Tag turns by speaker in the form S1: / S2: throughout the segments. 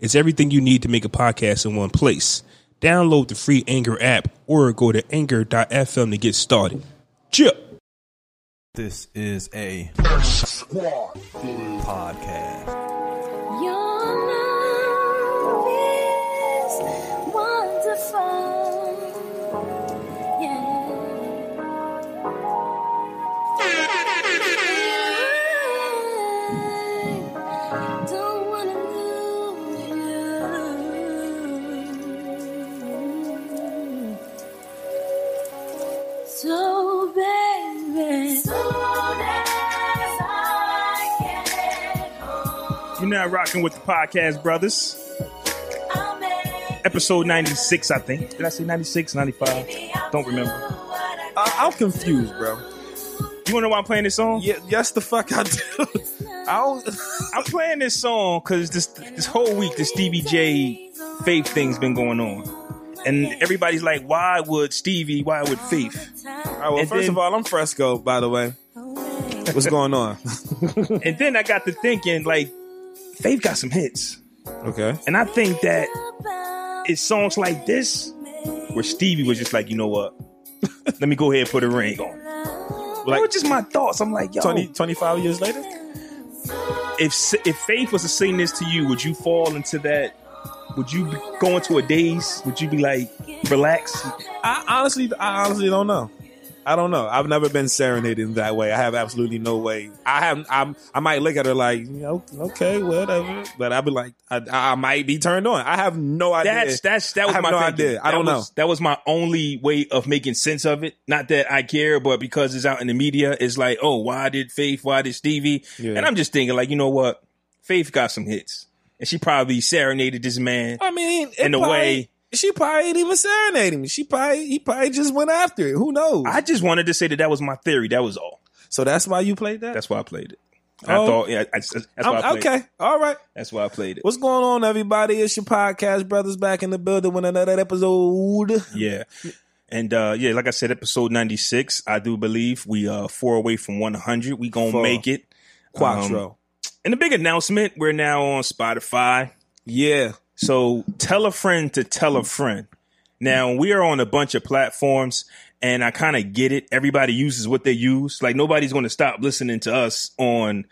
S1: It's everything you need to make a podcast in one place. Download the free Anchor app or go to anchor.fm to get started. Chip.
S2: This is a podcast.
S3: Your love is wonderful. Yeah. I don't wanna lose you. So baby, soon as I get home.
S1: You're now rocking with the podcast, brothers. Episode 96, I think. Did I say 96? 95? Don't remember.
S2: I- I'm confused, bro.
S1: You wanna know why I'm playing this song?
S2: Yeah, yes, the fuck I do. I don't.
S1: I'm playing this song because this this whole week the Stevie J Faith thing's been going on, and everybody's like, "Why would Stevie? Why would Faith?"
S2: All right, well,
S1: And
S2: first
S1: then-
S2: of all, I'm Fresco, by the way. What's going on?
S1: And then I got to thinking, like, Faith got some hits,
S2: Okay.
S1: and I think that it's songs like this where Stevie was just like, "You know what? Let me go ahead and put a ring on." Like,
S2: Like-
S1: was just my thoughts. I'm like, "Yo,
S2: 20, 25 years later?
S1: if if Faith was to sing this to you, would you fall into that? Would you be, go into a daze? Would you be like, relax?
S2: I honestly, I honestly don't know. I don't know. I've never been serenaded in that way. I have absolutely no way. I have. I'm. I might look at her like, you know, okay, whatever. But I'd be like, I, I might be turned on. I have no idea.
S1: That's that's that
S2: I
S1: was
S2: have
S1: my
S2: no
S1: thinking.
S2: idea. I
S1: That
S2: don't
S1: was- That was my only way of making sense of it. Not that I care, but because it's out in the media, it's like, oh, why did Faith? Why did Stevie?
S2: Yeah.
S1: And I'm just thinking, like, you know what? Faith got some hits, and she probably serenaded this man.
S2: I mean, it
S1: In a
S2: probably-
S1: way-
S2: she probably didn't even serenade him. She probably he probably just went after it. Who knows?
S1: I just wanted to say that that was my theory. That was all.
S2: so that's why you played that.
S1: That's why I played it.
S2: Oh.
S1: I thought, yeah, I, that's why I
S2: I'm-
S1: played. It.
S2: okay, all right.
S1: That's why I played it.
S2: What's going on, everybody? It's your podcast brothers back in the building with another episode.
S1: Yeah. And uh yeah, like I said, episode ninety six. I do believe we uh four away from one hundred. We gonna
S2: Four.
S1: make it.
S2: Quattro.
S1: Um, and a big announcement: we're now on Spotify.
S2: yeah,
S1: So tell a friend to tell a friend. Now we are on a bunch of platforms, and I kind of get it. Everybody uses what they use. Like nobody's going to stop listening to us on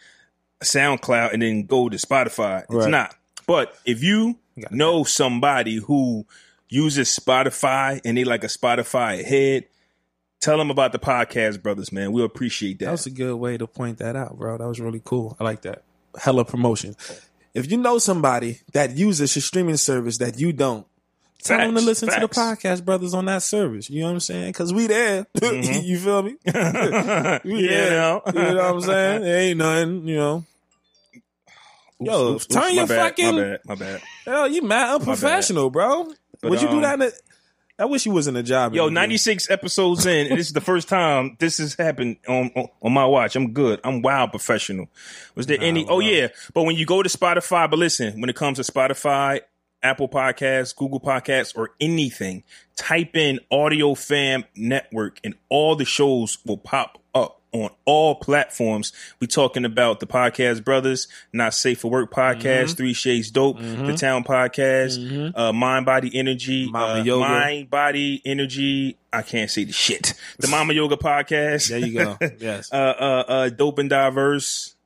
S1: SoundCloud and then go to Spotify. It's
S2: Right.
S1: not. But if you know somebody who uses Spotify and they like a Spotify head, tell them about the podcast, brothers. Man, we'll appreciate that.
S2: that was a good way to point that out, bro. That was really cool. I like that. Hella promotion. If you know somebody that uses your streaming service that you don't, tell them to
S1: Facts,
S2: listen to the
S1: facts.
S2: podcast brothers on that service. You know what I'm saying? Because we there. you feel me?
S1: yeah,
S2: you know what I'm saying? It ain't nothing, you know. Yo,
S1: Oops, oops,
S2: turn
S1: my
S2: your
S1: bad,
S2: fucking.
S1: my bad, my bad.
S2: Yo, you mad unprofessional, bro.
S1: But,
S2: Would you do
S1: um,
S2: that? In a, I wish you was in a job.
S1: Yo,
S2: interview.
S1: ninety six episodes in, and this is the first time this has happened on on, on my watch. I'm good. I'm wild professional. Was there any? Oh yeah, but when you go to Spotify, but listen, when it comes to Spotify, Apple Podcasts, Google Podcasts, or anything, type in Audio Fam Network, and all the shows will pop up on all platforms. We talking about the Podcast Brothers, Not Safe for Work Podcast,
S2: Mm-hmm.
S1: Three Shades Dope, The Town Podcast, uh, Mind Body Energy,
S2: Mama
S1: uh,
S2: Yoga.
S1: Mind Body Energy. I can't say the shit. The Mama Yoga Podcast.
S2: There you go. Yes.
S1: uh, uh, uh, Dope and Diverse,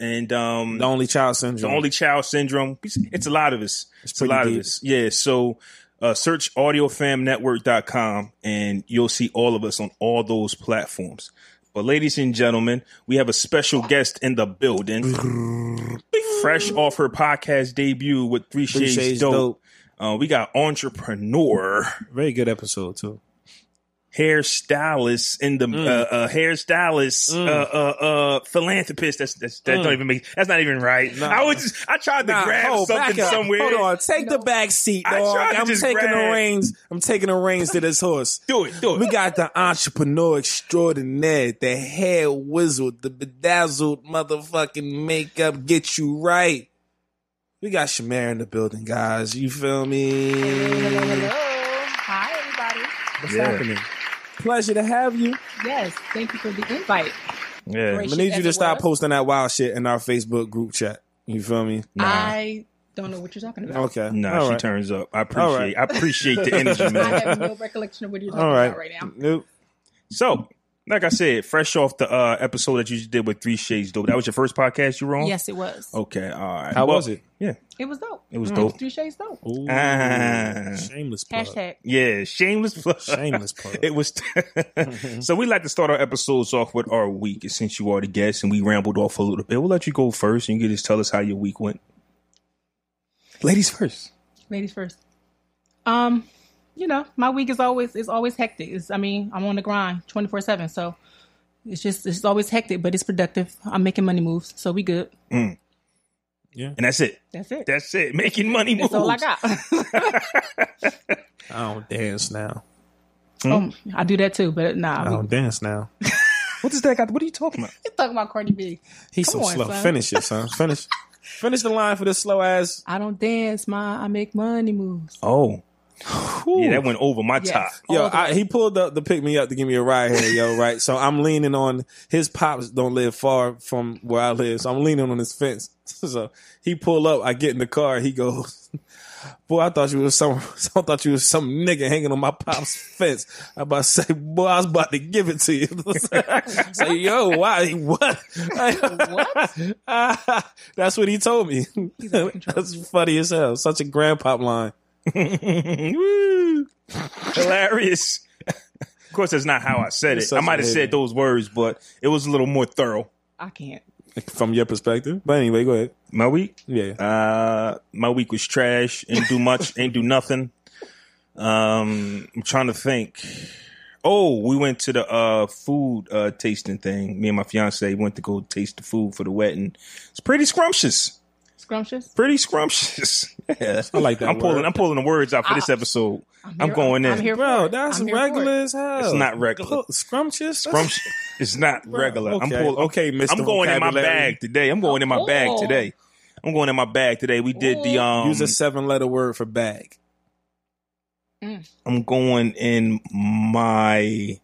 S1: and um,
S2: the only child syndrome.
S1: the only child syndrome. It's, it's a lot of us. It's, a
S2: pretty
S1: lot
S2: deep.
S1: of us. Yeah. So uh, search audiofamnetwork.com and you'll see all of us on all those platforms. But ladies and gentlemen, we have a special guest in the building. Fresh off her podcast debut with Three Shades,
S2: Three Shades
S1: Dope.
S2: Dope.
S1: Uh, we got entrepreneur
S2: Very good episode too.
S1: hairstylist in the
S2: Mm.
S1: uh, uh, hairstylist uh, uh, uh, philanthropist. That's, that's that don't even make. That's not even right. I was just, I tried to
S2: Mm. Nah,
S1: grab
S2: hold
S1: something
S2: back up.
S1: somewhere.
S2: Hold on, take the back seat,
S1: I
S2: dog.
S1: tried to
S2: I'm
S1: just
S2: taking the
S1: grab-
S2: reins. I'm taking the reins to this horse.
S1: Do it, do it.
S2: We got the entrepreneur extraordinaire, the hair wizard, the bedazzled motherfucking makeup get you right. We got Shamar in the building, guys. You feel me?
S4: Hello, hello. Hi, everybody.
S2: What's
S1: Yeah.
S2: happening? Pleasure to have you.
S4: Yes, thank you for the invite.
S1: Yeah,
S4: Great.
S2: I need you
S4: As
S2: to
S4: it
S2: stop
S4: was.
S2: posting that wild shit in our Facebook group chat. You feel me?
S4: I don't know what you're talking about.
S2: Okay.
S1: nah,
S2: All
S1: she
S2: right.
S1: turns up. I
S2: right.
S1: appreciate. I appreciate the energy, man.
S4: I have no recollection of what you're talking
S2: All right.
S4: about right now.
S2: Nope.
S1: So, like I said, fresh off the uh, episode that you just did with Three Shades Dope, that was your first podcast you were on.
S4: Yes, it was.
S1: Okay. All right.
S2: How
S1: Well,
S2: was it?
S1: Yeah,
S4: It was dope.
S1: it was
S4: It was
S1: dope.
S4: three shades dope.
S1: Ah.
S2: Shameless plug.
S4: Hashtag.
S1: Yeah, shameless plug.
S2: Shameless plug.
S1: It was so we like to start our episodes off with our week, and since you are the guest and we rambled off a little bit, we'll let you go first, and you can just tell us how your week went. Ladies first.
S4: Ladies first. Um, you know, my week is always is always hectic. It's, I mean, I'm on the grind 24 seven, so it's just it's always hectic, but it's productive. I'm making money moves, so we good.
S1: And that's it.
S4: That's it.
S1: That's it. Making money moves.
S4: That's all I got.
S2: I don't dance now.
S1: Hmm?
S4: um, I do that too, but nah.
S2: I
S4: we-
S2: don't dance now.
S1: What does that got? What are you talking about?
S4: We're talking about Cardi B.
S2: He's
S4: Come
S2: so
S4: on,
S2: slow.
S4: son.
S2: Finish it, son. Finish. Finish the line for this slow ass.
S4: I don't dance, ma. I make money moves.
S1: Oh, yeah, that
S2: Whew.
S1: went over my
S4: Yes.
S1: top.
S2: Yo,
S4: All the
S2: I, he pulled up to pick me up to give me a ride here, yo, right? So I'm leaning on his pops don't live far from where I live. So I'm leaning on his fence. So he pull up, I get in the car, he goes, Boy, I thought you was some I thought you was some nigga hanging on my pop's fence. I about to say, boy, I was about to give it to you. so yo, why what? what? That's what he told me.
S4: out of control.
S2: That's funny as hell. Such a grandpop line.
S1: Woo. Hilarious. of course, that's not how I said it.
S2: Such
S1: I
S2: a
S1: might have
S2: hater.
S1: said those words, but it was a little more thorough.
S4: I can't.
S2: From your perspective. But anyway, go ahead.
S1: My week.
S2: Yeah.
S1: Uh, my week was trash. Ain't do much. ain't do nothing. Um, I'm trying to think. Oh, we went to the uh food uh tasting thing. Me and my fiance went to go taste the food for the wedding. It's pretty scrumptious.
S4: Scrumptious.
S1: Pretty scrumptious. Yeah.
S2: I like that
S1: I'm pulling.
S2: word.
S1: I'm pulling the words out for this
S4: I-
S1: episode. I'm,
S4: here-
S1: going in.
S4: I'm here for
S2: Bro,
S4: it.
S2: that's
S4: I'm here for
S2: regular
S4: it.
S2: as hell.
S1: It's not regular.
S2: Scrumptious? That's-
S1: Scrumptious. It's not regular. I'm
S2: Okay,
S1: pulling.
S2: okay, Mr.
S1: I'm going in my
S2: Vocabulary.
S1: bag today. I'm going in my bag
S4: Oh.
S1: today. I'm going in my bag today. We did the
S4: Ooh.
S1: um.
S2: Use a seven letter word for bag.
S1: I'm going in my.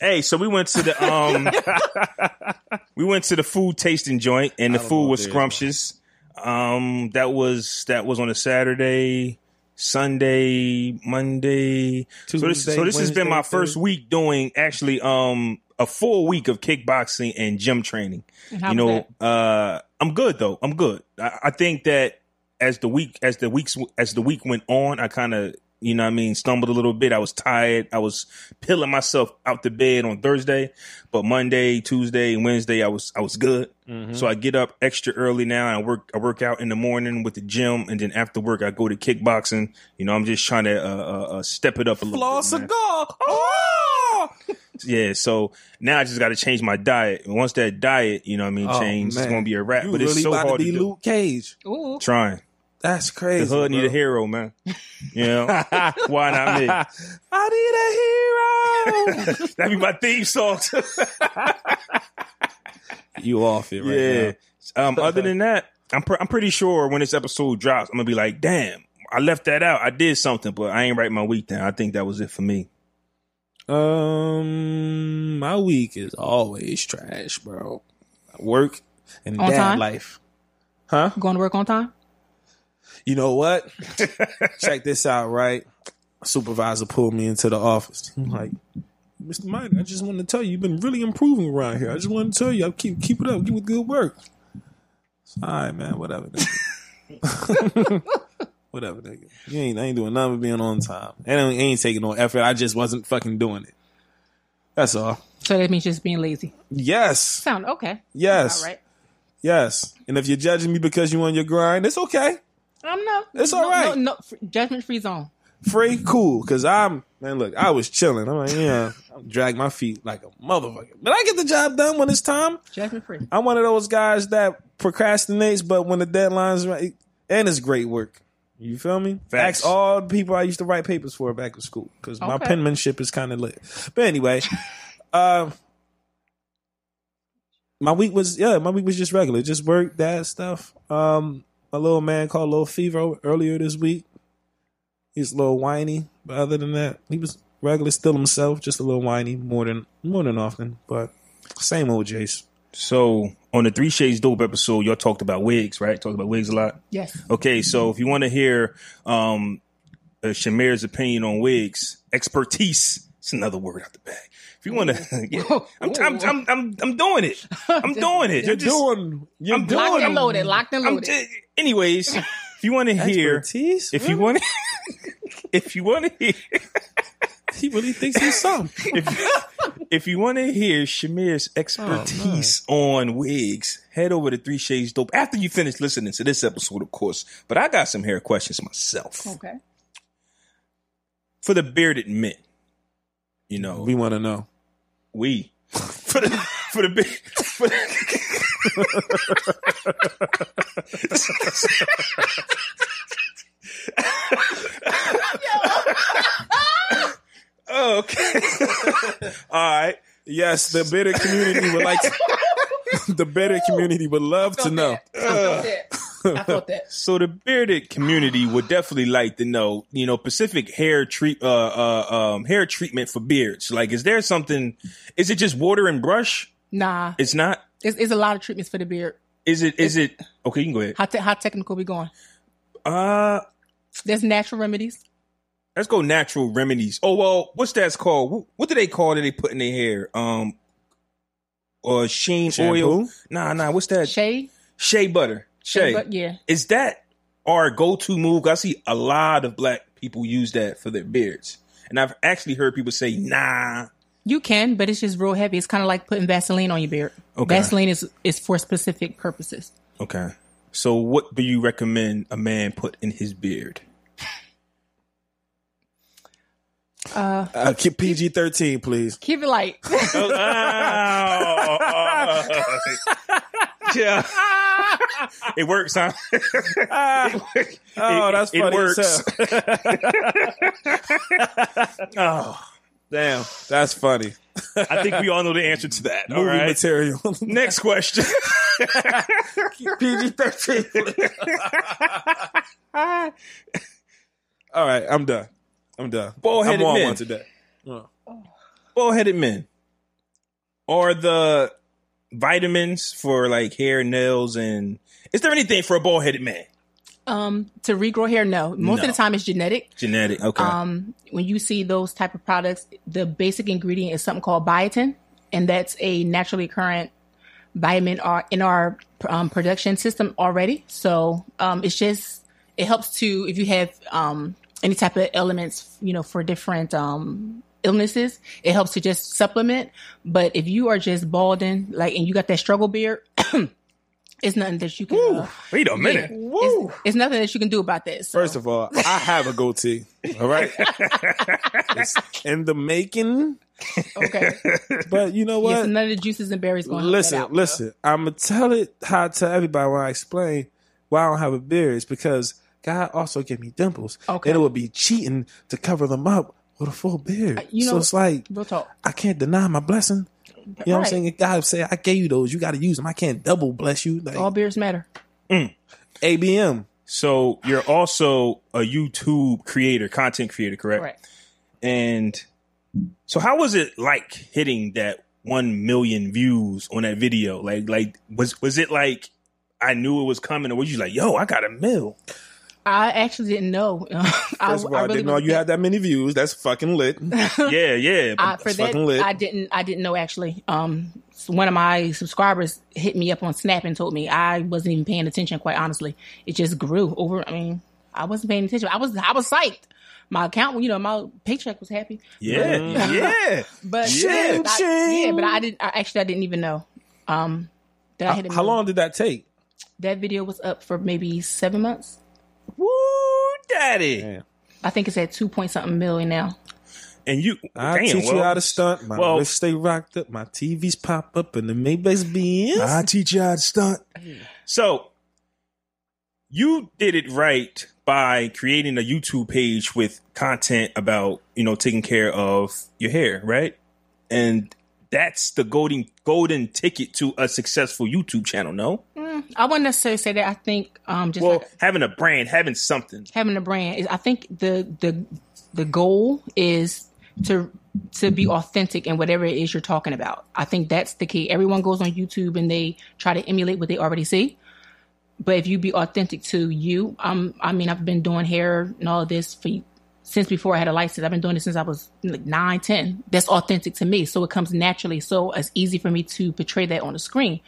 S1: Hey, so we went to the um, we went to the food tasting joint, and the
S2: I don't
S1: food
S2: know
S1: was
S2: what it is,
S1: scrumptious. Um, that was that was on a Saturday, Sunday, Monday. so this,
S2: Tuesday,
S1: so this has been my
S2: Wednesday,
S1: first
S2: Thursday.
S1: week doing actually um a full week of kickboxing and gym training
S4: And how
S1: you
S4: was
S1: know,
S4: that?
S1: uh, I'm good though. I'm good. I, I think that as the week as the weeks as the week went on, I kind of you know what I mean stumbled a little bit. I was tired. I was peeling myself out the bed on Thursday, but Monday, Tuesday, and Wednesday, I was I was good.
S4: Mm-hmm.
S2: Mm-hmm.
S1: So I get up extra early now, and I work I work out in the morning with the gym, and then after work I go to kickboxing. You know, I'm just trying to uh, uh, uh, step it up a little.
S2: Flaw
S1: bit, man.
S2: cigar. Oh!
S1: Yeah, so now I just got to change my diet. And once that diet, you know, what I mean,
S2: Oh,
S1: change, it's
S2: man.
S1: gonna be a wrap.
S2: Oh! You
S1: but
S2: really
S1: it's so
S2: about
S1: hard
S2: to be
S1: do.
S2: Luke Cage.
S4: Ooh,
S1: Trying.
S2: That's
S1: The
S2: crazy.
S1: hood need
S2: bro.
S1: a hero, man. You know, why not me?
S2: I need a hero.
S1: That'd be my theme song.
S2: you off it right
S1: yeah.
S2: now.
S1: Um, other than that, I'm pre- I'm pretty sure when this episode drops, I'm gonna be like, damn, I left that out. I did something, but I ain't write my week down. I think that was it for me.
S2: Um, my week is always trash, bro. Work and
S4: On
S2: dad
S4: time?
S2: life. Huh?
S4: going to work on time.
S2: you know what? Check this out, right? Supervisor pulled me into the office. I'm like, Mr. Minor, I just want to tell you, you've been really improving around here. I just want to tell you, I keep keep it up, keep with good work. All right, man, whatever. nigga. whatever, nigga. You ain't, I ain't doing nothing but being on time. And I ain't taking no effort. I just wasn't fucking doing it. That's all.
S4: So that means just being lazy.
S2: Yes,
S4: Sound okay?
S2: yes,
S4: All right.
S2: yes. And if you're judging me because you on your grind, it's okay.
S4: I'm no.
S2: It's
S4: no,
S2: all right.
S4: No, no, judgment free zone.
S2: Free, cool. Cause I'm man, look, I was chilling. I'm like, yeah, I'm drag my feet like a motherfucker. But I get the job done when it's time.
S4: Jasmine Free.
S2: I'm one of those guys that procrastinates, but when the deadline's right, and it's great work. You feel me?
S1: Facts.
S2: Ask all the people I used to write papers for back in school because my
S4: Okay.
S2: penmanship is kind of lit. But anyway, uh, my week was yeah, my week was just regular, just work, that stuff. Um, a little man called Lil Fever earlier this week. He's a little whiny, but other than that, he was regular, still himself, just a little whiny more than more than often, but same old Jace.
S1: So on the Three Shades Dope episode, y'all talked about wigs, right? Talked about wigs a lot.
S4: Yes.
S1: Okay, so if you want to hear um, uh, Shamir's opinion on wigs, expertise, it's another word out the bag. If you want to, yeah, I'm, I'm, I'm, I'm, I'm doing it. I'm doing it. You're
S2: doing, you're
S1: I'm doing
S4: Locked and loaded. Locked and
S1: I'm
S4: loaded.
S1: just, anyways, if you want to hear,
S2: expertise.
S1: if you want, if you want to hear,
S2: he really thinks he's some.
S1: if, if you want to hear Shamir's expertise
S2: Oh,
S1: on wigs, head over to Three Shades Dope after you finish listening to this episode, of course. But I got some hair questions myself
S4: okay.
S1: for the bearded men. You know,
S2: we want to know.
S1: we for the for the big for the- Oh, okay.
S2: All right. Yes, the bitter community would like. To, the bitter community would love to know.
S1: Uh.
S4: I felt that. I felt that.
S1: So the bearded community would definitely like to know, you know, Pacific hair treat, uh, uh, um, hair treatment for beards. Like, is there something? Is it just water and brush?
S4: Nah,
S1: It's not.
S4: it's, it's a lot of treatments for the beard.
S1: Is it? Is it? Okay, you can go ahead.
S4: How, te- how technical we going?
S1: Uh,
S4: There's natural remedies.
S1: Let's go natural remedies. Oh well, what's that's called? What, what do they call that they put in their hair? Um, or sheen oil?
S2: Shampoo?
S1: Nah, nah. What's that? Shea,
S4: Shea,
S1: butter. Shea.
S4: but yeah,
S1: Is that our go-to move? I see a lot of black people use that for their beards, and I've actually heard people say, "Nah."
S4: you can, but it's just real heavy. It's kind of like putting Vaseline on your beard.
S1: Okay.
S4: Vaseline is is for specific purposes.
S1: Okay. So, what do you recommend a man put in his beard?
S2: Uh, keep PG thirteen, please.
S4: Keep it light.
S1: yeah. it works, huh?
S2: Oh,
S1: It-
S2: that's
S1: it
S2: funny. as
S1: works.
S2: hell. Oh, Damn, that's funny.
S1: I think we all know the answer to that. All
S2: Movie
S1: right.
S2: material.
S1: Next question.
S2: PG thirteen. All right, I'm done. I'm done.
S1: Bald-headed
S2: I'm on
S1: men.
S2: one today.
S1: Bald-headed men are the vitamins for like hair, nails, and is there anything for a bald-headed man?
S4: um, to regrow hair, no. Most
S1: No.
S4: of the time, it's genetic.
S1: Genetic. Okay.
S4: Um, when you see those type of products, the basic ingredient is something called biotin, and that's a naturally occurring vitamin are in our um, production system already. So um, it's just it helps to if you have um, any type of elements, you know, for different um, illnesses, it helps to just supplement. But if you are just balding, like, and you got that struggle beard. It's nothing that you can. uh,
S1: Wait a
S4: yeah.
S1: minute.
S4: It's, it's nothing that you can do about this.
S2: First of all, I have a goatee. All right, it's in the making.
S4: okay.
S2: But you know what?
S4: Yes, none of the juices and berries going.
S2: listen,
S4: help that out.
S2: listen. I'm gonna tell it how to everybody when I explain why I don't have a beard. It's because God also gave me dimples,
S4: Okay.
S2: and it would be cheating to cover them up with a full beard.
S4: Uh, you
S2: so
S4: know-
S2: it's like
S4: Real talk.
S2: I can't deny my blessing. You know what I'm
S4: Right.
S2: saying? God said, "I gave you those. You got to use them. I can't double bless you." Like
S4: All beers matter.
S2: ABM.
S1: So you're also a YouTube creator, content creator, correct?
S4: Right.
S1: And so how was it like hitting that 1 million views on that video? Like like was was it like I knew it was coming or was you like, "Yo, I got a mill."
S4: I actually didn't know. I,
S2: First of all, I,
S4: really
S2: didn't know
S4: was-
S2: you had that many views. That's fucking lit.
S1: yeah, yeah.
S4: I, for that,
S2: fucking lit.
S4: I didn't. I didn't know actually. Um, so one of my subscribers hit me up on Snap and told me I wasn't even paying attention. Quite honestly, it just grew over. I mean, I wasn't paying attention. I was. I was psyched. My account, you know, my paycheck was happy.
S1: yeah, yeah.
S4: But
S1: Shame,
S4: but I, yeah, but I didn't. I, actually, I didn't even know. Um, that I hit a
S2: How
S4: million.
S2: long did that take?
S4: That video was up for maybe seven months.
S1: Woo, daddy.
S4: I I think it's at two point something million now.
S1: And you,
S2: I
S1: damn,
S2: teach
S1: well,
S2: you how to stunt. My
S1: well-
S2: wrists stay rocked up. My TVs pop up, and the Maybach's being.
S5: I teach you how to stunt.
S1: So you did it right by creating a YouTube page with content about, you know, taking care of your hair, right? And that's the golden golden ticket to a successful YouTube channel, no?
S4: I wouldn't necessarily say that. I think um, just
S1: Well,
S4: like
S1: having a brand, having something.
S4: having a brand is. I think the the the goal is to to be authentic in whatever it is you're talking about. I think that's the key. Everyone goes on YouTube and they try to emulate what they already see. But if you be authentic to you, um, I mean, I've been doing hair and all of this for since before I had a license. I've been doing this since I was like nine, ten. That's authentic to me, so it comes naturally. So it's easy for me to portray that on the screen.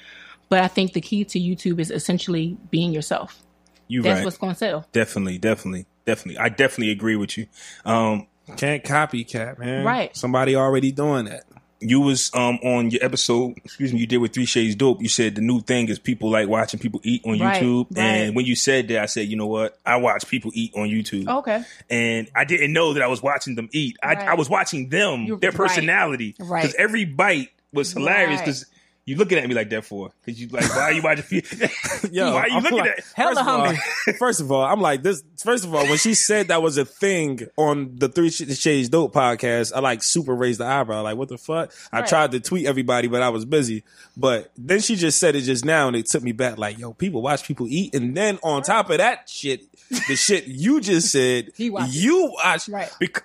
S4: But I think the key to YouTube is essentially being yourself.
S1: You
S4: That's
S1: right.
S4: what's going to sell.
S1: definitely, definitely, definitely. I definitely agree with you. Um
S2: Can't copycat, man.
S4: Right.
S2: Somebody already doing that.
S1: you was um on your episode, excuse me, you did with Three Shades Dope. You said the new thing is people like watching people eat on
S4: Right,
S1: YouTube.
S4: right.
S1: And when you said that, I said, you know what? I watch people eat on YouTube.
S4: Okay.
S1: and I didn't know that I was watching them eat.
S4: Oh. Right.
S1: I, I was watching them,
S4: You're
S1: their
S4: right.
S1: personality,
S4: Right.
S1: Because every bite was hilarious.
S4: Right.
S1: Because you looking at me like that for? Because you like, why are you watching?
S2: Yo,
S1: why are you
S2: I'm
S1: looking
S2: like-
S1: at?
S4: Hella
S2: first of all-
S4: hungry.
S2: first of all, I'm like this. First of all, when she said that was a thing on the Three Sh- Shades Dope podcast, I like super raised the eyebrow. Like, what the fuck? I
S4: Right.
S2: tried to tweet everybody, but I was busy. But then she just said it just now, and it took me back. Like, yo, people watch people eat, and then on top of that shit, the shit you just said,
S4: He watches.
S2: you watch.
S4: Right.
S1: Because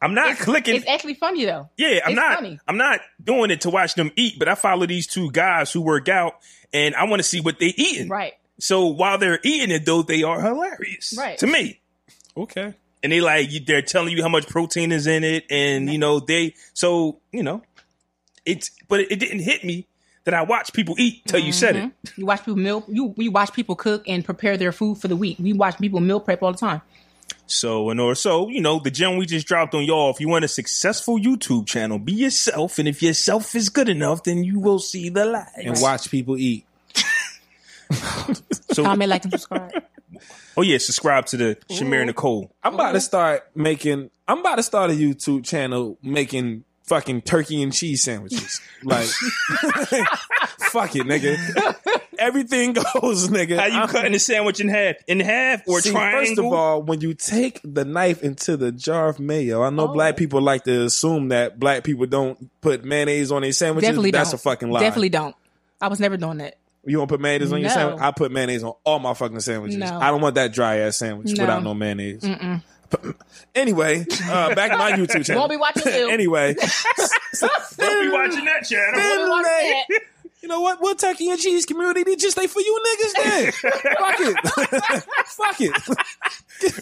S1: I'm not clicking.
S4: It's actually funny though.
S1: yeah, I'm
S4: it's
S1: not.
S4: funny.
S1: I'm not doing it to watch them eat. But I follow these two guys who work out, and I want to see what they eating.
S4: Right.
S1: So while they're eating it, though, they are hilarious.
S4: Right.
S1: To me.
S2: Okay.
S1: and they like you- they're telling you how much protein is in it, and you know they so you know it's but it didn't hit me that I watched people eat till you said it.
S4: You watch people meal. You we watch people cook and prepare their food for the week. We watch people meal prep all the time.
S1: So and or so you know the gem we just dropped on y'all. If you want a successful YouTube channel, be yourself, and if yourself is good enough, then you will see the light.
S2: And watch people eat.
S1: So
S4: Comment, like, and subscribe.
S1: oh yeah, subscribe to the Shamir Nicole.
S2: I'm about to start making. I'm about to start a YouTube channel making fucking turkey and cheese sandwiches. Like, fuck it, nigga. Everything goes, nigga.
S1: How you
S2: I'm-
S1: cutting the sandwich in half? In half or
S2: Uh-uh. See,
S1: triangle?
S2: First of all, when you take the knife into the jar of mayo, I know
S4: Oh.
S2: black people like to assume that black people don't put mayonnaise on their sandwiches.
S4: Definitely
S2: That's
S4: don't.
S2: a fucking lie.
S4: Definitely don't. I was never doing that.
S2: You don't put mayonnaise on your
S4: No.
S2: sandwich? I put mayonnaise on all my fucking sandwiches.
S4: No.
S2: I don't want that dry ass sandwich
S4: No.
S2: without no mayonnaise. anyway, uh, back to my YouTube channel.
S4: Won't be watching you.
S2: anyway,
S1: don't be watching that channel.
S4: Won't be watching that.
S2: you know what? We'll turkey and cheese community they just ain't for you niggas then. Fuck it. Fuck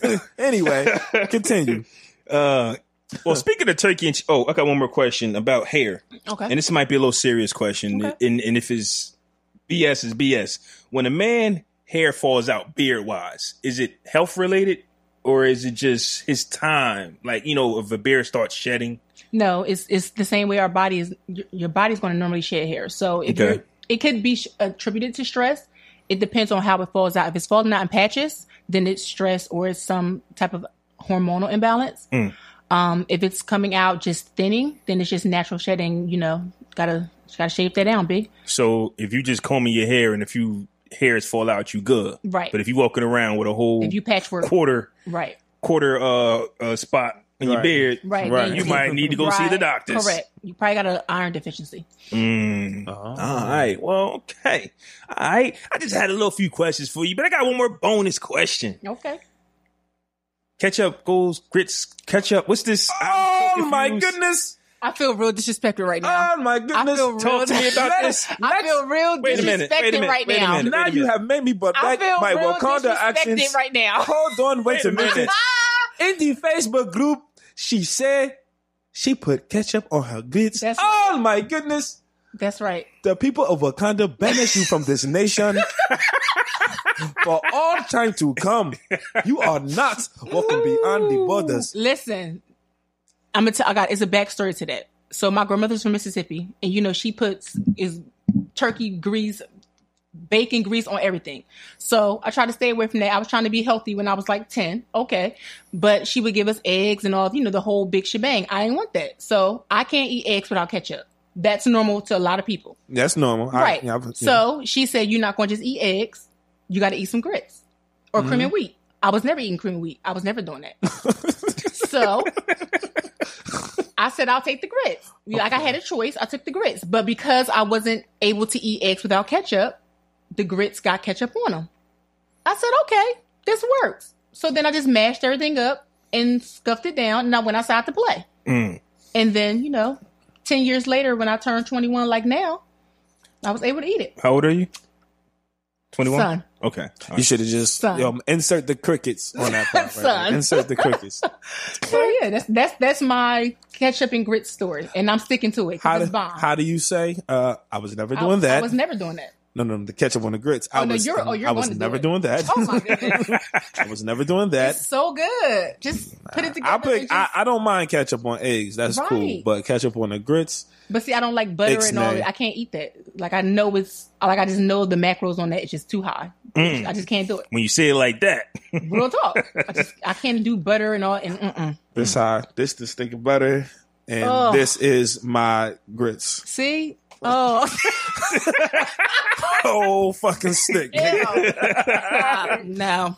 S2: it. anyway, continue.
S1: Uh, well, speaking of turkey and ch- oh, I got one more question about hair.
S4: Okay.
S1: and this might be a little serious question,
S4: Okay.
S1: and and if it's BS is BS. When a man hair falls out beard wise, is it health related or is it just his time? Like you know, if a beard starts shedding,
S4: No, it's it's the same way our body is. Your, your body's going to normally shed hair. So if
S1: Okay.
S4: you're, it could be sh- attributed to stress. It depends on how it falls out. If it's falling out in patches, then it's stress or it's some type of hormonal imbalance.
S1: Mm.
S4: Um, if it's coming out just thinning, then it's just natural shedding. You know, gotta gotta shape that down, big.
S1: so if you just combing your hair and a few hairs fall out, you good.
S4: Right.
S1: But if you walking around with a whole
S4: If you patchwork,
S1: quarter
S4: right,
S1: quarter uh, uh spot in your
S2: Right.
S1: beard,
S4: right,
S2: Right.
S4: then
S1: you might need to go see the
S4: right,
S1: doctors.
S4: Correct. You probably got an iron deficiency.
S1: Mm.
S2: Oh,
S1: All right. Well, okay. All right. I just had a little few questions for you, but I got one more bonus question.
S4: Okay.
S1: Ketchup goes grits. Ketchup. What's this? I'm so
S2: Oh my
S1: confused.
S2: goodness!
S4: I feel real disrespected right
S1: Ah,
S4: now.
S2: Oh my
S4: I
S2: goodness!
S4: feel real.
S1: Talk to me about this.
S4: I feel real
S1: Wait a minute, wait a minute,
S4: disrespected right
S1: wait a
S4: now.
S1: minute.
S2: now you have made me but
S4: I
S2: back
S4: feel
S2: my
S4: real
S2: Wakanda
S4: disrespected
S2: actions.
S4: right now.
S2: Hold on, wait, a minute.
S4: Ah!
S2: In the Facebook group, she said she put ketchup on her goods.
S4: That's
S2: oh my goodness!
S4: That's right.
S2: The people of Wakanda banish you from this nation for all time to come. You are not walking beyond the borders.
S4: Listen, I'm gonna tell. I got. It's a backstory to that. So my grandmother's from Mississippi, and you know she puts is turkey grease bacon grease on everything. So I tried to stay away from that. I was trying to be healthy when I was like 10. Okay. But she would give us eggs and all, you know, the whole big shebang. I didn't want that. So I can't eat eggs without ketchup. That's normal to a lot of people.
S2: That's normal. I-
S4: Right.
S2: yeah, I've- yeah.
S4: So she said, You're not going to just eat eggs. You got to eat some grits or cream
S2: Mm-hmm.
S4: and wheat. I was never eating cream and wheat. I was never doing that. so I said, I'll take the grits. Like I had a choice. I took the grits. But because I wasn't able to eat eggs without ketchup, the grits got ketchup on them. I said, Okay, this works. So then I just mashed everything up and scuffed it down. And I went outside to play.
S2: Mm.
S4: And then, you know, 10 years later, when I turned 21, like now, I was able to eat it.
S1: How old are you? 21?
S4: Son.
S1: Okay. All right.
S2: You should have just
S4: Son.
S2: um, insert the crickets on that part. right there.
S4: Son.
S2: Insert the crickets.
S4: So yeah, that's that's that's my ketchup and grit story, and I'm sticking to it. 'cause
S2: How
S4: it's
S2: do,
S4: bomb.
S2: how do you say? Uh, I was never
S4: I-
S2: doing
S4: I
S2: that.
S4: was never doing that.
S2: no, no, the ketchup on the grits. I
S4: Oh, no,
S2: was,
S4: you're- oh, you're
S2: I was
S4: going to do
S2: never
S4: it.
S2: doing that.
S4: Oh my goodness,
S2: I was never doing that.
S4: it's so good. Just put it together.
S2: I
S4: and
S2: put.
S4: just-
S2: I, I don't mind ketchup on eggs. That's cool.
S4: Right.
S2: But ketchup on the grits.
S4: but see, I don't like butter and all
S2: Ixnay.
S4: that. I can't eat that. Like I know it's like I just know the macros on that. It's just too high.
S2: Mm.
S4: I just can't do it.
S1: When you say it like that,
S4: Real talk. I just I can't do butter and all. And mm-mm.
S2: This high. This the stinking butter. And
S4: Ugh.
S2: this is my grits.
S4: see, oh,
S2: Oh fucking stick.
S4: ew. Ah, no.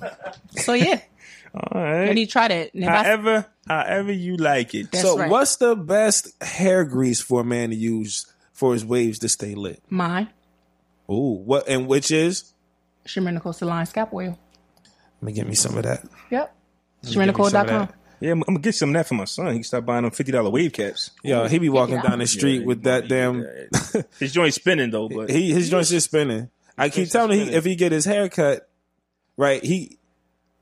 S4: So yeah,
S1: all
S4: you
S1: right.
S4: need to try that. And if I-
S1: However, however you like it.
S4: That's
S2: so
S4: right.
S2: what's the best hair grease for a man to use for his waves to stay lit?
S4: mine,
S2: Ooh, what and which is?
S4: Shimmer Nicole Saline Scalp Oil.
S2: Let me get me some of that.
S4: Yep.
S2: some of
S4: SharendaCole.com.
S2: that.
S1: Yeah, I'm, I'm gonna get some of that for my son. He can start buying them fifty dollar wave caps.
S2: Yo, he be walking
S4: Yeah.
S2: down the street
S1: Yeah,
S2: with
S1: you
S2: that
S1: might
S2: damn.
S1: need that. His joint's spinning though, but
S2: He his joints just spinning. I keep
S1: joints
S2: telling
S1: is
S2: him he,
S1: spinning.
S2: if he get his hair cut, right? He,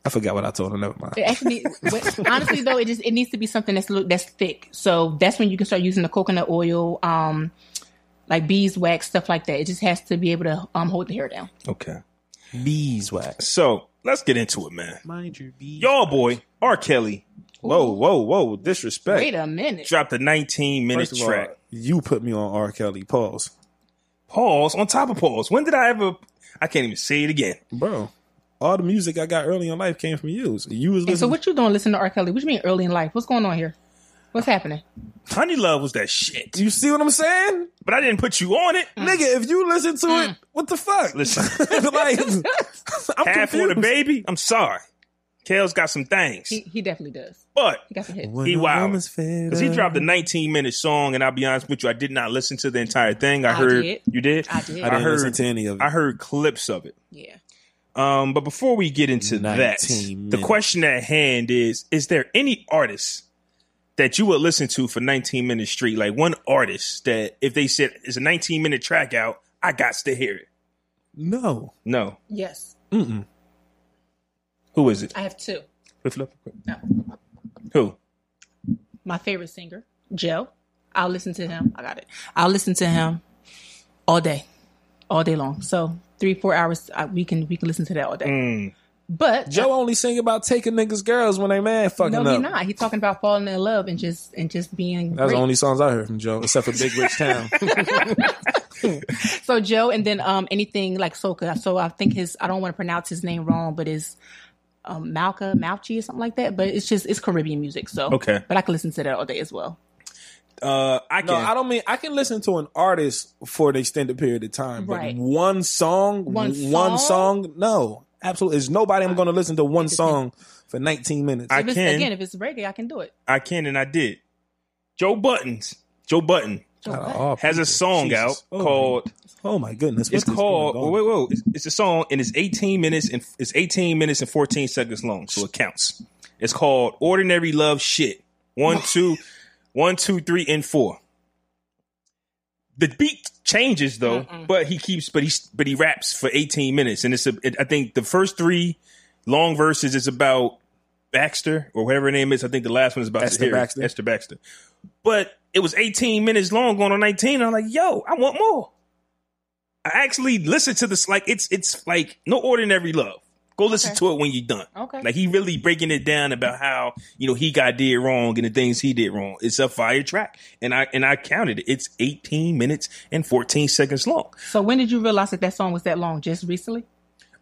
S2: I forgot what I told him. Never mind.
S4: It actually, but honestly though, it just it needs to be something that's a little- that's thick. So that's when you can start using the coconut oil, um, like beeswax stuff like that. It just has to be able to um hold the hair down.
S1: okay.
S2: Beeswax.
S1: So let's get into it, man.
S2: Mind your bees.
S1: Y'all boy, R. Kelly
S2: Whoa, whoa, whoa! Disrespect.
S4: Wait a minute.
S1: dropped a 19 minute
S2: First of all,
S1: track.
S2: you put me on R. Kelly. Pause,
S1: pause on top of pause. When did I ever? I can't even say it again.
S2: bro. All the music I got early in life came from you. So you was
S4: And so
S2: listening.
S4: what you doing? Listen to R. Kelly? What you mean early in life? What's going on here? What's happening?
S1: Honey Love was that shit,
S2: you see what I'm saying,
S1: but I didn't put you on it.
S4: Mm.
S2: nigga? If you listen to it, what the fuck?
S1: Listen,
S2: like, I'm
S1: half for the
S2: confused.
S1: baby. I'm sorry. Kale's got some things,
S4: He, he definitely does.
S1: but
S4: He got some hits.
S2: When
S1: He
S2: a
S1: wild.
S2: woman's fed
S1: because he
S2: up.
S1: dropped a 19 minute song, and I'll be honest with you, I did not listen to the entire thing. I,
S4: I
S1: heard
S4: did.
S1: you did.
S4: I did.
S2: I didn't
S1: heard-
S2: listen to any of it.
S1: I heard clips of it.
S4: Yeah.
S1: Um, but before we get into
S2: 19
S1: that, the
S2: minutes.
S1: question at hand is: Is there any artist that you would listen to for 19 minutes straight? Like one artist that if they said it's a 19 minute track out, I got to hear it.
S2: no.
S1: No,
S4: Yes.
S1: who is it?
S4: I have two.
S1: Lift it up quick.
S4: No.
S1: Who?
S4: my favorite singer, Joe. I'll listen to him. I got it. I'll listen to him all day, all day long. So three, four hours. I, we can we can listen to that all day. But
S2: Mm. Joe only sing about taking niggas' girls when they man fucking
S4: no,
S2: up.
S4: he not. He talking about falling in love and just and just being.
S2: That's
S4: great.
S2: the only songs I heard from Joe, except for Big Rich Town.
S4: So Joe, and then um anything like Soka. So I think his. I don't want to pronounce his name wrong, but it's um Malca Malchi or something like that. But it's just it's Caribbean music. So
S1: Okay.
S4: but I can listen to that all day as well.
S1: Uh, I can.
S2: no, I don't mean I can listen to an artist for an extended period of time, but
S4: Right.
S2: one song,
S4: One
S2: w- one
S4: song?
S2: song, no, absolutely, there's nobody I'm going to listen to one song for 19 minutes.
S1: I
S4: If it's,
S1: can.
S4: again if it's reggae, I can do it.
S1: I can, and I did. Joe Buttons. Joe Button
S4: So
S2: Out of
S4: what?
S2: all
S1: has
S2: people.
S1: a song
S2: Jesus.
S1: out
S2: Oh,
S1: called.
S2: my- Oh my goodness,
S1: It's
S2: what is
S1: called.
S2: going on?
S1: Wait, wait, It's, it's a song, and it's 18 minutes and it's 18 minutes and 14 seconds long, so it counts. It's called "Ordinary Love Shit." One, two, one, two, three, and four. The beat changes though, but he keeps, but he, but he raps for 18 minutes, and it's a. It, I think the first three long verses is about Baxter or whatever her name is. I think the last one is about
S2: Esther
S1: Sahara.
S2: Baxter.
S1: Esther Baxter. But it was 18 minutes long, going on 19. I'm like, yo, I want more. I actually listened to this. Like it's it's like no ordinary love. Go listen to it when you're done.
S4: Okay.
S1: Like he really breaking it down about how you know he got did wrong and the things he did wrong. It's a fire track, and I and I counted it. It's 18 minutes and 14 seconds long.
S4: So when did you realize that that song was that long? Just recently?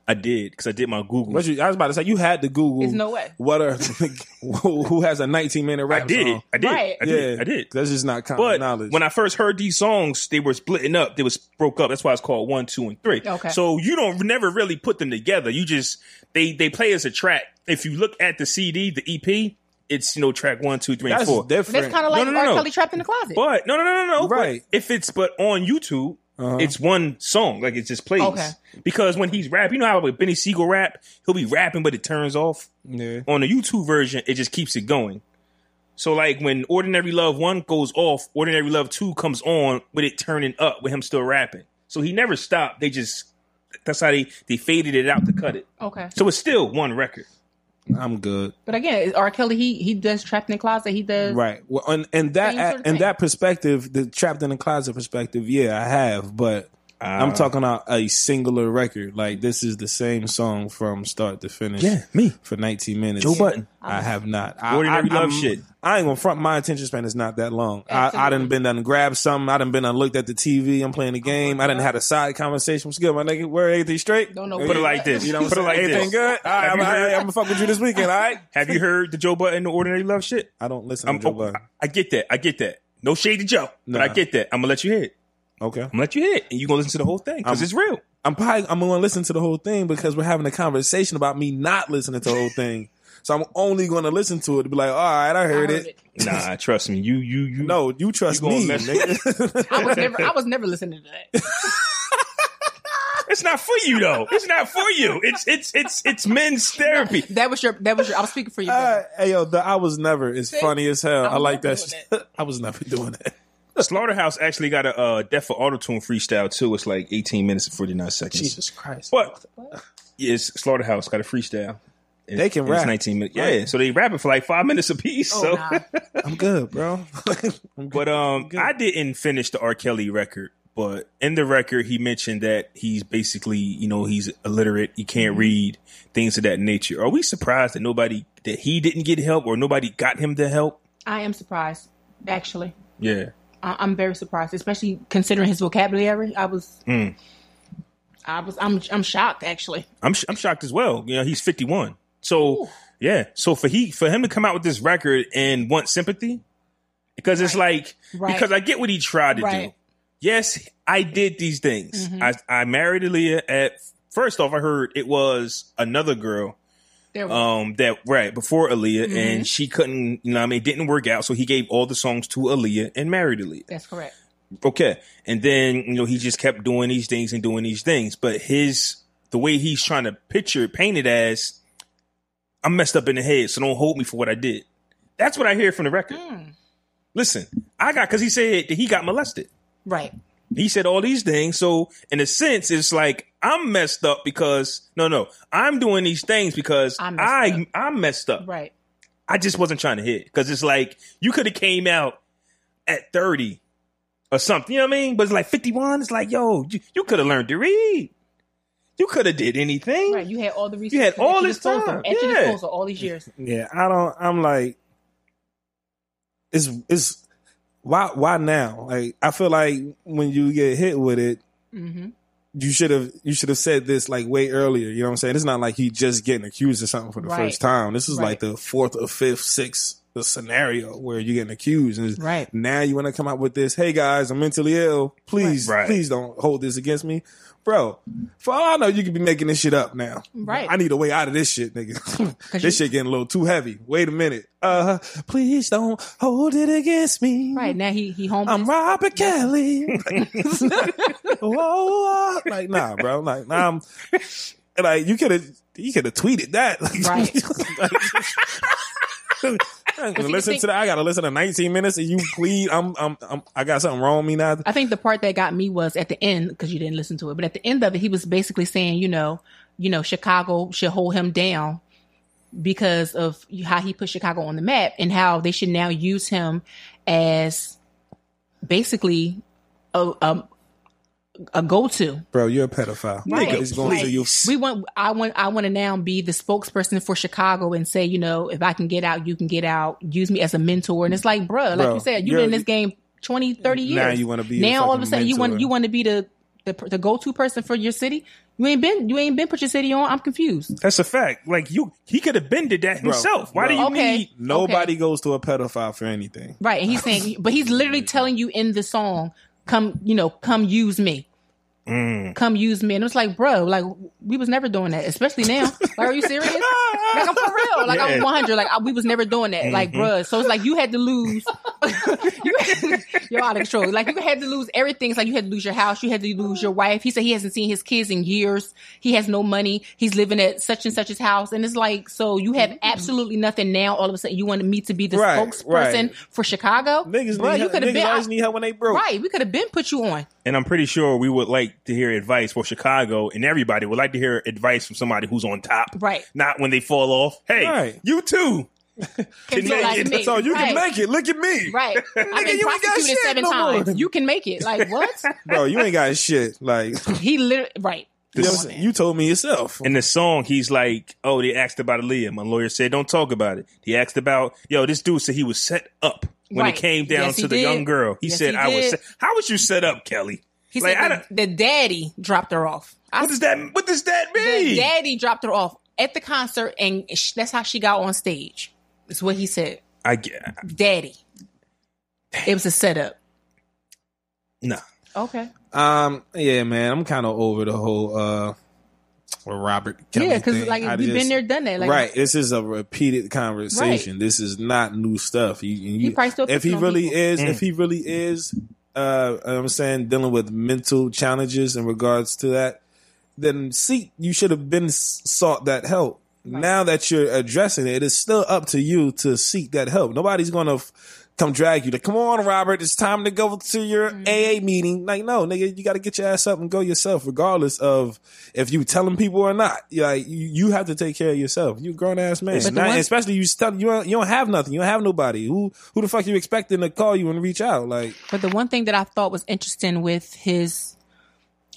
S1: I did because I did my Google.
S2: What you, I was about to say you had to Google.
S4: There's no way.
S2: What are who has a 19 minute rap
S1: I did.
S2: song?
S1: I did.
S4: Right.
S1: I did.
S2: yeah,
S1: I did.
S2: That's just not common
S1: But
S2: knowledge.
S1: when I first heard these songs, they were splitting up. They was broke up. That's why it's called one, two, and three.
S4: Okay.
S1: So you don't never really put them together. You just they they play as a track. If you look at the CD, the EP, it's you know track one, two, three,
S2: that's
S1: and four.
S2: different.
S4: That's kind of like
S1: no, no,
S4: R.
S1: no.
S4: Kelly trapped in the closet.
S1: But no, no, no, no, no. But
S2: Right. Uh-huh.
S1: if it's but on YouTube, it's one song. Like it just plays.
S4: Okay.
S1: Because when he's rap, you know how with Benny Siegel rap, he'll be rapping, but it turns off
S2: yeah.
S1: on the YouTube version, it just keeps it going. So like when Ordinary Love One goes off, Ordinary Love Two comes on with it turning up with him still rapping. So he never stopped. They just that's how they they faded it out to cut it.
S4: okay.
S1: So it's still one record.
S2: I'm good.
S4: But again, R. Kelly he he does trapped in the closet. He does
S2: Right. Well, and, and that
S4: Same sort of
S2: and
S4: thing.
S2: that perspective, the trapped in the closet perspective, yeah, I have, but I'm
S1: Ah.
S2: talking about a singular record. Like this is the same song from start to finish.
S1: me.
S2: For 19 minutes.
S1: Joe Budden.
S2: I have not. I,
S1: Ordinary
S2: I,
S1: love
S2: I'm-
S1: shit.
S2: I ain't gonna front. My attention span is not that long. I, I
S4: Absolutely.
S2: done been done grabbed something. I done been done looked at the TV. I'm playing the game. I done had a side conversation. What's good, my nigga? Where everything straight?
S4: Don't know
S2: Hey,
S4: what-
S1: Put it like this.
S2: You know what
S1: Put it
S2: I'm
S1: like
S2: saying? Everything
S1: this.
S2: good? All right,
S1: Have
S2: I'm,
S1: you heard-
S2: I'm gonna fuck with you this weekend. All right.
S1: Have you heard the Joe Button, the Ordinary Love shit?
S2: I don't listen
S1: I'm,
S2: to Joe Budden.
S1: I get that. I get that. No shade to Joe, but
S2: Nah.
S1: I get that. I'm gonna let you hit. it.
S2: Okay.
S1: I'm gonna let you hit, it, and you gonna listen to the whole thing because
S2: I'm-
S1: it's real.
S2: I'm probably I'm gonna listen to the whole thing because we're having a conversation about me not listening to the whole thing. So I'm only gonna listen to it to be like, all right, I heard,
S4: I
S2: it.
S4: heard it.
S1: Nah, trust me. You you you.
S2: No, you trust
S1: You gonna
S2: me.
S1: mess-
S2: nigga.
S4: I was never I was never listening to that.
S1: It's not for you though. It's not for you. It's it's it's it's men's therapy.
S4: That was your that was your I was speaking for you.
S2: Uh,
S4: brother.
S2: hey yo, the I was never is
S4: See?
S2: funny as hell.
S4: I'm
S2: I like
S4: never
S2: that.
S4: doing
S2: shit. I was never doing that.
S1: Slaughterhouse actually got a uh, Death for Autotune freestyle too. It's like 18 minutes and 49 seconds.
S2: Christ.
S1: But yes, Slaughterhouse got a freestyle. It's-
S2: They can
S1: it's
S2: rap.
S1: 19 minutes. Yeah, so they rapping for like five minutes apiece.
S4: Oh,
S1: so,
S4: nah.
S2: I'm good, bro. I'm good.
S1: but um, I didn't finish the R. Kelly record. But in the record, he mentioned that he's basically, you know, he's illiterate. He
S2: Mm-hmm.
S1: can't read things of that nature. Are we surprised that nobody that he didn't get help or nobody got him the help?
S4: I am surprised, actually.
S1: Yeah.
S4: I- I'm very surprised, especially considering his vocabulary. I was,
S1: Mm.
S4: I was, I'm, I'm shocked actually.
S1: I'm sh- I'm shocked as well. You know, he's 51. So
S4: Ooh.
S1: yeah, so for he for him to come out with this record and want sympathy, because it's like
S4: Right.
S1: because I get what he tried to do.
S4: Right. Mm-hmm.
S1: Yes, I did these things. I I married Aaliyah at first off. I heard it was another girl
S4: There was
S1: um that right before Aaliyah,
S4: Mm-hmm.
S1: and she couldn't. You know, what I mean, it didn't work out. So he gave all the songs to Aaliyah and married Aaliyah.
S4: that's correct.
S1: Okay. And then, you know, he just kept doing these things and doing these things. But his, the way he's trying to picture it, paint it as, I'm messed up in the head, so don't hold me for what I did. That's what I hear from the record. Listen, I got, cause he said that he got molested.
S4: Right.
S1: He said all these things. So in a sense, it's like, I'm messed up because, no, no, I'm doing these things because
S4: I
S1: I,
S4: messed
S1: I, am messed up.
S4: Right.
S1: I just wasn't trying to hit because it's like you could have came out at 30 or something. You know what I mean? But it's like 51. It's like, yo, you, you could have learned to read. You could have did anything.
S4: Right. You had all the resources.
S1: You had all
S4: at your
S1: this
S4: disposal,
S1: time.
S4: At your
S1: Yeah.
S4: disposal all these years.
S2: Yeah, I don't. I'm like, it's it's why why now? Like, I feel like when you get hit with it,
S4: Mm-hmm.
S2: you should have you should have said this like way earlier. You know what I'm saying? It's not like he just getting accused of something for the
S4: Right.
S2: first time. This is like
S4: Right.
S2: the fourth or fifth, sixth scenario where you're getting accused, and it's-
S4: Right.
S2: now you want to come out with this? Hey guys, I'm mentally ill. Please,
S1: Right. Right.
S2: please don't hold this against me, bro. For all I know, you could be making this shit up now.
S4: Right.
S2: I need a way out of this shit, nigga. this
S4: you-
S2: shit getting a little too heavy. Wait a minute. Uh, please don't hold it against me.
S4: Right. Now he he homeless.
S2: I'm Robert Kelly. Whoa, like nah, bro. Like nah, I'm like you could have you could have tweeted that. Like,
S4: Right.
S2: I ain't gonna
S4: you
S2: listen
S4: think-
S2: to that. I gotta listen to 19 minutes, and you plead. I'm, I'm, I'm I got something wrong with me now.
S4: I think the part that got me was at the end because you didn't listen to it, but at the end of it, he was basically saying, you know, you know, Chicago should hold him down because of how he put Chicago on the map and how they should now use him as basically a, a a go to.
S2: Bro, you're a pedophile.
S4: Right.
S2: Nigga, He's going to
S4: Like,
S2: you.
S4: We want. I want. I want to now be the spokesperson for Chicago and say, you know, if I can get out, you can get out. Use me as a mentor. And it's like, bruh, like
S2: Bro,
S4: you said, you've
S2: you're-
S4: been in this game 20, 30 years.
S2: Now you wanna be a
S4: Now all of a
S2: fucking
S4: sudden you want
S2: mentor.
S4: you want to be the the, the go to person for your city. You ain't been you ain't been put your city on. I'm confused.
S1: That's a fact. Like you, he could have been did that himself. Why do
S2: bro.
S1: you
S4: Okay.
S1: need?
S2: Nobody goes to a pedophile for anything.
S4: Right, and he's saying, but he's literally telling you in the song, "Come, you know, come use me, come use me." And it's like, bro, like we was never doing that, especially now. Like, are you serious? like I'm for real. Like I'm 100. Like I, we was never doing that. Like, bro, so it's like you had to lose. you, you're out of control. Like you had to lose everything. It's like you had to lose your house. You had to lose your wife. He said he hasn't seen his kids in years. He has no money. He's living at such and such's house, and it's like, so you have absolutely nothing now. All of a sudden, you want me to be the
S2: Mm-hmm. Right,
S4: spokesperson
S2: right.
S4: for Chicago.
S2: Niggas need
S4: Bruh, you
S2: help.
S4: could have
S2: Niggas
S4: been
S2: always need help when they broke.
S4: right. We could have been put you on.
S1: And I'm pretty sure we would like to hear advice for Chicago, and everybody would like to hear advice from somebody who's on top,
S4: Right.
S1: Not when they fall off. Hey,
S2: Right.
S1: you too.
S4: Can
S1: make it.
S2: That's all. You can
S4: Right.
S2: make it. Look at me.
S4: Right. I've
S2: Nigga,
S4: been
S2: you ain't got
S4: prosecuted
S2: shit
S4: seven
S2: no more.
S4: times. You can make it. Like what?
S2: Bro, you ain't got shit. Like,
S4: he literally right.
S2: you, know what I'm saying? You told me yourself.
S1: In the song, he's like, "Oh, they asked about Aaliyah. My lawyer said don't talk about it." He asked about, "Yo, this dude said he was set up when
S4: Right.
S1: it came down
S4: Yes, he
S1: to the
S4: did.
S1: young girl." He
S4: Yes,
S1: said,
S4: he
S1: "I was.
S4: did.
S1: Set- How was you set up, Kelly?"
S4: He
S1: like, I
S4: said
S1: don't,
S4: the, the daddy dropped her off. I
S1: what does that? What does that
S4: The
S1: mean?
S4: daddy dropped her off at the concert, and sh- that's how she got on stage. Is what he said.
S1: I get
S4: Daddy. It was a setup.
S1: no.
S4: Okay.
S2: Um, yeah, man, I'm kind of over the whole uh Robert. Kelly
S4: yeah, because
S2: thing.
S4: like
S2: I
S4: we've been
S2: just-
S4: there, done that. Like,
S2: right, this is a repeated conversation. This is not new stuff. You, you,
S4: He probably still
S2: if he
S4: picking on
S2: really
S4: people.
S2: is, if he really is, uh, I'm saying dealing with mental challenges in regards to that, then seek. You should have been s- sought that help. Now that you're addressing it, it's still up to you to seek that help. Nobody's gonna. F- Come drag you to come on, Robert. It's time to go to your
S4: Mm-hmm.
S2: AA meeting. Like, no, nigga, you got to get your ass up and go yourself, regardless of if you telling people or not. Like, you, you have to take care of yourself. You a grown ass man,
S4: But the
S2: Not-
S4: one-
S2: especially you. Stuff, you don't, you don't have nothing. You don't have nobody. Who who the fuck you expecting to call you and reach out? Like,
S4: But the one thing that I thought was interesting with his,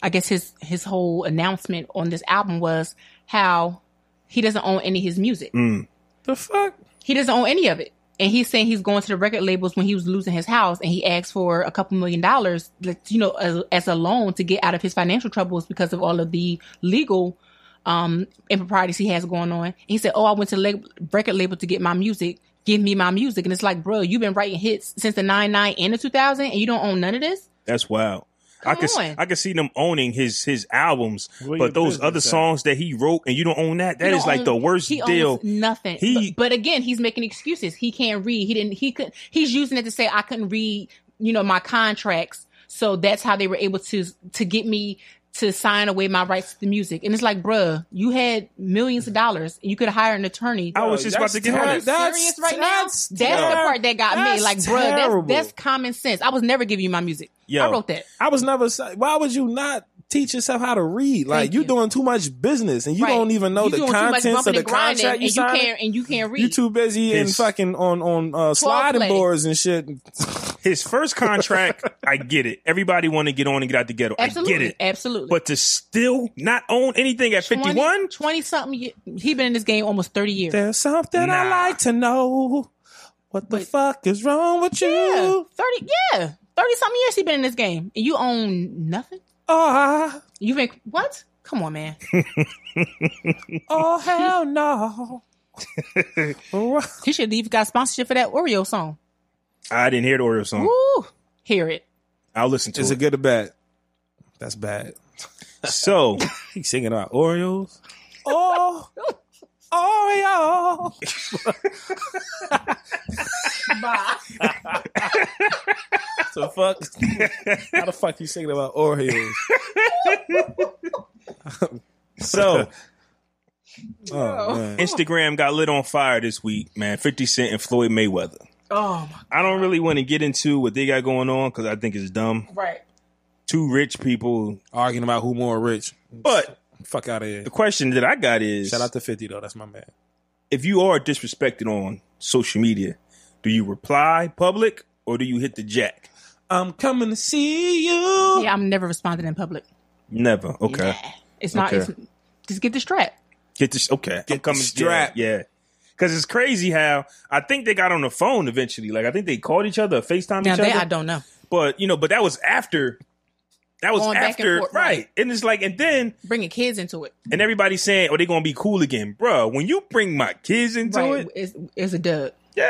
S4: I guess his his whole announcement on this album was how he doesn't own any of his music.
S2: the fuck.
S4: He doesn't own any of it. And he's saying he's going to the record labels when he was losing his house and he asked for a couple million dollars, like, you know, as, as a loan to get out of his financial troubles because of all of the legal um, improprieties he has going on. And he said, Oh, I went to the lab- record label to get my music. Give me my music. And it's like, bro, you've been writing hits since the 99 and the 2000 and you don't own none of this?
S1: That's wild. I
S4: Come
S1: could s-
S4: on.
S1: I could see them owning his his albums,
S2: Where your
S1: but those
S2: business
S1: other
S2: at?
S1: songs that he wrote and you don't own that. That
S4: He
S1: is
S4: don't
S1: like
S4: own-
S1: the worst
S4: he
S1: deal.
S4: Owns nothing.
S1: He-
S4: but, but again, he's making excuses. He can't read. He didn't. He could. He's using it to say I couldn't read. You know my contracts. So that's how they were able to to get me to sign away my rights to the music. And it's like, bruh, you had millions of dollars. You could hire an attorney.
S1: I was just about to get
S4: Are
S1: on
S4: you
S1: it.
S4: serious right now? That's, the part that got me.
S2: that's
S4: Like, bruh,
S2: terrible.
S4: that's, that's common sense. I was never giving you my music.
S1: Yo.
S4: I wrote that.
S2: I was never. sa- Why would you not teach yourself how to read? Like
S4: Thank
S2: you
S4: you.
S2: doing too much business, and you
S4: Right.
S2: don't even know
S4: You
S2: the
S4: doing too much
S2: contents of
S4: bumping
S2: the
S4: and grinding,
S2: contract you
S4: and you
S2: signed.
S4: can't and you can't read.
S2: you too busy and
S1: His-
S2: fucking on on uh, sliding
S4: play.
S2: boards and shit.
S1: His first contract, I get it. Everybody want to get on and get out the ghetto.
S4: Absolutely,
S1: I get it.
S4: absolutely.
S1: But to still not own anything at 51?
S4: 20 something year- he been in this game almost 30 years
S2: There's something I
S1: Nah.
S2: like to know. What the
S4: But-
S2: fuck is wrong with you?
S4: yeah 30 yeah 30 something years he been in this game and you own nothing
S2: Oh,
S4: you been what come on man
S2: oh hell no.
S4: he should have got sponsorship for that oreo song
S1: I didn't hear the Oreo song.
S4: Woo! hear it
S1: I'll listen to
S2: is it
S1: it.
S2: good or bad? That's bad.
S1: so,
S2: He's singing about Oreos. Oh, Oreo. the fuck? How the fuck you singing about Oreos?
S1: so
S2: Oh, man.
S1: Instagram got lit on fire this week, man. 50 Cent and Floyd Mayweather.
S4: oh my
S1: I don't really want to get into what they got going on because I think it's dumb.
S4: right
S1: Two rich people.
S2: Arguing about who more rich.
S1: But
S2: Fuck out of here.
S1: the question that I got is
S2: Shout out to 50 though. That's my man.
S1: if you are disrespected on social media, do you reply public or do you hit the jack?
S2: I'm coming to see you.
S4: Yeah, I'm never responding in public.
S1: Never. Okay.
S4: It's not.
S1: Okay.
S4: It's, just get the strap.
S1: Get this. Okay.
S2: Get the strap.
S1: Yeah. Because it's crazy how I think they got on the phone eventually. Like I think they called each other, Facetime
S4: Now
S1: each
S4: they,
S1: other.
S4: I don't know.
S1: But you know, but that was after. That was
S4: Going back and
S1: after,
S4: forth,
S1: right.
S4: right.
S1: And it's like, and then,
S4: Bringing kids into it.
S1: and everybody's saying, "Oh, they gonna be cool again, Bruh, When you bring my kids into it,
S4: Right. It's, it's a dub.
S1: Yeah,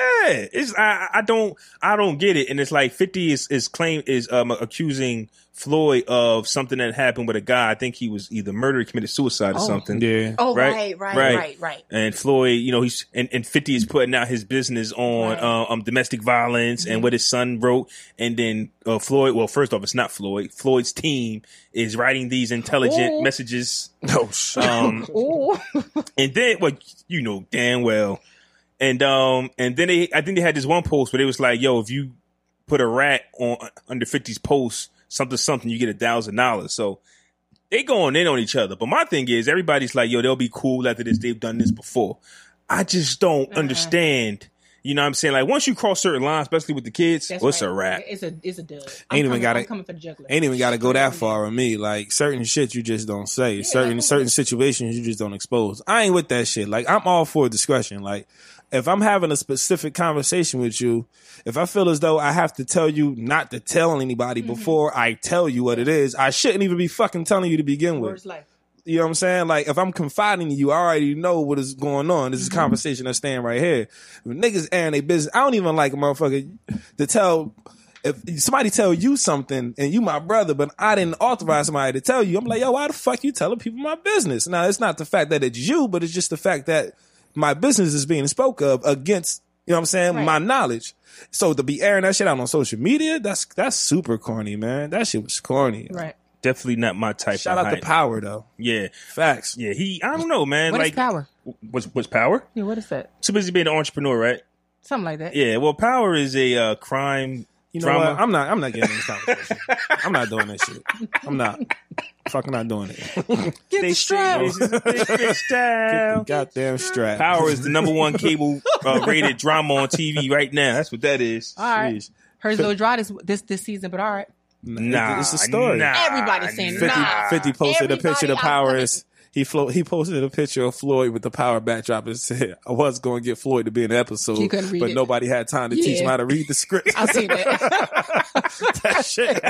S1: it's I, I I don't I don't get it, and it's like Fifty is is claim is um accusing Floyd of something that happened with a guy. I think he was either murdered, committed suicide, or
S4: Oh.
S1: something.
S2: Yeah.
S4: Oh,
S1: Right,
S4: right,
S1: right,
S4: right,
S1: right.
S4: right,
S1: right,
S4: right.
S1: And Floyd, you know, he's and, and Fifty is putting out his business on
S4: Right. Mm-hmm.
S1: uh, um domestic violence and what his son wrote, and then uh, Floyd. Well, first off, it's not Floyd. Floyd's team is writing these intelligent
S4: Ooh.
S1: messages.
S2: Oh shit.
S1: Um,
S4: Oh,
S1: and then, well, you know damn well. And um, and then they, I think they had this one post where they was like, "Yo, if you put a rat on under 50's post, something something, you get a thousand dollars." So they going in on each other. But my thing is, everybody's like, "Yo, they'll be cool after this. They've done this before." I just don't
S4: Uh-huh.
S1: understand. You know what I'm saying? Like once you cross certain lines, especially with the kids,
S4: That's
S1: what's
S4: right.
S1: a rat?
S4: It's a it's a dub. Ain't
S2: even
S4: coming,
S2: gotta-
S4: I'm coming for the juggler.
S2: Ain't even got to go that far with me. Like certain shit you just don't say. certain certain situations you just don't expose. I ain't with that shit. Like I'm all for discretion. Like if I'm having a specific conversation with you, if I feel as though I have to tell you not to tell anybody before I tell you what it is, I shouldn't even be fucking telling you to begin with.
S4: Worst life.
S2: You know what I'm saying? Like if I'm confiding in you, I already know what is going on. This is a
S4: Mm-hmm.
S2: conversation that's staying right here. If niggas airing their business. I don't even like a motherfucker to tell if somebody tell you something and you my brother, but I didn't authorize somebody to tell you. I'm like, yo, why the fuck you telling people my business? Now it's not the fact that it's you, but it's just the fact that my business is being spoke of against, you know what I'm saying,
S4: Right.
S2: my knowledge. So to be airing that shit out on social media, that's that's super corny, man. That shit was corny.
S4: Right.
S1: Definitely not my type.
S2: Shout
S1: of
S2: out to
S1: hype.
S2: Power though.
S1: Yeah,
S2: Facts.
S1: yeah. He, I don't know, man.
S4: What is
S1: like
S4: power?
S1: What's what's power?
S4: Yeah, what is that?
S1: Too busy being an entrepreneur, right?
S4: Something like that.
S1: Yeah, well, Power is a uh, crime
S2: You know
S1: drama.
S2: what? I'm not. I'm not getting in this conversation. I'm not doing that shit. I'm not. Fucking not doing it.
S4: Get the strap.
S2: Goddamn strap.
S1: Power is the number one cable uh, rated drama on TV right now. That's what that is.
S2: Ah,
S4: All right.
S2: Jeez.
S4: Hers though dry this this this season, but all right.
S1: Nah,
S2: it's a story.
S1: Nah,
S4: Everybody's saying
S2: 50,
S4: Nah.
S2: 50 posted a picture. The
S4: Everybody out
S2: power
S4: there-
S2: is. He float. He posted a picture of Floyd with the power backdrop and said, "I was going to get Floyd to be in the episode,
S4: He couldn't read
S2: but
S4: it.
S2: nobody had time to teach
S4: Yeah.
S2: him how to read the script."
S4: I see that.
S2: that shit.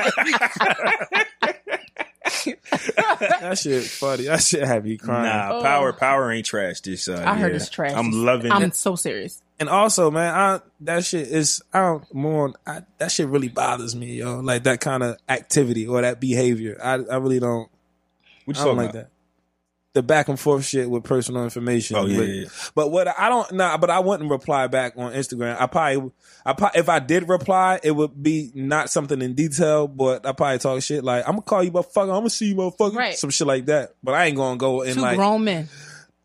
S2: that shit funny. That shit have you crying.
S1: Nah,
S4: Oh.
S1: Power, Power ain't trash. This, uh,
S4: I heard
S1: yeah.
S4: it's trash.
S1: I'm loving
S4: I'm
S1: it.
S4: so serious.
S2: And also, man, I that shit is I don't mourn. I, that shit really bothers me, yo. Like that kind of activity or that behavior. I I really don't.
S1: What you
S2: I don't
S1: talking
S2: like
S1: about?
S2: that. The back and forth shit with personal information.
S1: Oh, yeah,
S2: but,
S1: yeah, yeah.
S2: but what I don't nah, but I wouldn't reply back on Instagram. I probably, I probably, if I did reply, it would be not something in detail. But I probably talk shit like I'm gonna call you motherfucker. I'm gonna see you motherfucker.
S4: Right.
S2: Some shit like that. But I ain't gonna go and
S4: Two
S2: like
S4: grown men.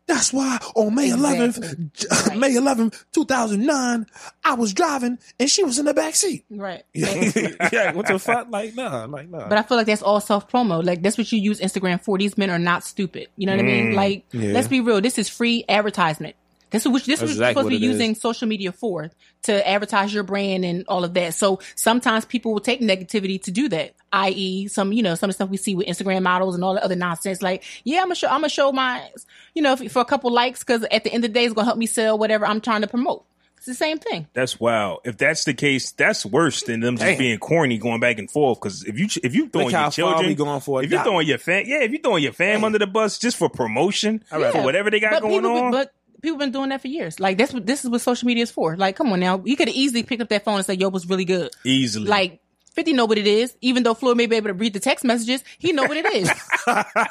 S2: that's why on May
S4: Exactly.
S2: 11th, May 11th, 2009, I was driving and she was in the back seat.
S4: Right.
S2: yeah, what the fuck? Like, nah, like, nah.
S4: But I feel like that's all self promo. Like that's what you use Instagram for. These men are not stupid. You know what
S2: Mm.
S4: I mean? Like
S2: Yeah.
S4: let's be real. This is free advertisement. This is what this
S2: That's
S4: was
S2: exactly
S4: supposed to be
S2: what it
S4: using social media for to advertise your brand and all of that. So sometimes people will take negativity to do that. I.e., some you know some of the stuff we see with Instagram models and all the other nonsense. Like yeah, I'm gonna show I'm gonna show my you know f- for a couple likes because at the end of the day it's gonna help me sell whatever I'm trying to promote. It's the same thing.
S1: That's wow. If that's the case, that's worse than them just
S2: Damn.
S1: being corny, going back and forth. Because if you if you throwing
S2: Look how
S1: your
S2: far
S1: children,
S2: we going for a
S1: if you
S2: dollar.
S1: throwing your fam, yeah, if you throwing your fam under the bus just for promotion for
S4: Yeah.
S1: whatever they got
S4: but
S1: going
S4: people,
S1: on,
S4: But people been doing that for years. Like that's what this is what social media is for. Like, come on now, you could easily pick up that phone and say, "Yo, was really good."
S1: easily.
S4: Like. 50 know what it is. Even though Floyd may be able to read the text messages, he know what it is.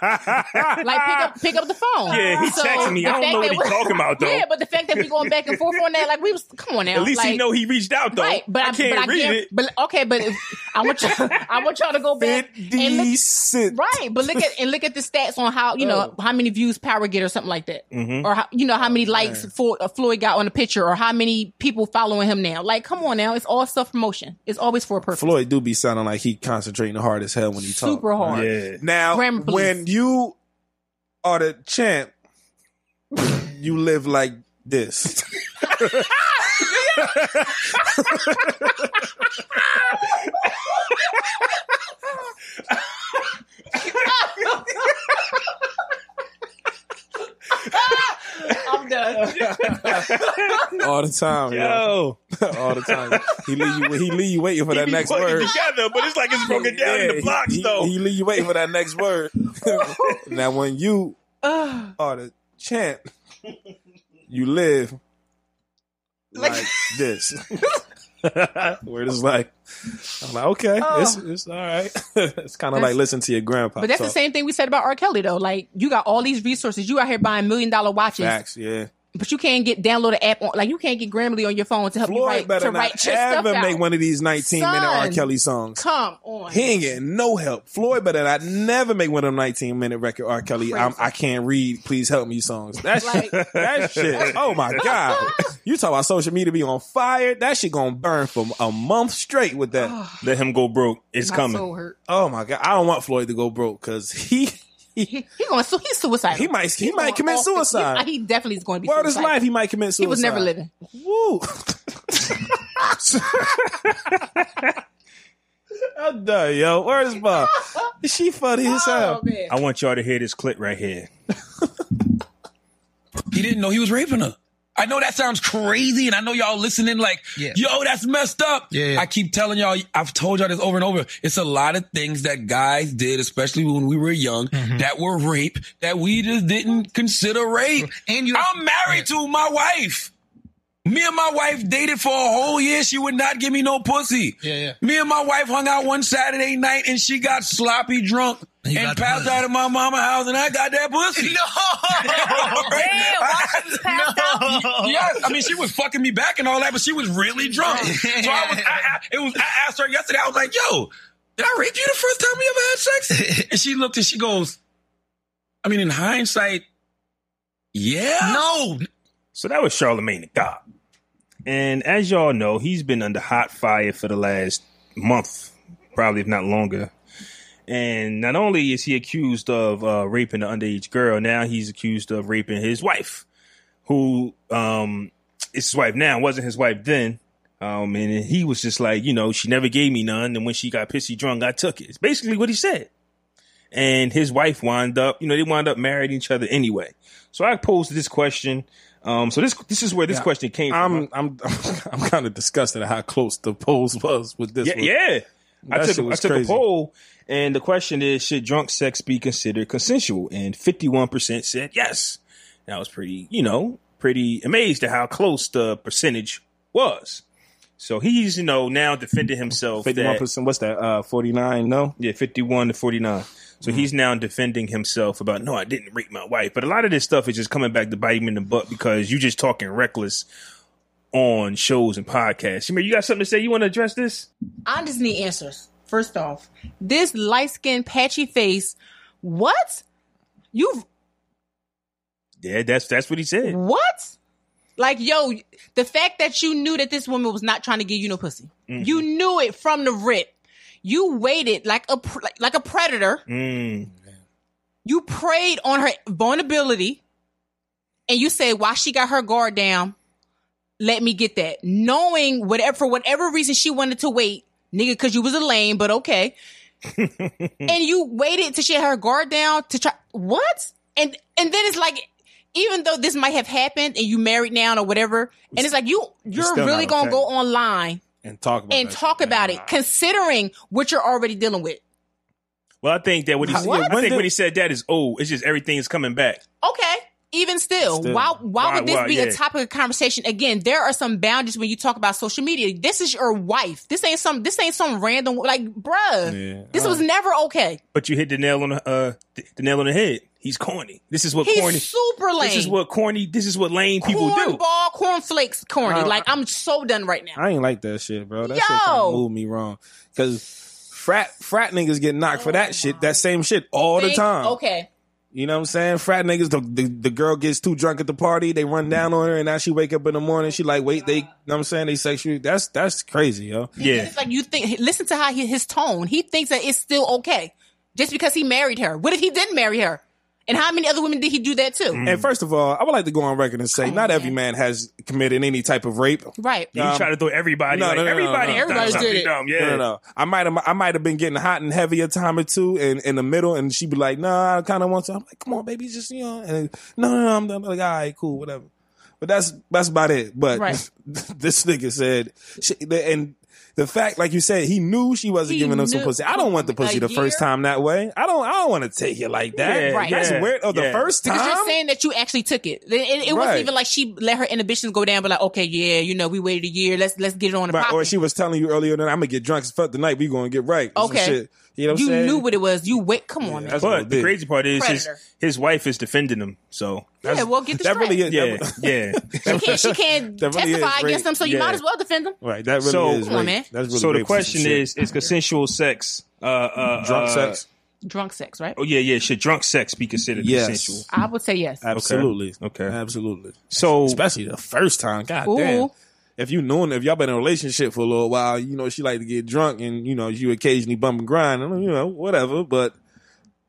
S4: like pick up pick up the phone.
S1: Yeah, he
S4: So,
S1: texting me.
S4: the
S1: I don't
S4: fact
S1: know what
S4: that
S1: he's
S4: we-
S1: talking about though.
S4: Yeah, but the fact that we going back and forth on that, like we was come on now.
S1: At least he
S4: like,
S1: know he reached out though.
S4: Right, but I,
S1: I can't
S4: but I
S1: read
S4: can't,
S1: it.
S4: But okay, but if, I want y'all, I want y'all to go back and look,
S2: Decent.
S4: Right, but look at and look at the stats on how you
S1: Oh.
S4: know how many views Power get or something like that,
S1: Mm-hmm.
S4: or how, you know how many likes Flo- uh, Floyd got on a picture, or how many people following him now. Like, come on now, it's all self promotion. It's always for a purpose.
S2: Floyd do be sounding like he concentrating hard as hell when he talk.
S4: Super hard.
S1: Yeah.
S2: Now,
S4: Grammar police.
S2: when you are the champ, you live like this. all the time. yo.
S1: Yo,
S2: all the time. He leave you. He leave you waiting for that
S1: be
S2: next
S1: putting it
S2: word.
S1: together, but it's like it's broken down
S2: Yeah,
S1: in the blocks
S2: he,
S1: though.
S2: He, he leave you waiting for that next word. now, when you
S4: Ugh.
S2: are the champ, you live
S4: Like-
S2: like, this. Where it's like, I'm like, okay, it's, it's all right. it's kind of like listen to your grandpa.
S4: Oh. But that's the
S2: talk.
S4: same thing we said about R. Kelly though. Like you got all these resources. You out here buying million dollar watches,
S2: Facts, yeah.
S4: but you can't get download an app on. Like you can't get Grammarly on your phone to help you
S2: Floyd
S4: write
S2: better
S4: to
S2: not
S4: write your stuff
S2: ever
S4: out.
S2: make one of these 19 minute R.
S4: Son.
S2: Kelly songs.
S4: Come on.
S2: He ain't getting no help. Floyd better not never make one of them 19 minute record R. Kelly. I'm, I can't read. Please help me songs. That
S4: Like-
S2: shit. That shit. Oh my god. You talk about social media be on fire. That shit gonna burn for a month straight with that.
S1: Let him go broke. It's
S4: My
S1: coming.
S4: soul hurt.
S2: Oh my god. I don't want Floyd to go broke because he he
S4: He, he going su- he's suicidal.
S2: he might he might
S4: going
S2: commit
S4: off the-
S2: suicide.
S4: He, he definitely is going to be.
S2: Word is
S4: suicidal.
S2: life. He might commit suicide.
S4: He was never living.
S2: Woo. I'm done, yo. Where's Bob? She funny as hell.
S4: Oh man.
S1: I want y'all to hear this clip right here.
S6: He didn't know he was raping her. I know that sounds crazy, and I know y'all listening like,
S7: Yeah.
S6: yo, that's messed up.
S7: Yeah, yeah.
S6: I keep telling y'all, I've told y'all this over and over. It's a lot of things that guys did, especially when we were young,
S7: Mm-hmm.
S6: that were rape that we just didn't consider rape.
S7: And you-
S6: I'm married to my wife. Me and my wife dated for a whole year. She would not give me no pussy.
S7: Yeah, yeah.
S6: Me and my wife hung out one Saturday night, and she got sloppy drunk
S7: You
S6: and
S7: got
S6: passed
S7: pussy.
S6: out at my mama house, and I got that pussy.
S7: No.
S6: Yes, Oh, I mean she was fucking me back and all that, but she was really drunk. So I was, I, I, it was. I asked her yesterday. I was like, "Yo, did I rape you the first time we ever had sex?" And she looked and she goes, "I mean, in hindsight, yeah,
S7: No.
S1: So that was Charlemagne the God. And as y'all know, he's been under hot fire for the last month, probably if not longer. And not only is he accused of uh, raping an underage girl, now he's accused of raping his wife, who um, is his wife now, wasn't his wife then. Um, and he was just like, you know, she never gave me none. And when she got pissy drunk, I took it. It's basically what he said. And his wife wound up, you know, they wound up marrying each other anyway. So I posed this question. Um, so this this is where this question came
S2: I'm
S1: from.
S2: I'm I'm kind of disgusted at how close the polls was with this.
S1: Yeah,
S2: one.
S1: yeah. I
S2: That
S1: took
S2: shit
S1: I
S2: was
S1: took a
S2: crazy.
S1: poll, and the question is: Should drunk sex be considered consensual? And fifty one percent said yes. And I was pretty, you know, pretty amazed at how close the percentage was. So he's, you know, now defending himself. that-
S2: fifty-one percent. What's that? Uh, forty-nine? No,
S1: Yeah, 51 to 49. So
S2: Mm-hmm.
S1: he's now defending himself about, no, I didn't rape my wife. But a lot of this stuff is just coming back to bite him in the butt because you just talking reckless on shows and podcasts. Shamir, you got something to say? You want to address this?
S4: I just need answers. First off, this light skinned patchy face. What? You've
S1: Yeah, that's that's what he said.
S4: what? Like, yo, the fact that you knew that this woman was not trying to give you no pussy. You knew it from the rip. You waited like a pr- like, like a predator.
S1: Mm.
S4: You preyed on her vulnerability, and you said, "Why she got her guard down? Let me get that." Knowing whatever for whatever reason she wanted to wait, nigga, because you was a lame, but okay. and you waited till she had her guard down to try what? And and then it's like, even though this might have happened, and you married now or whatever, and it's like you you're
S2: still
S4: really
S2: not
S4: gonna
S2: okay.
S4: go online
S2: and talk about
S4: and
S2: that
S4: talk
S2: shit, man.
S4: about it, considering what you're already dealing with.
S1: Well, I think that what he
S2: How- yeah,
S1: I
S2: when
S1: think
S2: did-
S1: when he said that is old. It's just everything is coming back.
S4: Okay. Even still,
S2: Still.
S4: why why
S1: Why-
S4: would this
S1: why,
S4: be
S1: yeah.
S4: a topic of conversation? Again, there are some boundaries when you talk about social media. This is your wife. This ain't some this ain't some random like bruh.
S2: Yeah.
S4: This was never okay.
S1: But you hit the nail on the uh th- the nail on the head. He's corny. This is what
S4: He's
S1: corny.
S4: super lame.
S1: This is what corny. This is what lame people do.
S4: cornball, cornflakes, corny.
S2: Uh,
S4: like I'm so done right now.
S2: I ain't like that shit, bro. That shit
S4: Yo!
S2: kind of moved me wrong because frat frat niggas get knocked for that shit. That same shit all the
S4: Think-
S2: time.
S4: Okay.
S2: You know what I'm saying? Frat niggas. The, the the girl gets too drunk at the party. They run down on her, and now she wake up in the morning. She like, wait, they. You know what I'm saying? They sexually. That's that's crazy, yo.
S1: Yeah.
S4: It's like you think listen to how he, his tone. He thinks that it's still okay. Just because he married her. What if he didn't marry her? And how many other women did he do that to?
S2: And first of all, I would like to go on record and
S4: Oh,
S2: say, not every man has committed any type of rape.
S4: Right.
S1: You try to throw everybody.
S2: no,
S1: like,
S2: no, no, no,
S1: everybody.
S2: no.
S4: Everybody's
S1: done
S4: did
S1: something
S4: it.
S1: dumb. Yeah.
S2: No, no, no. I might have, I might have been getting hot and heavy a time or two, and in the middle, and she'd be like, "Nah, I kind of want to." I'm like, "Come on, baby, just you know." And no, no, no. I'm, I'm like, "All right, cool, whatever." But that's that's about it. But
S4: Right.
S2: this nigga said, she, the- and the fact, like you said, he knew she wasn't
S4: He
S2: giving him some
S4: knew-
S2: pussy. I don't want the pussy
S8: A
S2: the first
S8: year?
S2: time that way. I don't. I don't want to take it like that.
S1: Yeah,
S4: Right.
S2: That's
S1: yeah,
S2: weird. Oh, the
S1: yeah.
S2: first
S8: Because
S2: time.
S8: you're saying that you actually took it. It, it- it wasn't
S2: Right.
S8: even like she let her inhibitions go down, but like, okay, yeah, you know, we waited a year. Let's let's get it on the
S2: Right,
S8: pocket.
S2: or she was telling you earlier that I'm gonna get drunk as fuck tonight. We gonna get right. or some
S8: Okay.
S2: shit. you know what I'm
S8: you
S2: saying?
S8: knew what it was. You wait. Come on, man.
S2: that's what it
S1: But the
S2: did.
S1: crazy part is his,
S8: Predator.
S1: his wife is defending him. So
S8: Yeah, well, get the
S2: that
S8: strap.
S2: really is.
S1: yeah,
S2: that-
S1: yeah.
S8: she can't, she can't
S2: That really is
S8: testify
S2: rape.
S8: against them, so you
S1: Yeah.
S8: might as well defend them.
S2: right. That really
S1: So-
S2: is.
S8: Come on,
S2: rape.
S8: man.
S2: That's really
S1: so the
S2: rape piece of
S1: question
S2: shit.
S1: is: Is consensual sex? Uh, uh,
S2: drunk
S1: uh,
S2: sex.
S4: Drunk sex, right?
S1: Oh yeah, yeah. Should drunk sex be considered
S2: Yes.
S1: consensual?
S4: I would say yes.
S2: Absolutely.
S1: Okay.
S2: Absolutely.
S1: So
S2: Especially the first time. God
S4: Ooh.
S2: damn. If you knew if y'all been in a relationship for a little while, you know she like to get drunk and you know you occasionally bump and grind and you know whatever, but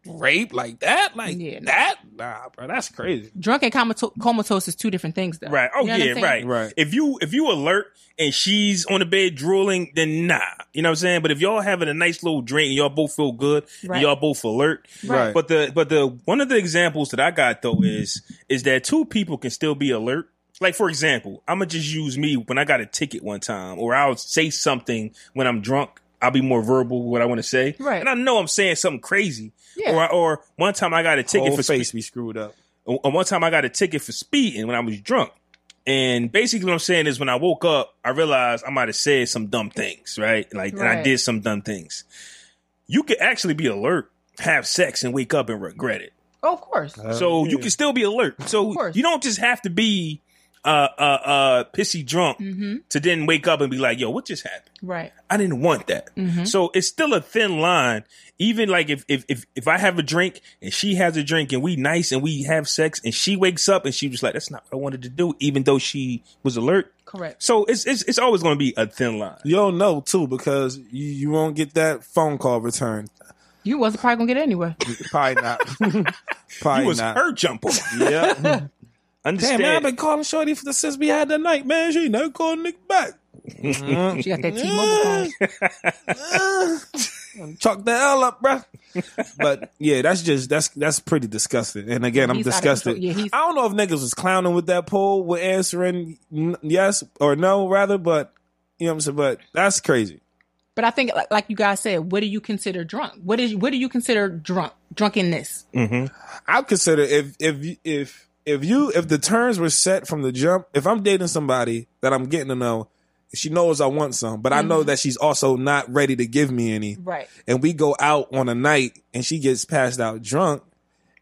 S2: rape like that, like
S4: Yeah, no.
S2: that, nah, bro, that's crazy.
S4: Drunk and comato- comatose is two different things, though.
S1: right. Oh
S4: You know what I'm
S1: yeah,
S4: saying?
S1: right.
S2: Right.
S1: If you if you alert and she's on the bed drooling, then nah. You know what I'm saying? But if y'all having a nice little drink, and y'all both feel good, and
S4: Right.
S1: y'all both alert.
S2: Right.
S1: But the but the one of the examples that I got though is is that two people can still be alert. Like for example, I'm gonna just use me when I got a ticket one time, or I'll say something when I'm drunk. I'll be more verbal with what I want to say,
S4: Right.
S1: And I know I'm saying something crazy.
S4: Yeah.
S1: Or or one time I got a ticket
S2: Whole
S1: for spe-
S2: face be screwed up.
S1: uh, one time I got a ticket for speeding when I was drunk. And basically what I'm saying is when I woke up, I realized I might have said some dumb things, right? Like and I
S4: Right.
S1: did some dumb things. You could actually be alert, have sex and wake up and regret it.
S4: Oh, of course.
S1: so you can still be alert.
S4: Of
S1: So
S4: course.
S1: you don't just have to be uh uh uh pissy drunk
S4: Mm.
S8: Mm-hmm.
S1: to then wake up and be like, "Yo, what just happened?"
S4: Right.
S1: I didn't want that.
S4: Mm-hmm.
S1: So it's still a thin line. Even like if, if if if I have a drink and she has a drink and we nice and we have sex and she wakes up and she was like, "That's not what I wanted to do," even though she was alert.
S4: Correct.
S1: So it's it's, it's always going to be a thin line.
S2: You don't know too because you, you won't get that phone call returned.
S4: You wasn't probably gonna get it anywhere.
S2: Probably not. Probably
S1: You was
S2: not.
S1: her jumper.
S2: Yeah. Damn,
S1: Understand?
S2: man, I've been calling Shorty for the since we had that night, man. She ain't never called Nick back.
S4: She got that T-Mobile phone.
S2: Chalk the L up, bruh. But yeah, that's just that's that's pretty disgusting. And again, I'm
S4: He's out of
S2: disgusted.
S4: control. Yeah, he's-
S2: I don't know if niggas was clowning with that poll, with answering n- yes or no, rather. But you know what I'm saying. But that's crazy.
S4: But I think, like, like you guys said, what do you consider drunk? What is what do you consider drunk? Drunkenness.
S2: I would consider if if you- if if you if the terms were set from the jump. If I'm dating somebody that I'm getting to know, she knows I want some, but I know
S4: Mm-hmm.
S2: that she's also not ready to give me any.
S4: Right.
S2: and we go out on a night and she gets passed out drunk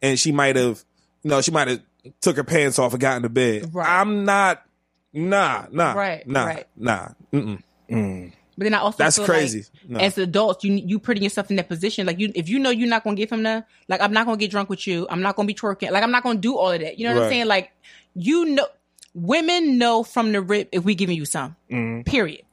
S2: and she might have you know she might have took her pants off and got into bed
S4: Right.
S2: i'm not nah nah
S4: Right,
S2: nah
S4: right.
S2: nah mm-mm.
S4: But then I also
S2: That's
S4: feel
S2: crazy.
S4: Like,
S2: No.
S4: As adults, you you putting yourself in that position. Like you, if you know you're not gonna give him none, like I'm not gonna get drunk with you. I'm not gonna be twerking. Like I'm not gonna do all of that. You know what
S2: Right.
S4: I'm saying? Like you know, women know from the rip if we giving you some.
S2: Mm-hmm.
S4: Period.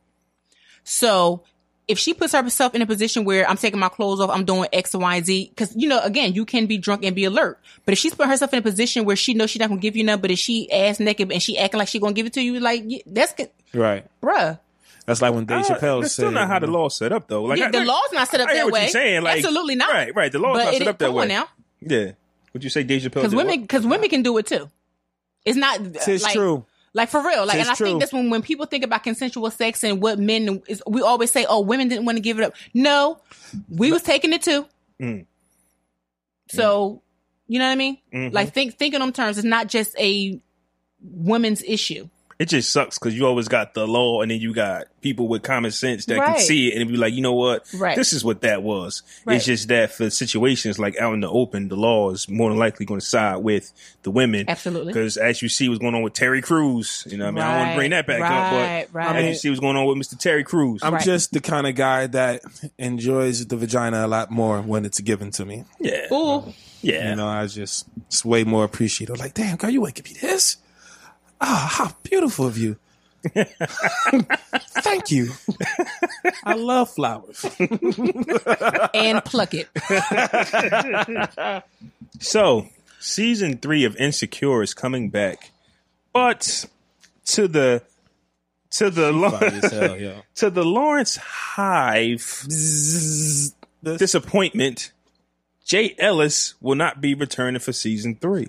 S4: So if she puts herself in a position where I'm taking my clothes off, I'm doing X, Y, and Z, because you know, again, you can be drunk and be alert. But if she's put herself in a position where she knows she's not gonna give you none, but if she ass naked and she acting like she gonna give it to you, like yeah, that's good,
S2: right
S4: bruh.
S2: that's like when dave
S1: Uh,
S2: chappelle
S1: that's
S2: said
S1: still not how the law's set up though. Like
S4: Yeah,
S1: I-
S4: the
S1: like,
S4: law's not set up
S1: I hear
S4: that
S1: what
S4: way.
S1: You're saying like
S4: Absolutely not.
S1: Right, right. The law's
S4: but
S1: not
S4: it
S1: set
S4: is-
S1: up that
S4: come
S1: way.
S4: on now,
S1: Yeah. Would you say Dave Chappelle?
S4: because
S1: did
S4: women,
S1: what?
S4: because women can do it too. It's not. uh,
S2: Tis
S4: like,
S2: true.
S4: Like for real. Like,
S2: Tis
S4: and I
S2: true.
S4: think that's when when people think about consensual sex and what men is, we always say, oh, women didn't want to give it up. No, we was taking it too.
S1: Mm.
S4: So, you know what I mean?
S1: Mm-hmm.
S4: Like think thinking on terms is not just a woman's issue.
S1: it just sucks because you always got the law and then you got people with common sense that can
S4: Right.
S1: see it and be like, you know what?
S4: Right.
S1: This is what that was.
S4: Right.
S1: It's just that for situations like out in the open, the law is more than likely going to side with the women.
S4: Absolutely.
S1: Because as you see what's going on with Terry Crews, you know what I mean? I don't want to
S4: Right,
S1: bring that back up,
S4: right,
S1: but
S4: right.
S1: as you see what's going on with Mr. Terry Crews.
S2: i'm
S4: Right.
S2: just the kind of guy that enjoys the vagina a lot more when it's given to me
S1: yeah.
S4: Ooh,
S1: Yeah.
S2: you know i just it's way more appreciative like damn girl you ain't give me this ah how beautiful of you thank you i love flowers
S4: and pluck it.
S1: So, season three of Insecure is coming back, but to the to the
S2: Funny as hell, yo.
S1: to the Lawrence Hive disappointment, Jay Ellis will not be returning for season three.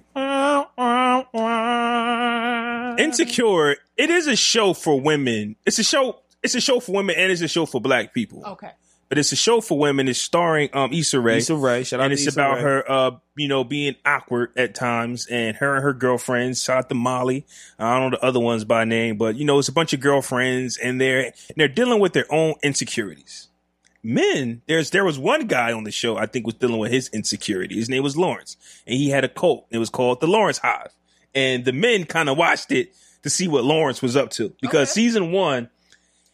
S1: Insecure. It is a show for women. It's a show. It's a show for women, and it's a show for black people.
S4: Okay.
S1: But it's a show for women. It's starring um Issa Rae.
S2: Issa Rae, shout out
S1: and
S2: to
S1: it's
S2: Issa
S1: about
S2: Rae.
S1: her, uh, you know, being awkward at times, and her and her girlfriends. Shout out to Molly. I don't know the other ones by name, but you know, it's a bunch of girlfriends, and they're and they're dealing with their own insecurities. Men, there's there was one guy on the show I think was dealing with his insecurity. His name was Lawrence, and he had a cult. It was called the Lawrence Hive, and the men kind of watched it to see what Lawrence was up to because season one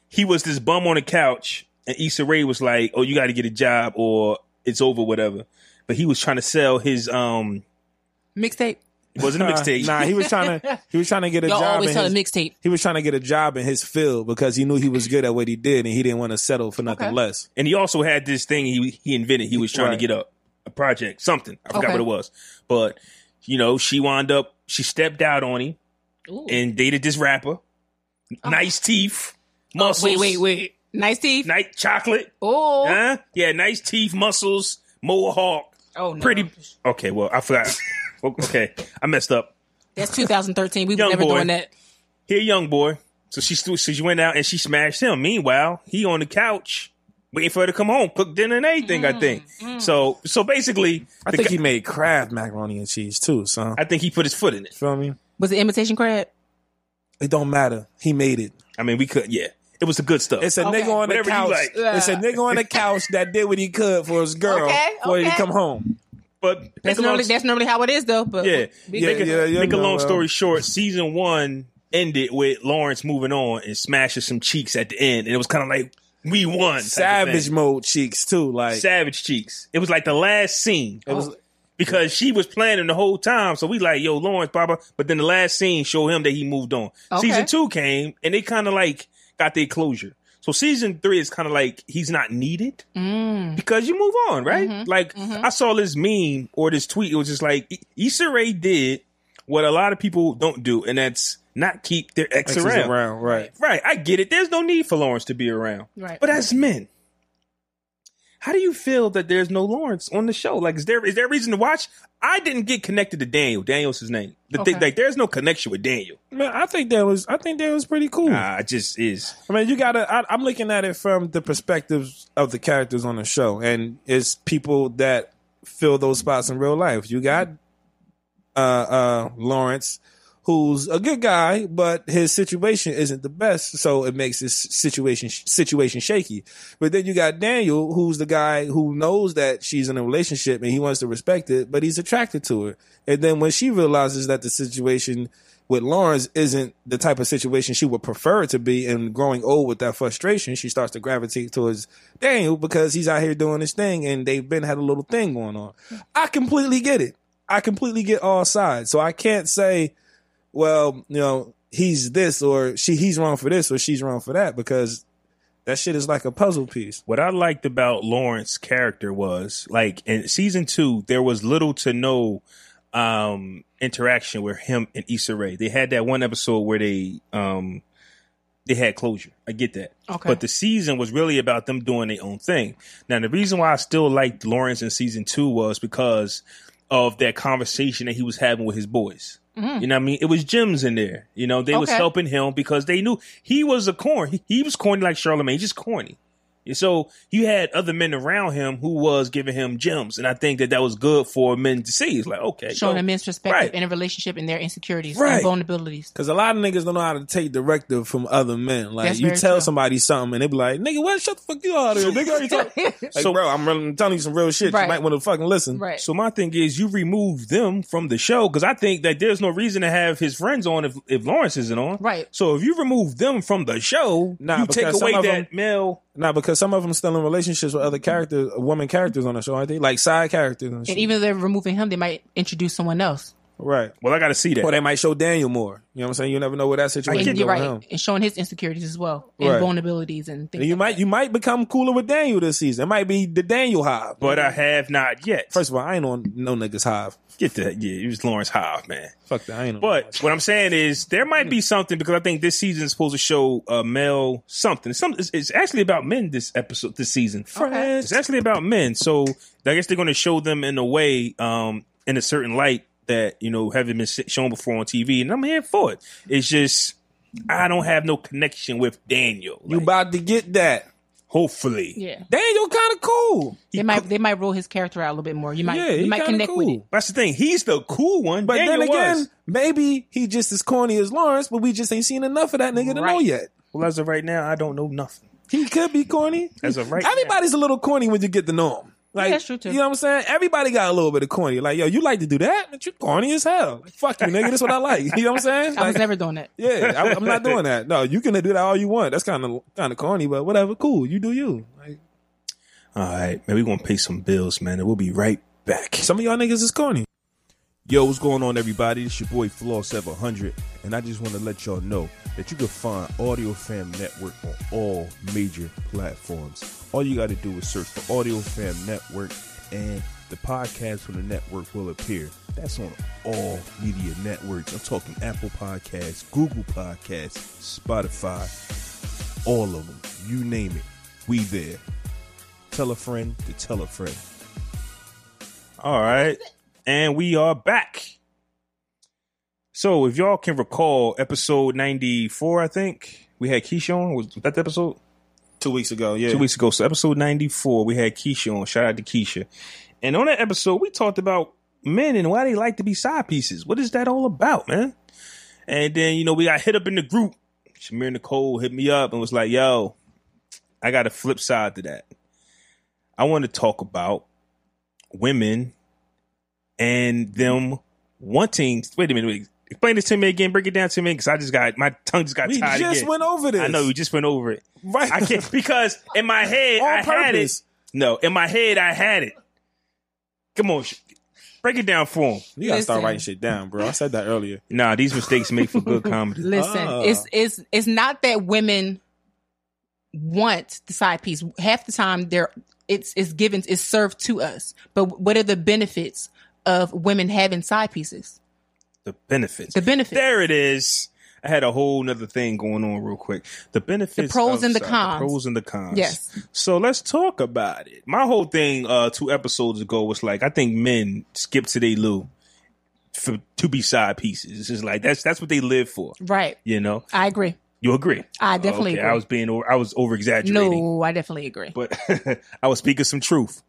S1: he was this bum on the couch, and Issa Rae was like, "Oh, you got to get a job, or it's over, whatever." But he was trying to sell his um.
S8: Mixtape.
S1: It wasn't a mixtape.
S2: nah, he was trying to he was trying to get a
S8: Y'all
S2: job.
S8: always
S2: in
S8: tell a
S2: his-
S8: mixtape.
S2: he was trying to get a job in his field because he knew he was good at what he did, and he didn't want to settle for nothing
S4: Okay.
S2: less.
S1: and he also had this thing he he invented. He was trying
S2: Right.
S1: to get up a project, something. I forgot
S8: Okay.
S1: what it was, but you know, she wound up. She stepped out on him
S8: Ooh. Oh.
S1: and dated this rapper. Nice teeth, muscles.
S8: wait, wait, wait. Nice teeth.
S1: Night chocolate.
S8: oh.
S1: Huh? Yeah, nice teeth, muscles, mohawk.
S8: oh, no.
S1: Pretty. Okay, well, I forgot. okay, I messed up.
S8: That's 2013. We were
S1: Young
S8: never
S1: boy.
S8: doing that.
S1: he a young boy. So she stu- so she went out and she smashed him. Meanwhile, he on the couch waiting for her to come home, cook dinner and anything. I think so. So basically,
S2: I
S1: the
S2: think
S1: guy-
S2: he made crab macaroni and cheese too. So
S1: I think he put his foot in it.
S2: feel me?
S8: Was it imitation crab?
S2: It don't matter. He made it.
S1: I mean, we could. Yeah, it was the good stuff.
S2: It's a
S4: Okay.
S2: nigga on the
S1: Whatever you
S2: couch.
S1: like.
S2: It's a nigga on the couch that did what he could for his girl
S8: Okay,
S2: before he
S8: okay.
S2: come home.
S1: but
S8: That's normally that's normally how it is though. But
S1: yeah.
S8: we
S2: Yeah,
S1: make a,
S2: yeah, yeah,
S1: make a
S2: no,
S1: long
S2: uh,
S1: story short, season one ended with Lawrence moving on and smashing some cheeks at the end, and it was kind of like we won. type of
S2: Savage
S1: thing.
S2: mode cheeks too. Like
S1: savage cheeks. It was like the last scene.
S2: it was
S1: because she was planning the whole time. So we like, yo, Lawrence, Baba. But then the last scene showed him that he moved on.
S8: Okay.
S1: Season two came and they kind of like got their closure. So season three is kind of like he's not needed
S8: Mm,
S2: Mm.
S1: because you move on, right?
S2: Mm-hmm.
S1: Like I saw this meme or this tweet. It was just like I- Issa Rae did what a lot of people don't do, and that's not keep their ex,
S2: X's
S1: around.
S2: around, right?
S1: Right, I get it. There's no need for Lawrence to be around.
S8: Right.
S1: But as men, how do you feel that there's no Lawrence on the show? Like, is there is there a reason to watch? I didn't get connected to Daniel. Daniel's his name. The thing,
S4: Okay.
S1: like, there's no connection with Daniel.
S2: Man, I think that was I think that was pretty cool.
S1: Ah, it just is.
S2: I mean, you gotta. I, I'm looking at it from the perspectives of the characters on the show, and it's people that fill those spots in real life. You got uh, uh, Lawrence, who's a good guy, but his situation isn't the best, so it makes his situation situation shaky. But then you got Daniel, who's the guy who knows that she's in a relationship and he wants to respect it, but he's attracted to her. And then when she realizes that the situation with Lawrence isn't the type of situation she would prefer it to be, and growing old with that frustration, she starts to gravitate towards Daniel because he's out here doing his thing and they've been had a little thing going on. I completely get it. I completely get all sides. So I can't say, well, you know, he's this or she he's wrong for this or she's wrong for that because that shit is like a puzzle piece.
S1: What I liked about Lawrence's character was like in season two, there was little to no um interaction with him and Issa Rae. They had that one episode where they um they had closure. I get that.
S8: Okay.
S1: But the season was really about them doing their own thing. Now the reason why I still liked Lawrence in season two was because of that conversation that he was having with his boys. You know what I mean? It was Jim's in there. You know, they was
S8: Mm-hmm. Okay.
S1: helping him because they knew he was a corn. He, he was corny like Charlemagne, just corny. And so you had other men around him who was giving him gems, and I think that that was good for men to see. It's like okay,
S8: showing
S1: yo,
S8: a men's perspective
S1: right.
S8: in a relationship and their insecurities
S1: Right.
S8: and vulnerabilities.
S2: Cause a lot of niggas don't know how to take directive from other men. Like
S8: That's
S2: you
S8: very
S2: tell
S8: true.
S2: somebody something and they be like, "Nigga, what? Shut the fuck you out of here, nigga." What you talking? Like,
S1: So-
S2: bro, I'm, really- I'm telling you some real shit. You
S8: Right.
S2: might want to fucking listen.
S8: Right.
S1: So my thing is, you remove them from the show because I think that there's no reason to have his friends on if, if Lawrence isn't on.
S8: Right.
S1: So if you remove them from the show,
S2: Nah,
S1: you take
S2: because some
S1: away that
S2: of them-
S1: male.
S2: Nah, because some of them still in relationships with other characters, woman characters on the show, aren't they? Like side characters and, shit.
S8: And even though they're removing him, they might introduce someone else.
S2: right.
S1: Well, I got to see that.
S2: Or they might show Daniel more. You know what I'm saying? You never know where that situation
S8: And
S2: is
S8: you're
S2: with
S8: right.
S2: him.
S8: And showing his insecurities as well. And
S2: Right.
S8: vulnerabilities and things.
S2: And you
S8: like
S2: might you might become cooler with Daniel this season. It might be the Daniel hive.
S1: but I have not yet.
S2: First of all, I ain't on no niggas hive.
S1: get that. Yeah, it was Lawrence Hive, man.
S2: Fuck that. I ain't on.
S1: But what I'm saying is there might be
S2: Hmm.
S1: something because I think this season is supposed to show uh, male something. Some it's, it's actually about men this episode this season. It's actually about men. So I guess they're going to show them in a way, um, in a certain light that you know haven't been se- shown before on TV, and I'm here for it. It's just I don't have no connection with Daniel.
S2: You about to get that.
S1: Hopefully,
S4: Yeah.
S2: Daniel kind of cool.
S4: They might they might roll his character out a little bit more. You might
S2: Yeah, he
S4: you might
S2: kinda
S4: connect with
S2: cool.
S4: it.
S1: that's the thing. He's the cool one,
S2: But
S1: Daniel
S2: then again,
S1: was.
S2: maybe he just as corny as Lawrence, but we just ain't seen enough of that nigga to know
S4: Right.
S2: yet.
S1: well, as of right now, I don't know nothing.
S2: He could be corny.
S1: As of right now.
S2: Everybody's a little corny when you get to know him. Like,
S4: that's true, too.
S2: You know what I'm saying? Everybody got a little bit of corny. Like, yo, you like to do that? But you corny as hell. Like, fuck you, nigga. That's what I like. You know what I'm saying?
S4: I
S2: Like,
S4: was never doing that.
S2: yeah, I, I'm not doing that. No, you can do that all you want. That's kind of kind of corny, but whatever. Cool, you do you. Like,
S1: All right, man, we gonna pay some bills, man, and we'll be right back.
S2: some of y'all niggas is corny. Yo, what's going on, everybody? It's your boy Flaw 700, and I just want to let y'all know that you can find Audio Fam Network on all major platforms. All you got to do is search for Audio Fam Network, and the podcast from the network will appear. That's on all media networks. I'm talking Apple Podcasts, Google Podcasts, Spotify, all of them. You name it, we there. Tell a friend to tell a friend.
S1: All right. And we are back. So, if y'all can recall, episode 94, I think, we had Keisha on. Was that the episode?
S2: Two weeks ago, yeah.
S1: Two weeks ago. So, episode 94, we had Keisha on. Shout out to Keisha. And on that episode, we talked about men and why they like to be side pieces. What is that all about, man? And then, you know, we got hit up in the group. Shamir Nicole hit me up and was like, yo, I got a flip side to that. I want to talk about women and them wanting. Wait a minute. Wait, explain this to me again. Break it down to me because I just got my tongue just got
S2: We
S1: tied.
S2: just
S1: again.
S2: went over this.
S1: I know we just went over it.
S2: Right.
S1: I can't because in my head
S2: On
S1: I had it.
S2: purpose.
S1: No, in my head I had it. Come on, sh- break it down for him.
S2: You gotta start
S4: Listen.
S2: writing shit down, bro. I said that earlier.
S1: Nah, these mistakes make for good comedy.
S4: Listen,
S2: Ah.
S4: it's it's it's not that women want the side piece. Half the time, they're it's it's given, it's served to us. But what are the benefits of women having side pieces?
S1: The benefits.
S4: The benefits,
S1: There it is. I had a whole nother thing going on real quick. The benefits,
S4: The pros
S1: of-
S4: and the
S1: sorry,
S4: cons.
S1: pros and the cons.
S4: Yes.
S1: So let's talk about it. My whole thing uh two episodes ago was like, I think men skip to their loo for to be side pieces. It's just like that's that's what they live for.
S4: right?
S1: You know,
S4: I agree.
S1: you agree?
S4: I definitely
S1: Okay,
S4: agree.
S1: I was being over, I was over exaggerating
S4: No, I definitely agree.
S1: but I was speaking some truth.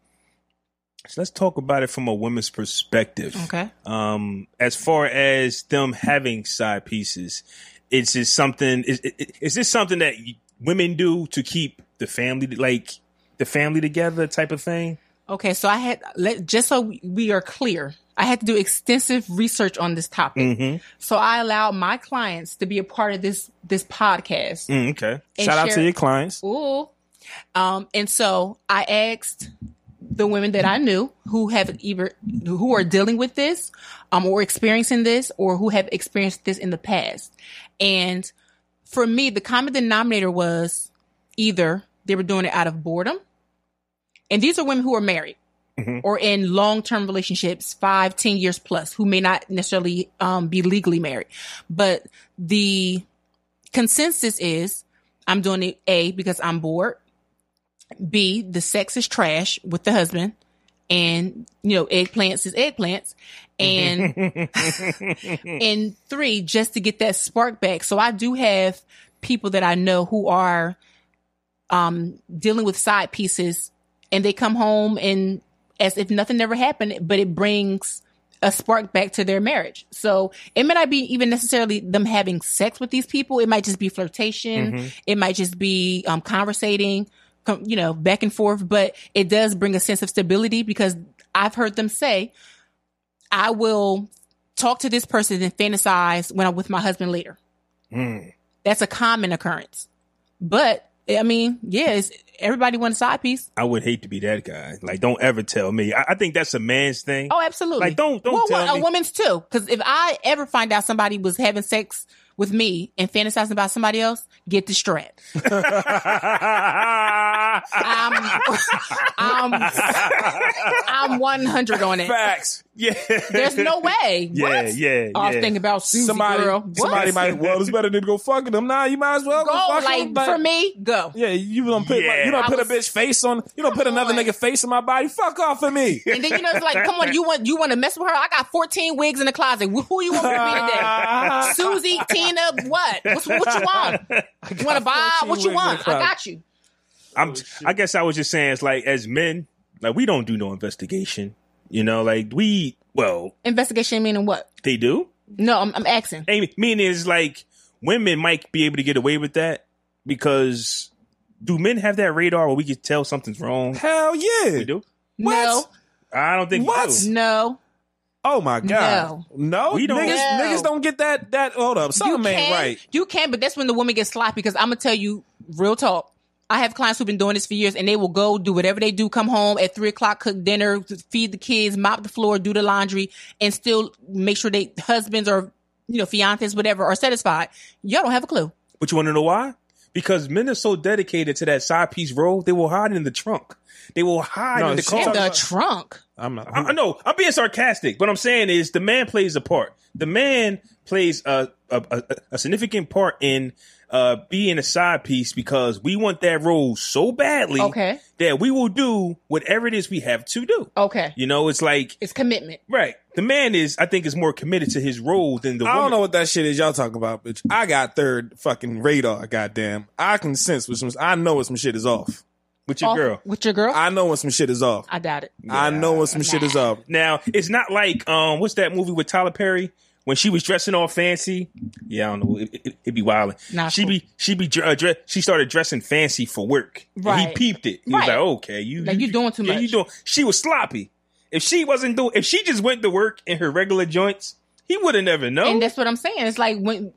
S1: So let's talk about it from a woman's perspective.
S4: Okay.
S1: Um, as far as them having side pieces, it's just something. Is, is, is this something that y- women do to keep the family like the family together, type of thing?
S4: Okay, so I had let just so we- we are clear, I had to do extensive research on this topic.
S1: Mm-hmm.
S4: So I allowed my clients to be a part of this this podcast.
S1: Mm, okay.
S4: and
S2: Shout out
S4: share-
S2: to your clients.
S4: Ooh. Um, and so I asked the women that I knew who have either who are dealing with this, um, or experiencing this, or who have experienced this in the past. And for me, the common denominator was either they were doing it out of boredom, and these are women who are married
S1: Mhm.
S4: or in long-term relationships, five, ten years plus, who may not necessarily um, be legally married, but the consensus is I'm doing it A because I'm bored. B, the sex is trash with the husband. And you know, eggplants is eggplants. And and three, just to get that spark back. So I do have people that I know who are um dealing with side pieces and they come home and as if nothing ever happened, but it brings a spark back to their marriage. So it may not be even necessarily them having sex with these people. It might just be flirtation. It might just be um, conversating, com- you know, back and forth. But it does bring a sense of stability because I've heard them say, I will talk to this person and fantasize when I'm with my husband later.
S1: Mm.
S4: That's a common occurrence. But I mean, yeah, it's, everybody wants a side piece.
S1: I would hate to be that guy. Like, don't ever tell me. I, I think that's a man's thing.
S4: Oh, absolutely.
S1: Like, don't- don't
S4: Well,
S1: tell
S4: well,
S1: me-
S4: a woman's too. Because if I ever find out somebody was having sex with me and fantasizing about somebody else, get the strap. I'm I'm, I'm 100 on it.
S2: Facts.
S1: Yeah.
S4: There's no way.
S1: Yeah,
S4: what? Oh,
S1: yeah,
S4: I was
S1: yeah.
S4: thinking about Susie
S2: somebody,
S4: girl. What?
S2: somebody might. Well, it's better than go fucking them. Nah, you might as well go,
S4: go
S2: fuck
S4: like
S2: them, but-
S4: for me. Go.
S2: Yeah, you don't put like, you don't
S4: I
S2: put a
S4: was-
S2: bitch face on. You don't put another
S4: on.
S2: nigga face on my body. Fuck off of me.
S4: And then you know it's like, come on, you want you want to mess with her? I got 14 wigs in the closet. Who you want me to be today? Susie, Tina, what? What's, what you want? You want to buy?
S2: 14
S4: What you
S2: wigs in the
S4: want? I
S2: closet.
S4: got you.
S1: I'm. I guess I was just saying, it's like as men, like we don't do no investigation. You know, like we. Well,
S4: Investigation meaning what?
S1: they do.
S4: No, I'm, I'm asking.
S1: Amy, meaning is like women might be able to get away with that because do men have that radar where we could tell something's wrong?
S2: Hell yeah.
S1: We do.
S4: No,
S2: What?
S1: I don't think we
S2: What?
S1: do.
S4: no.
S2: Oh my god. No,
S1: We don't-
S2: niggas,
S4: No.
S2: niggas don't get that. That hold up,
S4: You
S2: something ain't
S4: can,
S2: right.
S4: you can, but that's when the woman gets sloppy. Because I'm gonna tell you, real talk. I have clients who've been doing this for years, and they will go do whatever they do, come home at three o'clock, cook dinner, feed the kids, mop the floor, do the laundry, and still make sure they husbands or you know fiances, whatever, are satisfied. Y'all don't have a clue.
S1: But you want to know why? Because men are so dedicated to that side piece role, they will hide in the trunk. They will hide
S2: No,
S1: in the
S2: she
S1: car.
S4: In
S2: talking
S4: the
S2: about-
S4: trunk.
S2: I'm not.
S1: I, I know I'm being sarcastic, but I'm saying is the man plays a part. The man plays a a, a, a significant part in uh, being a side piece because we want that role so badly
S4: Okay.
S1: that we will do whatever it is we have to do.
S4: Okay,
S1: You know, it's like
S4: it's commitment.
S1: right. The man is, I think, is more committed to his role than the
S2: I don't
S1: woman.
S2: know what that shit is y'all talking about, bitch. I got third fucking radar, goddamn. I can sense when some I know when some shit is off.
S1: with your
S4: Off
S1: girl.
S4: with your girl. I,
S2: I know when some shit is off.
S4: doubt it.
S2: I know when some shit is off.
S1: Now it's not like um, what's that movie with Tyler Perry when she was dressing all fancy? Yeah, I don't know. It, it, it'd be wildin'.
S4: Nah,
S1: she
S4: cool.
S1: be she be dre- uh, dre- she started dressing fancy for work. And
S4: Right.
S1: he peeped it. He was
S4: Right.
S1: like, okay, you
S4: Like, you doing too
S1: yeah,
S4: much.
S1: You doing? She was sloppy. If she wasn't doing, if she just went to work in her regular joints, he would have never known.
S4: And that's what I'm saying. It's like when.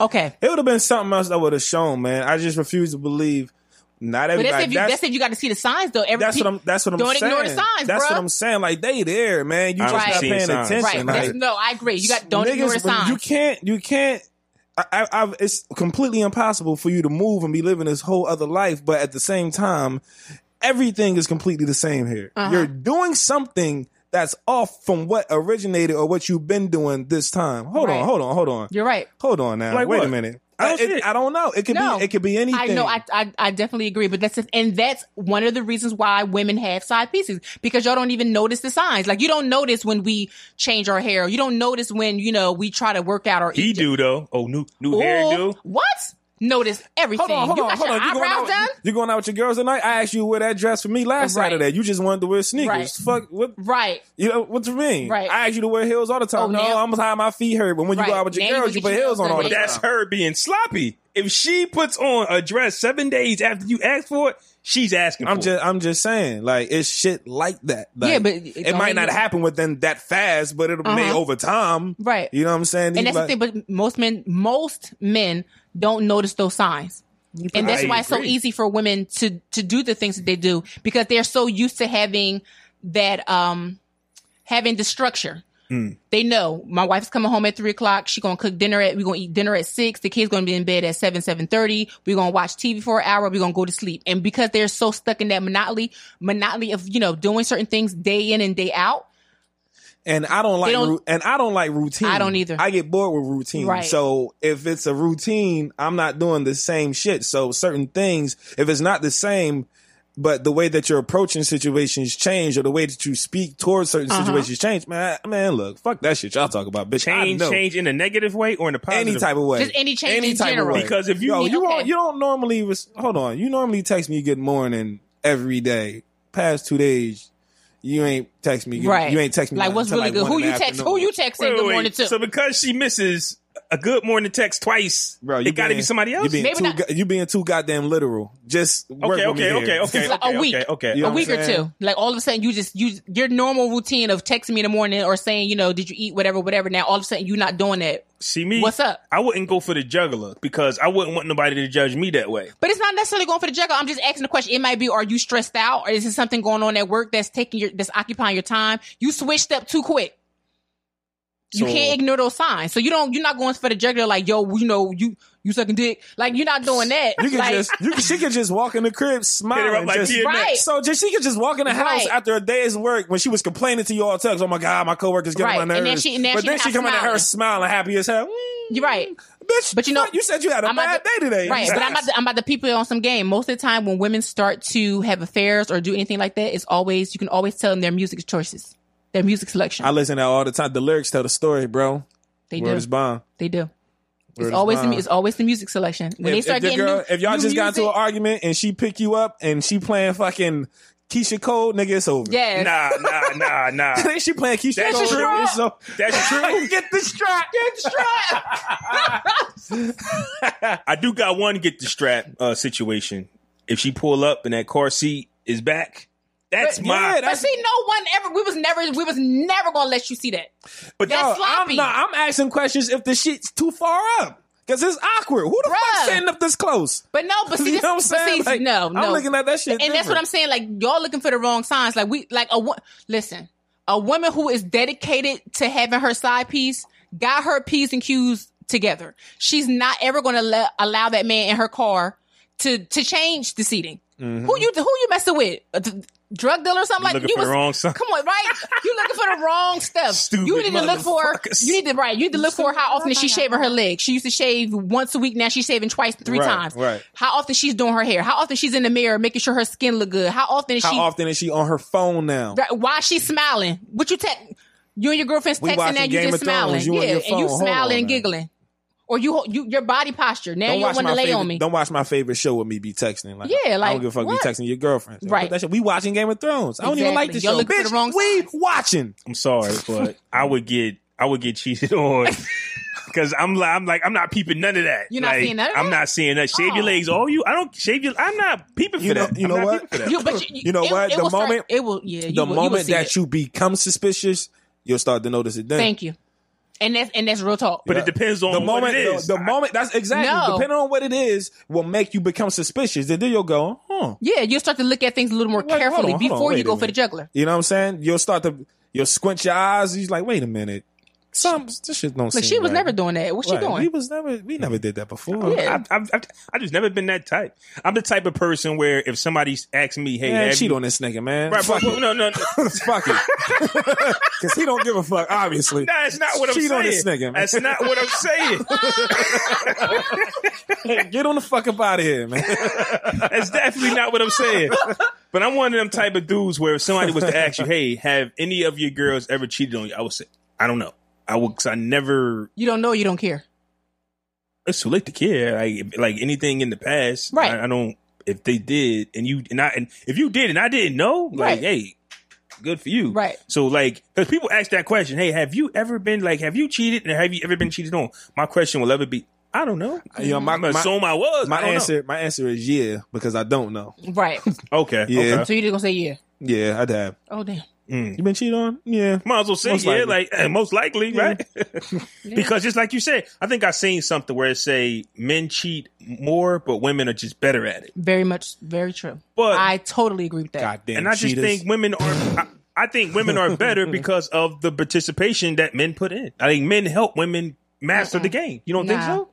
S4: Okay,
S2: It would have been something else that would have shown, man. I just refuse to believe. Not
S4: but
S2: everybody.
S4: that's if you that's,
S2: that's-
S4: if you got to see the signs though. Every
S2: That's
S4: pe-
S2: what I'm. That's what I'm
S4: Don't
S2: saying.
S4: ignore the signs,
S2: that's
S4: bruh.
S2: what I'm saying. Like they there, man. You
S1: I
S2: just
S4: don't
S2: not
S4: see
S2: paying
S1: signs.
S2: attention. Like,
S4: Right. That's- no, I agree. You got don't
S2: niggas,
S4: ignore the
S2: but
S4: signs.
S2: You can't. You can't. I, I, I've, it's completely impossible for you to move and be living this whole other life, but at the same time, everything is completely the same here.
S4: Uh-huh.
S2: You're doing something that's off from what originated or what you've been doing this time. Hold
S4: Right.
S2: on, hold on, hold on,
S4: You're right.
S2: hold on now.
S1: Like
S2: Wait
S1: what?
S2: a minute.
S1: Oh,
S2: I,
S1: shit.
S2: it, I don't know. It could
S4: No.
S2: be. It could be anything.
S4: I know. I, I I definitely agree. But that's and that's one of the reasons why women have side pieces because y'all don't even notice the signs. Like you don't notice when we change our hair. You don't notice when you know we try to work out or
S1: he
S4: eat.
S1: do though. Oh, new new
S4: Ooh,
S1: hairdo.
S4: What? Notice everything.
S2: Hold on, hold
S4: you
S2: on,
S4: got
S2: hold
S4: your
S2: on. You going, out,
S4: eyebrows done?
S2: you going out with your girls tonight? I asked you to wear that dress for me last
S4: Right.
S2: Saturday. You just wanted to wear sneakers.
S4: Right.
S2: Fuck, what?
S4: Right.
S2: You know what you mean?
S4: Right.
S2: I asked you to wear heels all the time.
S4: Oh,
S2: no,
S4: now-
S2: I'm high. My feet hurt. But when you
S4: Right.
S2: go out with your
S4: Now you
S2: girls, you
S4: get
S2: put
S4: your
S2: heels
S4: heels
S2: on all
S4: done
S2: the
S1: But
S4: later.
S2: time.
S1: that's her being sloppy. If she puts on a dress seven days after you asked for it, she's asking.
S2: I'm
S1: for
S2: just, I'm just saying, like it's shit like that. Like,
S4: Yeah, but it
S2: it,
S4: don't
S2: might
S4: mean
S2: not
S4: it-
S2: happen within that fast, but it'll may
S4: Uh-huh.
S2: over time.
S4: Right.
S2: You know what I'm saying?
S4: And
S2: These
S4: that's
S2: like-
S4: the thing. But most men, most men don't notice those signs. and that's
S1: I
S4: why it's so
S1: agree.
S4: easy for women to to do the things that they do because they're so used to having that um having the structure
S2: Hmm.
S4: they know my wife's coming home at three o'clock she gonna cook dinner at we gonna eat dinner at six the kids gonna be in bed at seven seven thirty we gonna watch tv for an hour we gonna go to sleep and because they're so stuck in that monotony monotony of you know doing certain things day in and day out
S2: and I don't like
S4: don't-
S2: ru- and I don't like routine.
S4: I don't either.
S2: I get bored with routine.
S4: Right.
S2: So if it's a routine, I'm not doing the same shit. So certain things, if it's not the same, but the way that you're approaching situations change, or the way that you speak towards certain
S4: Uh-huh.
S2: situations change, man, I- man, look, fuck that shit y'all talk about, bitch.
S1: change
S2: I know.
S1: change in a negative way or in a positive
S2: Any type of way,
S4: Just any change in general.
S1: Because if you
S2: Yo,
S1: need-
S2: you
S4: Okay.
S2: don't, you don't normally res- hold on, you normally text me good morning every day. Past two days, you ain't text me. Good,
S4: right
S2: you ain't text me
S4: like what's
S2: until
S4: really good
S2: one
S4: who
S2: in the
S4: you text who
S2: afternoon.
S4: you texting
S1: Wait,
S4: good
S1: wait,
S4: morning
S1: wait.
S4: to
S1: So because she misses a good morning text twice,
S2: Bro, you
S1: it got to
S2: being-
S1: be somebody else.
S2: You being,
S4: Maybe
S2: too,
S4: not-
S2: go- you being too goddamn literal. Just work
S1: okay,
S2: with me
S1: okay,
S2: here.
S1: okay, okay,
S4: It's like a
S1: okay,
S4: week.
S1: okay, okay.
S2: You know
S4: a
S2: what
S4: week
S2: I'm
S4: or
S2: saying?
S4: two. Like all of a sudden, you just you your normal routine of texting me in the morning or saying, you know, did you eat whatever, whatever. Now all of a sudden, you're not doing that.
S1: See me?
S4: What's up?
S1: I wouldn't go for the juggler because I wouldn't want nobody to judge me that way.
S4: But it's not necessarily going for the juggle. I'm just asking the question. It might be, are you stressed out, or is there something going on at work that's taking your that's occupying your time? You switched up too quick. you
S1: So-
S4: can't ignore those signs. So you don't. You're not going for the jugular like, yo, you know, you you sucking dick. Like you're not doing that.
S2: You can
S4: like,
S2: just, you can, she can just walk in the crib,
S1: Hit
S2: smile,
S1: her up
S2: and
S1: like
S2: just,
S1: TNA.
S4: Right.
S2: So just, she could just walk in the house
S4: Right.
S2: after a day's work when she was complaining to you all text. Oh my god, my coworkers getting
S4: Right.
S2: on my
S4: And
S2: nerves.
S4: then she- and then
S2: but
S4: she
S2: then
S4: not
S2: she coming at her
S4: smiling.
S2: smiling, happy as hell. Mm,
S4: you're right.
S2: bitch,
S4: But you know-
S2: what? you said you had a
S4: I'm
S2: bad
S4: about
S2: day
S4: to-
S2: today.
S4: Right, but I'm about, to, I'm about to people on some game. Most of the time, when women start to have affairs or do anything like that, it's always you can always tell them their music choices, their music selection.
S2: I listen to that all the time. The lyrics tell the story, bro.
S4: they
S2: Word
S4: do.
S2: is bond.
S4: They do.
S2: Word is
S4: It's always the,
S2: bond.
S4: mu- it's always the music selection. When they
S2: If,
S4: start
S2: if, the
S4: getting
S2: girl,
S4: new-
S2: if y'all
S4: new
S2: just got into an
S4: music-
S2: argument and she pick you up and she playing fucking Keisha Cole, nigga, it's over.
S4: yes,
S1: Nah, nah, nah, nah.
S2: Then she playing Keisha
S1: That's
S2: Cole.
S1: true.
S2: nigga, it's over.
S1: That's true.
S2: Get the strap. Get the strap.
S1: I do got one get the strap uh, situation. If she pull up and that car seat is back, that's
S2: But-
S1: my.
S2: yeah,
S4: but see, no one ever. We was never. We was never gonna let you see that.
S1: but
S4: that's
S1: y'all-
S4: like- sloppy.
S2: I'm, not, I'm asking questions if the shit's too far up. Because it's awkward. Who the
S4: Bruh.
S2: fuck's sitting up this close?
S4: But no, but see,
S2: You
S4: this,
S2: know what I'm
S4: but
S2: saying?
S4: see,
S2: Like,
S4: no,
S2: I'm
S4: no.
S2: looking at that shit
S4: and that's what
S2: different.
S4: I'm saying. Like y'all looking for the wrong signs. Like we, like a wo- listen, a woman who is dedicated to having her side piece got her p's and q's together. She's not ever going to let allow that man in her car to to change the seating. Who you who you messing with? A d- drug dealer or something like
S1: Mm-hmm. looking
S4: you
S1: for the wrong sign.
S4: Come on, right? You looking for the wrong stuff.
S1: Stupid
S4: you need to look for
S1: motherfuckers.
S4: you need to right. You need to look for how often is she shaving her legs. She used to shave once a week. Now she's shaving twice, three
S2: Right,
S4: times.
S2: right.
S4: How often she's doing her hair? How often she's in the mirror making sure her skin look good? How often is
S2: How
S4: she?
S2: often is she on her phone now?
S4: Right, Why she's smiling? What you text? You and your girlfriend's
S2: We
S4: texting
S2: watching
S4: now. You
S2: Game
S4: just
S2: of Thrones.
S4: smiling.
S2: You on
S4: yeah,
S2: your
S4: and you
S2: phone. Hold on
S4: smiling
S2: now.
S4: and giggling. Or you, you your body posture. Now
S2: Don't
S4: you don't
S2: watch
S4: want
S2: my
S4: to lay
S2: favorite.
S4: on me.
S2: Don't watch my favorite show with me be texting. Like,
S4: Yeah,
S2: I
S4: like,
S2: don't give a fuck.
S4: what?
S2: Be texting your girlfriend. Don't
S4: Right.
S2: put That shit. We watching Game of Thrones. I don't even like this
S4: Exactly. Y'all
S2: show.
S4: looking for
S2: Bitch,
S4: the wrong
S2: we
S4: signs.
S2: watching.
S1: I'm sorry, but I would get I would get cheated on because I'm li- I'm like I'm not peeping none of that.
S4: You're not
S1: Like,
S4: seeing none of
S1: I'm
S4: that?
S1: not seeing that. Shave your
S4: Oh.
S1: legs. Oh, you. I don't shave your. I'm not peeping for
S2: You know-
S1: that.
S2: you
S1: I'm
S2: know
S1: not
S2: what?
S1: peeping for that.
S4: You, but you,
S2: You know
S4: it-
S2: what?
S4: It
S2: The
S4: will start-
S2: moment-
S4: it will. Yeah. You
S2: the
S4: will, you will
S2: moment
S4: see
S2: that
S4: it.
S2: you become suspicious, you'll start to notice it. Then.
S4: Thank you. And that's and that's real talk.
S1: But it depends on
S2: the
S1: what
S2: moment,
S1: it is.
S2: The, the moment that's exactly
S4: No.
S2: depending on what it is will make you become suspicious. Then you'll go, huh?
S4: yeah, you will start to look at things a little more
S2: Like, hold
S4: carefully
S2: on, hold on,
S4: before
S2: wait
S4: you
S2: a
S4: go for the
S2: minute.
S4: juggler.
S2: You know what I'm saying? You'll start to you'll squint your eyes. He's like, wait a minute, some this shit don't.
S4: Like
S2: seem
S4: she was
S2: right.
S4: never doing that. What's
S2: Right.
S4: she doing?
S2: We was never we never did that before.
S4: Yeah.
S1: I've, I've, I've, I've just never been that type. I'm the type of person where if somebody asks me, "Hey,
S2: Man,
S1: have
S2: cheat
S1: you-
S2: on this nigga, man.
S1: right,
S2: fuck,
S1: but- no, no, no,
S2: it. fuck it, because he don't give a fuck. Obviously,
S1: No, that's not what I'm
S2: Cheat
S1: saying.
S2: on this nigga, man.
S1: That's not what I'm saying.
S2: get on the fuck up out of here, man.
S1: That's definitely not what I'm saying. But I'm one of them type of dudes where if somebody was to ask you, "Hey, have any of your girls ever cheated on you?" I would say, "I don't know." I would, cause I never.
S4: you don't know. You don't care.
S1: It's too late to care. Like, like anything in the past,
S4: Right.
S1: I, I don't. If they did, and you and I, and if you did, and I didn't know, like,
S4: Right.
S1: hey, good for you,
S4: Right.
S1: So, like, because people ask that question, hey, have you ever been like, have you cheated, and have you ever been cheated on? My question will ever be, I don't know.
S2: You know, my-
S1: I'm gonna
S2: my-
S1: assume I was. I
S2: My
S1: don't know.
S2: answer, my answer is yeah, because I don't know.
S4: Right.
S1: Okay.
S2: Yeah.
S1: Okay.
S4: so you just gonna say yeah.
S2: Yeah, I'd have.
S4: Oh damn.
S2: You been cheated on? Yeah.
S1: Might as well say
S2: Most
S1: yeah,
S2: likely.
S1: like eh, most likely, right? because just like you said, I think I seen something where it say men cheat more, but women are just better at it.
S4: Very much. Very true.
S1: But-
S4: I totally agree with that.
S2: Goddamn
S1: and I just
S2: cheaters.
S1: think women are. I, I think women are better because of the participation that men put in. I think men help women master
S2: Uh-uh.
S1: the game. You don't think
S4: Nah.
S1: so?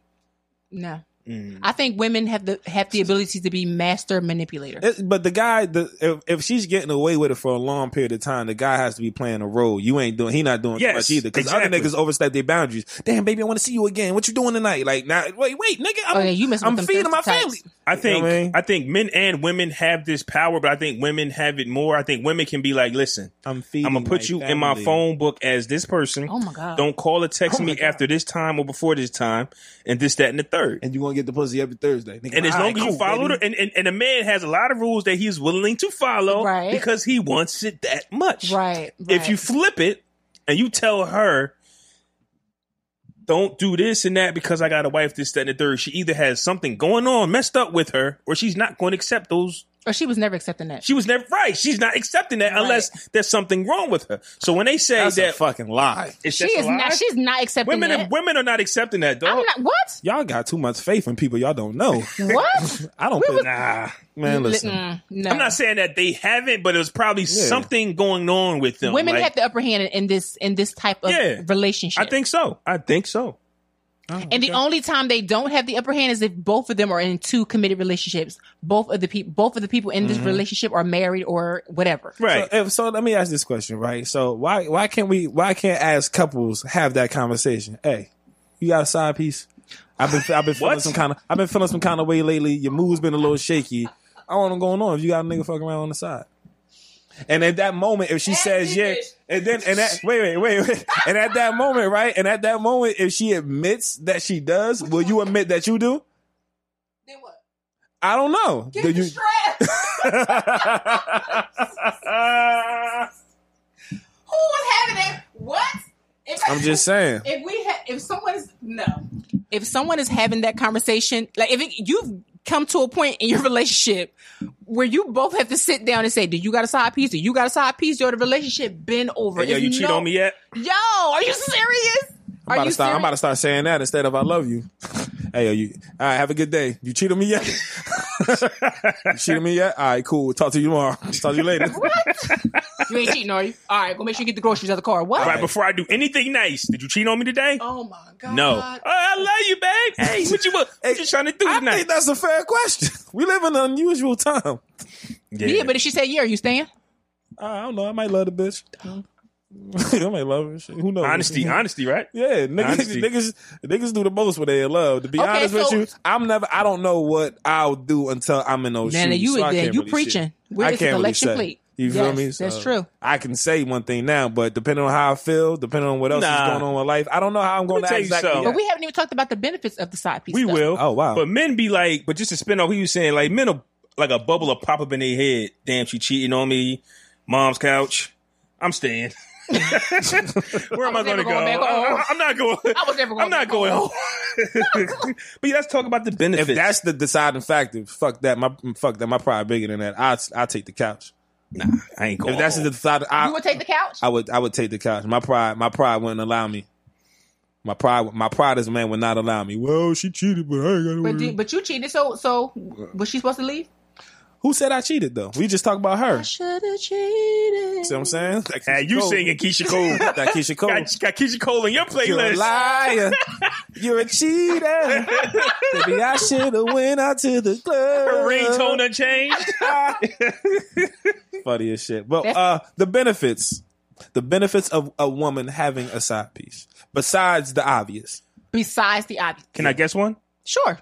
S4: No.
S1: Mm.
S4: I think women have the have the ability to be master manipulators.
S2: It- but the guy, the if, if she's getting away with it for a long period of time, the guy has to be playing a role. You ain't doing, he not doing
S1: Yes,
S2: too much either. Because
S1: exactly.
S2: other niggas overstep their boundaries. Damn, baby, I want to see you again. What you doing tonight? Like, now, wait, wait, nigga, I'm,
S4: Oh, yeah, you messing
S2: I'm
S4: with them
S2: feeding my
S4: thirsty
S2: family.
S4: types.
S1: I
S2: know
S1: think
S2: what I mean?
S1: I think men and women have this power, but I think women have it more. I think women can be like, listen,
S2: I'm feeding.
S1: I'm gonna put you in my phone book as this person.
S4: Oh my God.
S1: Don't call or text
S4: Oh
S1: me after this time or before this time, and this, that, and the third.
S2: and you gonna get the pussy every Thursday. Nigga,
S1: And as
S2: all
S1: long
S2: right,
S1: as you
S2: cool,
S1: follow
S2: baby.
S1: the and, and, and a man has a lot of rules that he's willing to follow
S4: Right.
S1: because he wants it that much.
S4: Right,
S1: If
S4: right.
S1: you flip it and you tell her, don't do this and that because I got a wife, this, that, and the third, she either has something going on messed up with her, or she's not going to accept those
S4: Oh,
S9: Or she was never accepting that.
S1: She was never right. She's not accepting that unless there's something wrong with her. So when they say
S2: That's
S1: that
S2: a fucking lie.
S1: it's
S4: She
S1: just a
S4: is
S1: lie,
S4: not. She's not accepting
S1: women
S4: that.
S1: women are not accepting that dog.
S4: I'm not. What?
S2: Y'all got too much faith in people y'all don't know.
S4: What?
S2: I don't.
S4: We
S2: put,
S4: was-
S2: nah, man. Listen,
S4: Mm, no.
S1: I'm not saying that they haven't, but it was probably something going on with them.
S4: Women
S1: Like,
S4: have the upper hand in, in this in this type of
S1: Yeah.
S4: relationship.
S1: I think so. I think so.
S4: And the only time they don't have the upper hand is if both of them are in two committed relationships. Both of the people, both of the people in this relationship are married or whatever.
S1: Mm-hmm. Right.
S2: So, if, so let me ask this question, right? So why why can't we why can't as couples have that conversation? Hey, you got a side piece? I've been I've been feeling
S1: What?
S2: some kind of I've been feeling some kind of way lately. Your mood's been a little shaky. I want them going on. If you got a nigga fucking around on the side. And at that moment, if she says yeah, and then and that wait wait wait wait, and at that moment, right, and at that moment, if she admits that she does, will you admit that you do?
S4: Then what?
S2: I don't know. Do you-
S4: Who was having that? What? If
S2: I'm just saying.
S4: If we ha- if someone is no, if someone is having that conversation, like if it, you've come to a point in your relationship where you both have to sit down and say, "Do you got a side piece? Do you got a side piece? Yo, the relationship been over.
S1: Hey, yo,
S4: It's
S1: you cheat
S4: no-
S1: on me yet?
S4: Yo, are you serious?
S2: I'm
S4: are
S2: about,
S4: you
S2: to start, I'm about to
S4: serious?
S2: start saying that instead of I love you. hey, are you all right, have a good day. You cheated on me yet? you cheated on me yet? All right, cool. Talk to you tomorrow. Talk to you later.
S4: You ain't cheating, are you? All right, go make sure you get the groceries out of the car. What?
S1: Right before I do anything nice, did you cheat on me today?
S4: Oh my god.
S1: no. Oh, I love you, babe. Hey, what you what, what you trying to do
S2: I
S1: tonight?
S2: think that's a fair question. We live in an unusual time.
S4: Yeah, but if she said, "Yeah, are you staying?"
S2: I don't know. I might love the bitch. I might love her. Shit, Who knows?
S1: honesty, honesty, right?
S2: Yeah, niggas,
S1: Honesty.
S2: niggas, niggas do the most when they in love. To be
S4: Okay,
S2: honest with
S4: so-
S2: you, I'm never. I don't know what I'll do until I'm in those
S4: Man,
S2: shoes.
S4: you-
S2: Oh, so I
S4: yeah,
S2: can't
S4: you
S2: really
S4: preaching.
S2: shit.
S4: Where
S2: I
S4: is the
S2: can't really
S4: election
S2: say.
S4: plate?
S2: You feel
S4: Yes,
S2: me?
S4: that's true.
S2: I can say one thing now, but depending on how I feel, depending on what else
S1: Nah.
S2: is going on in life, I don't know how I'm going
S1: me
S2: to
S1: tell you
S2: exactly.
S1: something.
S4: But we haven't even talked about the benefits of the side piece.
S1: We
S4: stuff.
S1: will.
S2: Oh, wow.
S1: But men be like, but just to spin off what you was saying, like men will like a bubble will pop up in their head. Damn, she cheating on me. Mom's couch. I'm staying. Where am I,
S4: was
S1: going
S4: never
S1: to go?
S4: going back home.
S1: I, am not going.
S4: I was never going
S1: I'm not
S4: back
S1: going home. but yeah, let's talk about the
S2: if
S1: benefits.
S2: that's the deciding factor, fuck that. My fuck that. My pride bigger than that. I I take the couch.
S1: nah, I ain't going.
S2: If that's
S1: home.
S2: the deciding, I,
S4: You would take the couch.
S2: I would I would take the couch. My pride my pride wouldn't allow me. My pride my pride as a man would not allow me. Well, she cheated, but I ain't got no.
S4: But
S2: reason.
S4: do, but you cheated, so so was she supposed to leave?
S2: Who said I cheated though? We just talked about her. See
S4: Should have cheated.
S2: what I'm saying? That
S1: Hey,
S2: Keisha
S1: Ah, you
S2: Cole.
S1: singing Keisha Cole.
S2: that Keisha Cole.
S1: got, got Keisha Cole in your
S2: You're a
S1: playlist.
S2: liar. You're a cheater. Baby, I should have went out to the club.
S1: Her ringtone done changed.
S2: Funny as shit. But uh, the benefits, the benefits of a woman having a side piece, besides the obvious.
S4: Besides the obvious,
S1: Can I guess one?
S4: sure.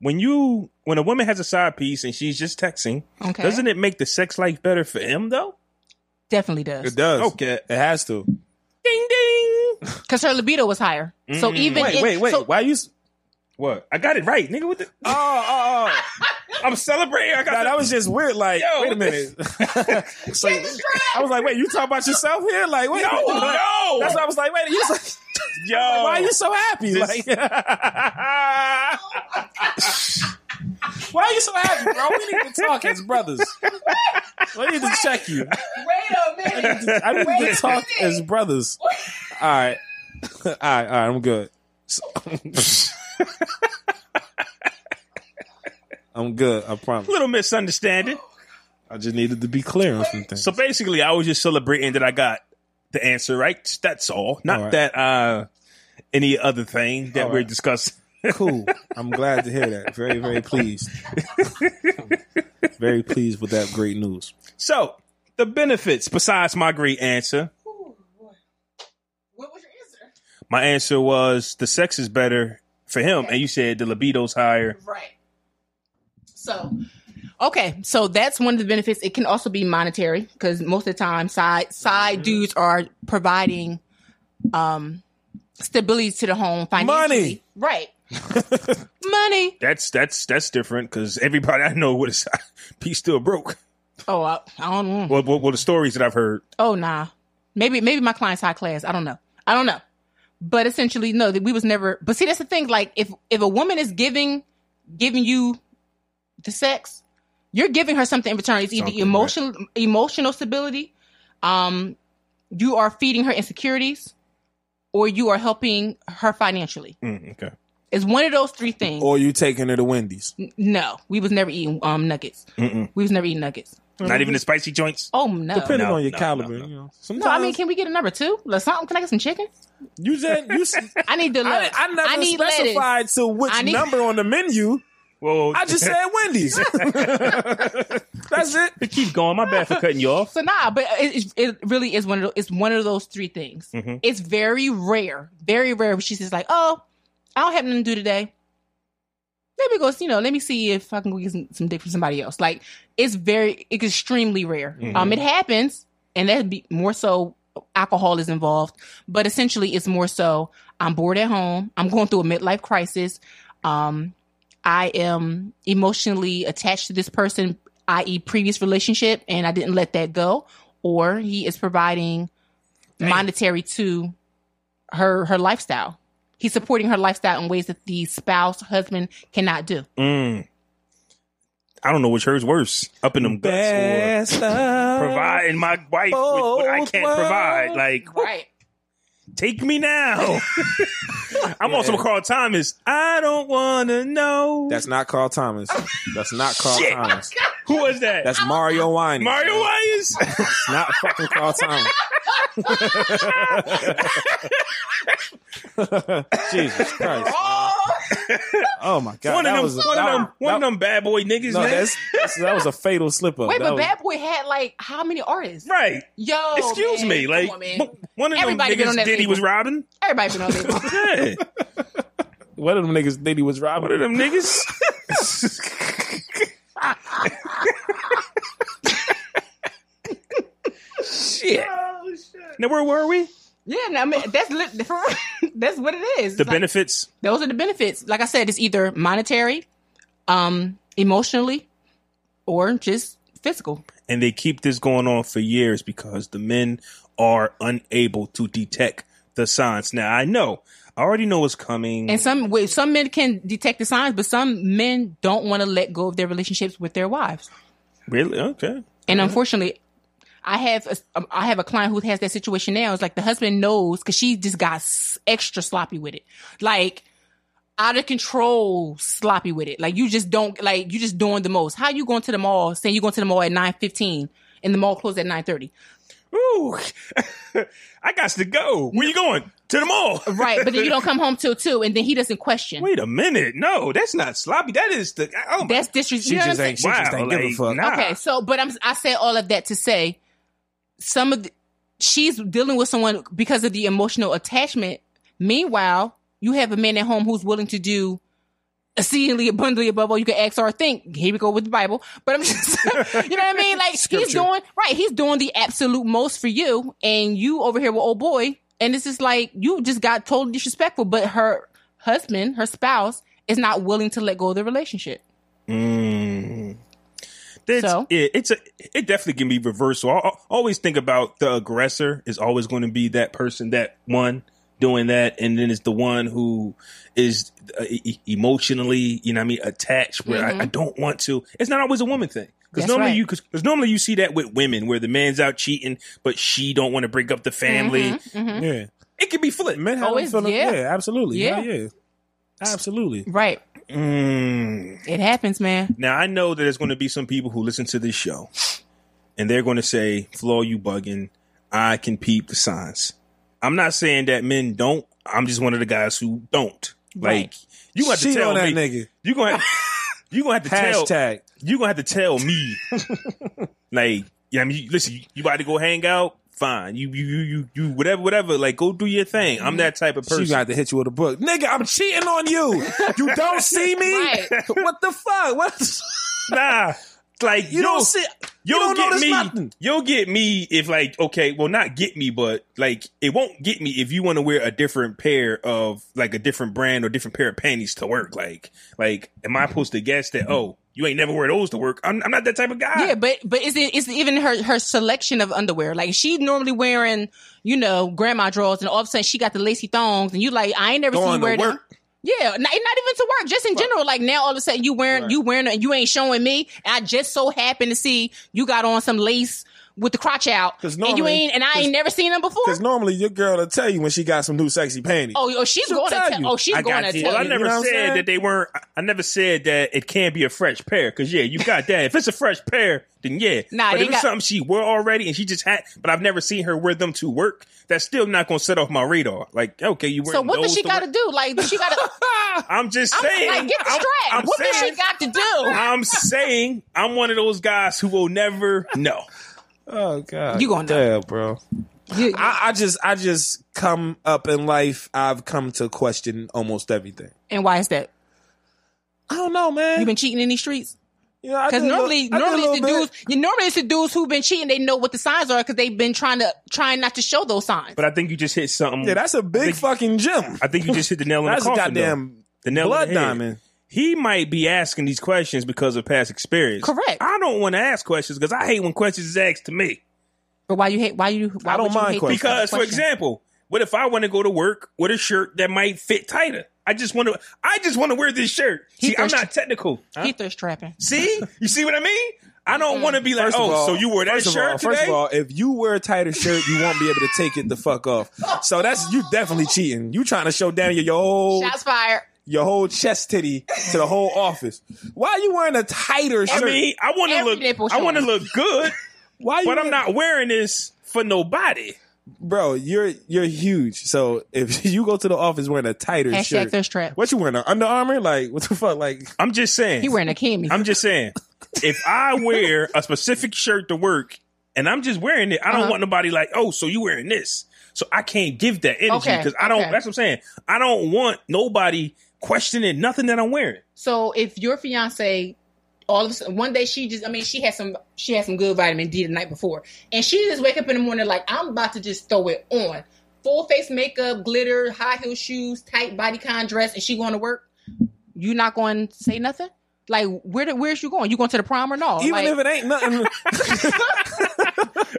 S1: When you when a woman has a side piece and she's just texting,
S4: Okay.
S1: doesn't it make the sex life better for him though?
S4: Definitely does.
S2: It does.
S1: Okay.
S2: It has to.
S1: Ding ding.
S4: Because her libido was higher. So even
S2: Wait,
S4: in-
S2: wait, wait.
S4: so-
S2: Why you? s-
S1: What? I got it right, nigga. What the?
S2: Oh, oh, oh.
S1: I'm celebrating. I got
S2: Nah,
S1: the-
S2: that was just weird. Like,
S1: Yo,
S2: wait a
S1: what
S2: minute. So, I was like, wait, you talk about yourself here? Like, wait,
S1: No,
S2: what the-
S1: no.
S2: That's why I was like, wait, you was like,
S1: yo.
S2: why are you so happy?
S1: This-
S2: like,
S1: Ah,
S2: why are you so happy, bro? We need to talk as brothers. I need to check you.
S4: wait a minute.
S2: I need
S4: Wait
S2: to
S4: a
S2: talk
S4: minute.
S2: as brothers. All right, all right, all right. I'm good. So- I'm good. I promise.
S1: Little misunderstanding.
S2: I just needed to be clear on some things.
S1: So basically, I was just celebrating that I got the answer right. That's all. Not
S2: All right.
S1: that uh any other thing that
S2: All
S1: we're
S2: right.
S1: discussing.
S2: cool. I'm glad to hear that. Very, very pleased. very pleased with that great news.
S1: So the benefits besides my great answer.
S4: What was your answer?
S1: My answer was the sex is better for him, and you said the libido's higher.
S4: Right. So, okay, so that's one of the benefits. It can also be monetary because most of the time, side side dudes are providing um stability to the home financially.
S2: Money.
S4: right? Money.
S1: That's that's that's different because everybody I know with a piece still broke.
S4: Oh, I, I don't know.
S1: Well, well, well, the stories that I've heard.
S4: Oh nah. Maybe maybe my client's high class. I don't know. I don't know. But essentially, no, that we was never but see that's the thing, like if if a woman is giving giving you the sex, You're giving her something in return. It's either
S1: Something, right.
S4: emotional emotional stability, um, you are feeding her insecurities, or you are helping her financially.
S1: Mm, okay.
S4: It's one of those three things.
S2: Or you taking her to Wendy's?
S4: N- no, we was never eating um nuggets. We was never eating nuggets.
S1: Not even the spicy joints.
S4: Oh no.
S2: Depending
S1: No,
S2: on your
S1: no,
S2: caliber,
S1: no, no.
S2: you know.
S4: no, I mean,
S2: Sometimes
S4: can we get a number two? Like something? Can I get some chicken?
S2: you said you. s-
S4: I need the
S2: I,
S4: lettuce.
S2: I never
S4: need lettuce.
S2: specified to which
S4: I need-
S2: number on the menu.
S1: Whoa,
S2: I just said Wendy's. That's it.
S1: But keep going. My bad for cutting you off.
S4: So nah, but it, it, it really is one of those, it's one of those three things. It's very rare, very rare. when She's just like, oh, I don't have nothing to do today. Let me go. You know, let me see if I can go get some, some dick from somebody else. Like it's very, it's extremely rare. Um, it happens, and that'd be more so alcohol is involved, but essentially it's more so I'm bored at home. I'm going through a midlife crisis. Um, I am emotionally attached to this person, i.e., previous relationship, and I didn't let that go. Or he is providing monetary to her her lifestyle. He's supporting her lifestyle in ways that the spouse husband cannot do.
S1: Mm. I don't know which hurts worse. Up in them guts
S2: Best of
S1: or providing my wife with what I
S2: both
S1: can't provide.
S2: worlds.
S1: Like,
S4: Right.
S1: take me now. I'm on some Carl Thomas. I don't wanna know.
S2: That's not Carl Thomas. That's not Carl
S1: Shit.
S2: Thomas.
S1: Who was that?
S2: That's Mario Wine.
S1: Mario Wires?
S2: It's not fucking Carl Thomas. Jesus Christ. Oh my God.
S1: one of
S2: that
S1: them,
S2: was a-
S1: one of
S2: that-
S1: them, one of
S2: that-
S1: them bad boy niggas,
S2: No,
S1: man.
S2: that's, that's- that was a fatal slip up.
S1: Oh,
S4: Wait,
S2: That
S4: but
S2: was-
S4: Bad Boy had like how many artists?
S1: right.
S4: Yo,
S1: Excuse
S4: Oh, man.
S1: me, like
S4: Come on, man.
S1: w- one of them
S4: Everybody been on
S1: niggas
S4: that
S1: Diddy
S4: label.
S1: was robbing.
S4: everybody been on this.
S1: Yeah,
S2: One of them niggas did he was robbing.
S1: one of them niggas. shit. Now where were we?
S4: yeah, no, I mean that's li- for real. that's what it is.
S1: The
S4: It's like-
S1: benefits.
S4: those are the benefits. Like I said, it's either monetary, um, emotionally, or just physical.
S1: and they keep this going on for years because the men are unable to detect the signs. Now I know, I already know what's coming.
S4: And some wait, some men can detect the signs, but some men don't want to let go of their relationships with their wives.
S1: really? Okay.
S4: And unfortunately, I have a, um, I have a client who has that situation now. It's like the husband knows because she just got s- extra sloppy with it, like out of control, sloppy with it. Like you just don't like you just doing the most. How you going to the mall? Saying you going to the mall at nine fifteen, and the mall closed at nine thirty.
S1: Ooh, I got to go. Where you going? To the mall.
S4: Right, but then you don't come home till two, and then he doesn't question.
S1: Wait a minute. No, that's not sloppy. That is the. Oh my
S4: That's disrespect.
S2: She just ain't, she
S1: Wow,
S2: just ain't give a
S1: like,
S2: fuck.
S1: nah.
S4: Okay, so but I'm I said all of that to say some of the, she's dealing with someone because of the emotional attachment. Meanwhile, you have a man at home who's willing to do exceedingly abundantly above all you can ask or think. Here we go with the Bible, but I'm just you know what I mean. Like he's
S2: Scripture.
S4: doing right. He's doing the absolute most for you, and you over here with old boy, and it's just like you just got totally disrespectful. But her husband, her spouse, is not willing to let go of the relationship.
S1: Mm. That's
S4: So?
S1: it. It's a. It definitely can be reversal. I, I always think about the aggressor is always going to be that person, that one doing that, and then it's the one who is uh, e- emotionally, you know, what I mean, attached. Where I, I don't want to. It's not always a woman thing. Because
S4: Mm-hmm. That's
S1: normally
S4: right.
S1: you, because normally you see that with women, where the man's out cheating, but she don't want to break up the family.
S4: Mm-hmm.
S2: Yeah.
S1: It can be flipped.
S2: Men have
S4: Always,
S2: feeling,
S4: yeah.
S2: Oh, yeah. absolutely.
S4: Yeah.
S2: Yeah. yeah. Absolutely.
S4: Right.
S1: Mm.
S4: It happens, man.
S1: Now I know that there's going to be some people who listen to this show, and they're going to say, "Flaw, you bugging." I can peep the signs. I'm not saying that men don't. I'm just one of the guys who don't. Like
S4: Right.
S1: you got to
S2: She
S1: tell
S2: on
S1: me.
S2: that nigga.
S1: You gonna have, you gonna have to tell.
S2: Hashtag.
S1: You gonna have to tell me. like yeah, I mean, you- listen. You, you about to go hang out? Fine. You you you you you whatever whatever. Like go do your thing. I'm that type of person.
S2: Mm-hmm. She got to hit you with a book. Nigga, I'm cheating on you. You don't see me?
S4: Right.
S2: What the fuck? What?
S1: nah. Like
S2: You
S1: yo,
S2: don't see.
S1: You'll
S2: don't
S1: get
S2: notice
S1: me.
S2: nothing.
S1: You'll get me if like okay, well not get me, but like it won't get me if you want to wear a different pair of like a different brand or different pair of panties to work. Like like, am I supposed to guess that? Oh, you ain't never wear those to work. I'm, I'm not that type of guy.
S4: Yeah, but but is it is even her her selection of underwear? Like she's normally wearing, you know, grandma drawers, and all of a sudden she got the lacy thongs, and you like, I ain't never seen
S2: Going
S4: you wear
S2: to
S4: them.
S2: work.
S4: Yeah, not, not even to work, just in general. Like now, all of a sudden, you wearing you wearing and you ain't showing me. And I just so happen to see you got on some lace with the crotch out,
S2: 'Cause
S4: and you
S2: normally-
S4: ain't and I
S2: 'cause-
S4: ain't never seen them before.
S2: Because normally your girl will tell you when she got some new sexy panties.
S4: oh, oh, she's
S2: she'll
S4: going to
S2: tell
S4: tell.
S2: you.
S4: Oh, she's
S1: I
S4: going
S1: got
S4: to
S1: you.
S4: tell.
S1: Well, I
S4: you.
S1: never
S2: know what I'm saying?
S1: said that they weren't. I- I never said that it can't be a fresh pair. Because yeah, you got that. if it's a fresh pair, then yeah.
S4: Nah,
S1: but
S4: they
S1: if it's
S4: got-
S1: something she wore already and she just had, but I've never seen her wear them to work. That's still not going to set off my radar. Like, okay, you wearing
S4: So what does
S1: those
S4: she
S1: to
S4: got to
S1: work?
S4: do? Like she got to.
S1: I'm just
S4: I'm
S1: saying.
S4: like get the
S1: I'm-
S4: strap.
S1: I'm
S4: what does she
S1: saying-
S4: got to do?
S1: I'm saying I'm one of those guys who will never know.
S2: Oh god,
S4: You gonna
S2: Damn,
S4: know.
S2: bro.
S4: You-
S2: I, I just, I just come up in life. I've come to question almost everything.
S4: and why is that?
S2: I don't know, man.
S4: You been cheating in these streets?
S2: You know, I
S4: Because
S2: did a little-
S4: normally,
S2: I did a
S4: normally it's the
S2: little bit.
S4: dudes. You normally it's the dudes who've been cheating. They know what the signs are because they've been trying to trying not to show those signs.
S1: But I think you just hit something.
S2: Yeah, that's a big
S1: think-
S2: fucking gem.
S1: I think you just hit the nail on
S2: That's
S1: the
S2: a
S1: coffin. though.
S2: goddamn
S1: the nail
S2: blood
S1: on the head.
S2: diamond.
S1: He might be asking these questions because of past experience.
S4: Correct.
S1: I don't want to ask questions because I hate when questions is asked to me.
S4: But why you hate? Why you? Why
S2: I don't
S4: would you
S2: mind
S4: hate
S2: questions.
S4: these kind
S1: Because,
S4: of
S1: for
S4: questions?
S1: example, what if I want to go to work with a shirt that might fit tighter? I just want to. I just want to wear this shirt.
S4: He
S1: See, I'm
S4: thirsty.
S1: not technical. Huh?
S4: he thirst trapping.
S1: See, you see what I mean? I don't want to be like,
S2: First of
S1: oh,
S2: all-
S1: so you wore that
S2: first of
S1: shirt
S2: all-
S1: today?
S2: First of all, if you wear a tighter shirt, you won't be able to take it the fuck off. So that's you definitely cheating. You trying to show down your, your whole
S4: Shots fired.
S2: your whole chest titty to the whole office. Why are you wearing a tighter
S1: I
S2: shirt?
S1: mean, I want to
S4: Every
S1: look.
S4: nipple
S1: I want to
S4: showing.
S1: look good,
S2: Why you
S1: but I'm
S2: wearing-
S1: not wearing this for nobody.
S2: bro. You're you're huge. So if you go to the office wearing a tighter
S4: Hashtag
S2: shirt,
S4: thirst trap.
S2: what you wearing? An Under Armour? Like what the fuck? Like
S1: I'm just saying.
S4: He wearing a cami.
S1: I'm just saying. If I wear a specific shirt to work and I'm just wearing it, I don't
S4: Uh-huh.
S1: want nobody like, oh, so you wearing this. So I can't give that energy
S4: Okay,
S1: because I don't.
S4: okay.
S1: That's what I'm saying. I don't want nobody questioning nothing that I'm wearing.
S4: So if your fiance all of a sudden one day she just I mean she had some she had some good vitamin D the night before and she just wake up in the morning like I'm about to just throw it on. Full face makeup, glitter, high heel shoes, tight bodycon dress, and she going to work. You not going to say nothing? Like where the, where's you going? You going to the prom or no?
S2: even
S4: Like,
S2: if it ain't nothing,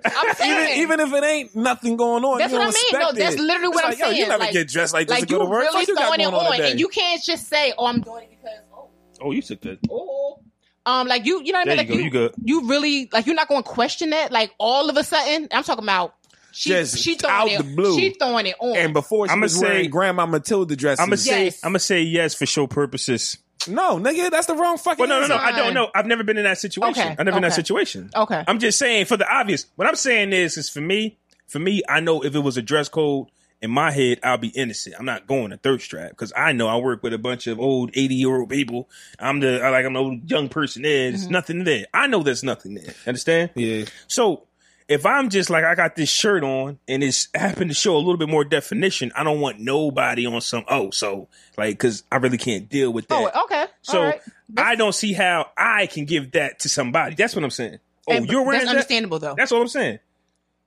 S4: I'm saying,
S2: even, even if it ain't nothing going on,
S4: That's
S2: you
S4: what I
S2: don't
S4: mean.
S2: expect
S4: No, that's
S2: it. It's
S4: literally what I'm
S2: like, yo, You
S4: saying.
S2: never
S4: Like-
S2: get dressed like this
S4: like
S2: to
S4: you
S2: go to work.
S4: really
S2: Fuck you got
S4: throwing it
S2: going on
S4: on,
S2: today?
S4: and you can't just say, "Oh, I'm doing it because oh,
S1: Oh, you took that.
S4: oh." Um, like you, you know what I mean?
S1: There you
S4: like
S1: go. You good.
S4: you really like you're not going to question that. Like all of a sudden, I'm talking about she
S2: Just
S4: she
S2: out
S4: throwing it,
S2: the blue.
S4: she throwing it on.
S2: and before she
S1: I'ma
S2: was wearing
S1: say-
S2: Grandma Matilda dresses.
S1: I'm gonna say.
S4: Yes.
S1: I'm gonna say yes for show purposes.
S2: no, nigga, that's the wrong
S1: Well,
S2: fucking.
S1: no, no, no.
S2: answer.
S1: I don't know. I've never been in that situation.
S4: Okay,
S1: I've never in that
S4: okay.
S1: situation.
S4: okay,
S1: I'm just saying for the obvious. What I'm saying is, is for me, for me, I know if it was a dress code in my head, I'll be innocent. I'm not going to thirst trap because I know I work with a bunch of old 80 year old people. I'm the I like I'm the old young person there. There's
S4: Mm-hmm.
S1: nothing there. I know there's nothing there. Understand?
S2: Yeah,
S1: So if I'm just like I got this shirt on and it's happened to show a little bit more definition, I don't want nobody on some oh so like because I really can't deal with that.
S4: oh, okay,
S1: So
S4: all right.
S1: I don't see how I can give that to somebody. That's what I'm saying. Oh,
S4: And-
S1: you're wearing
S4: that's
S1: that?
S4: understandable though.
S1: That's all I'm saying.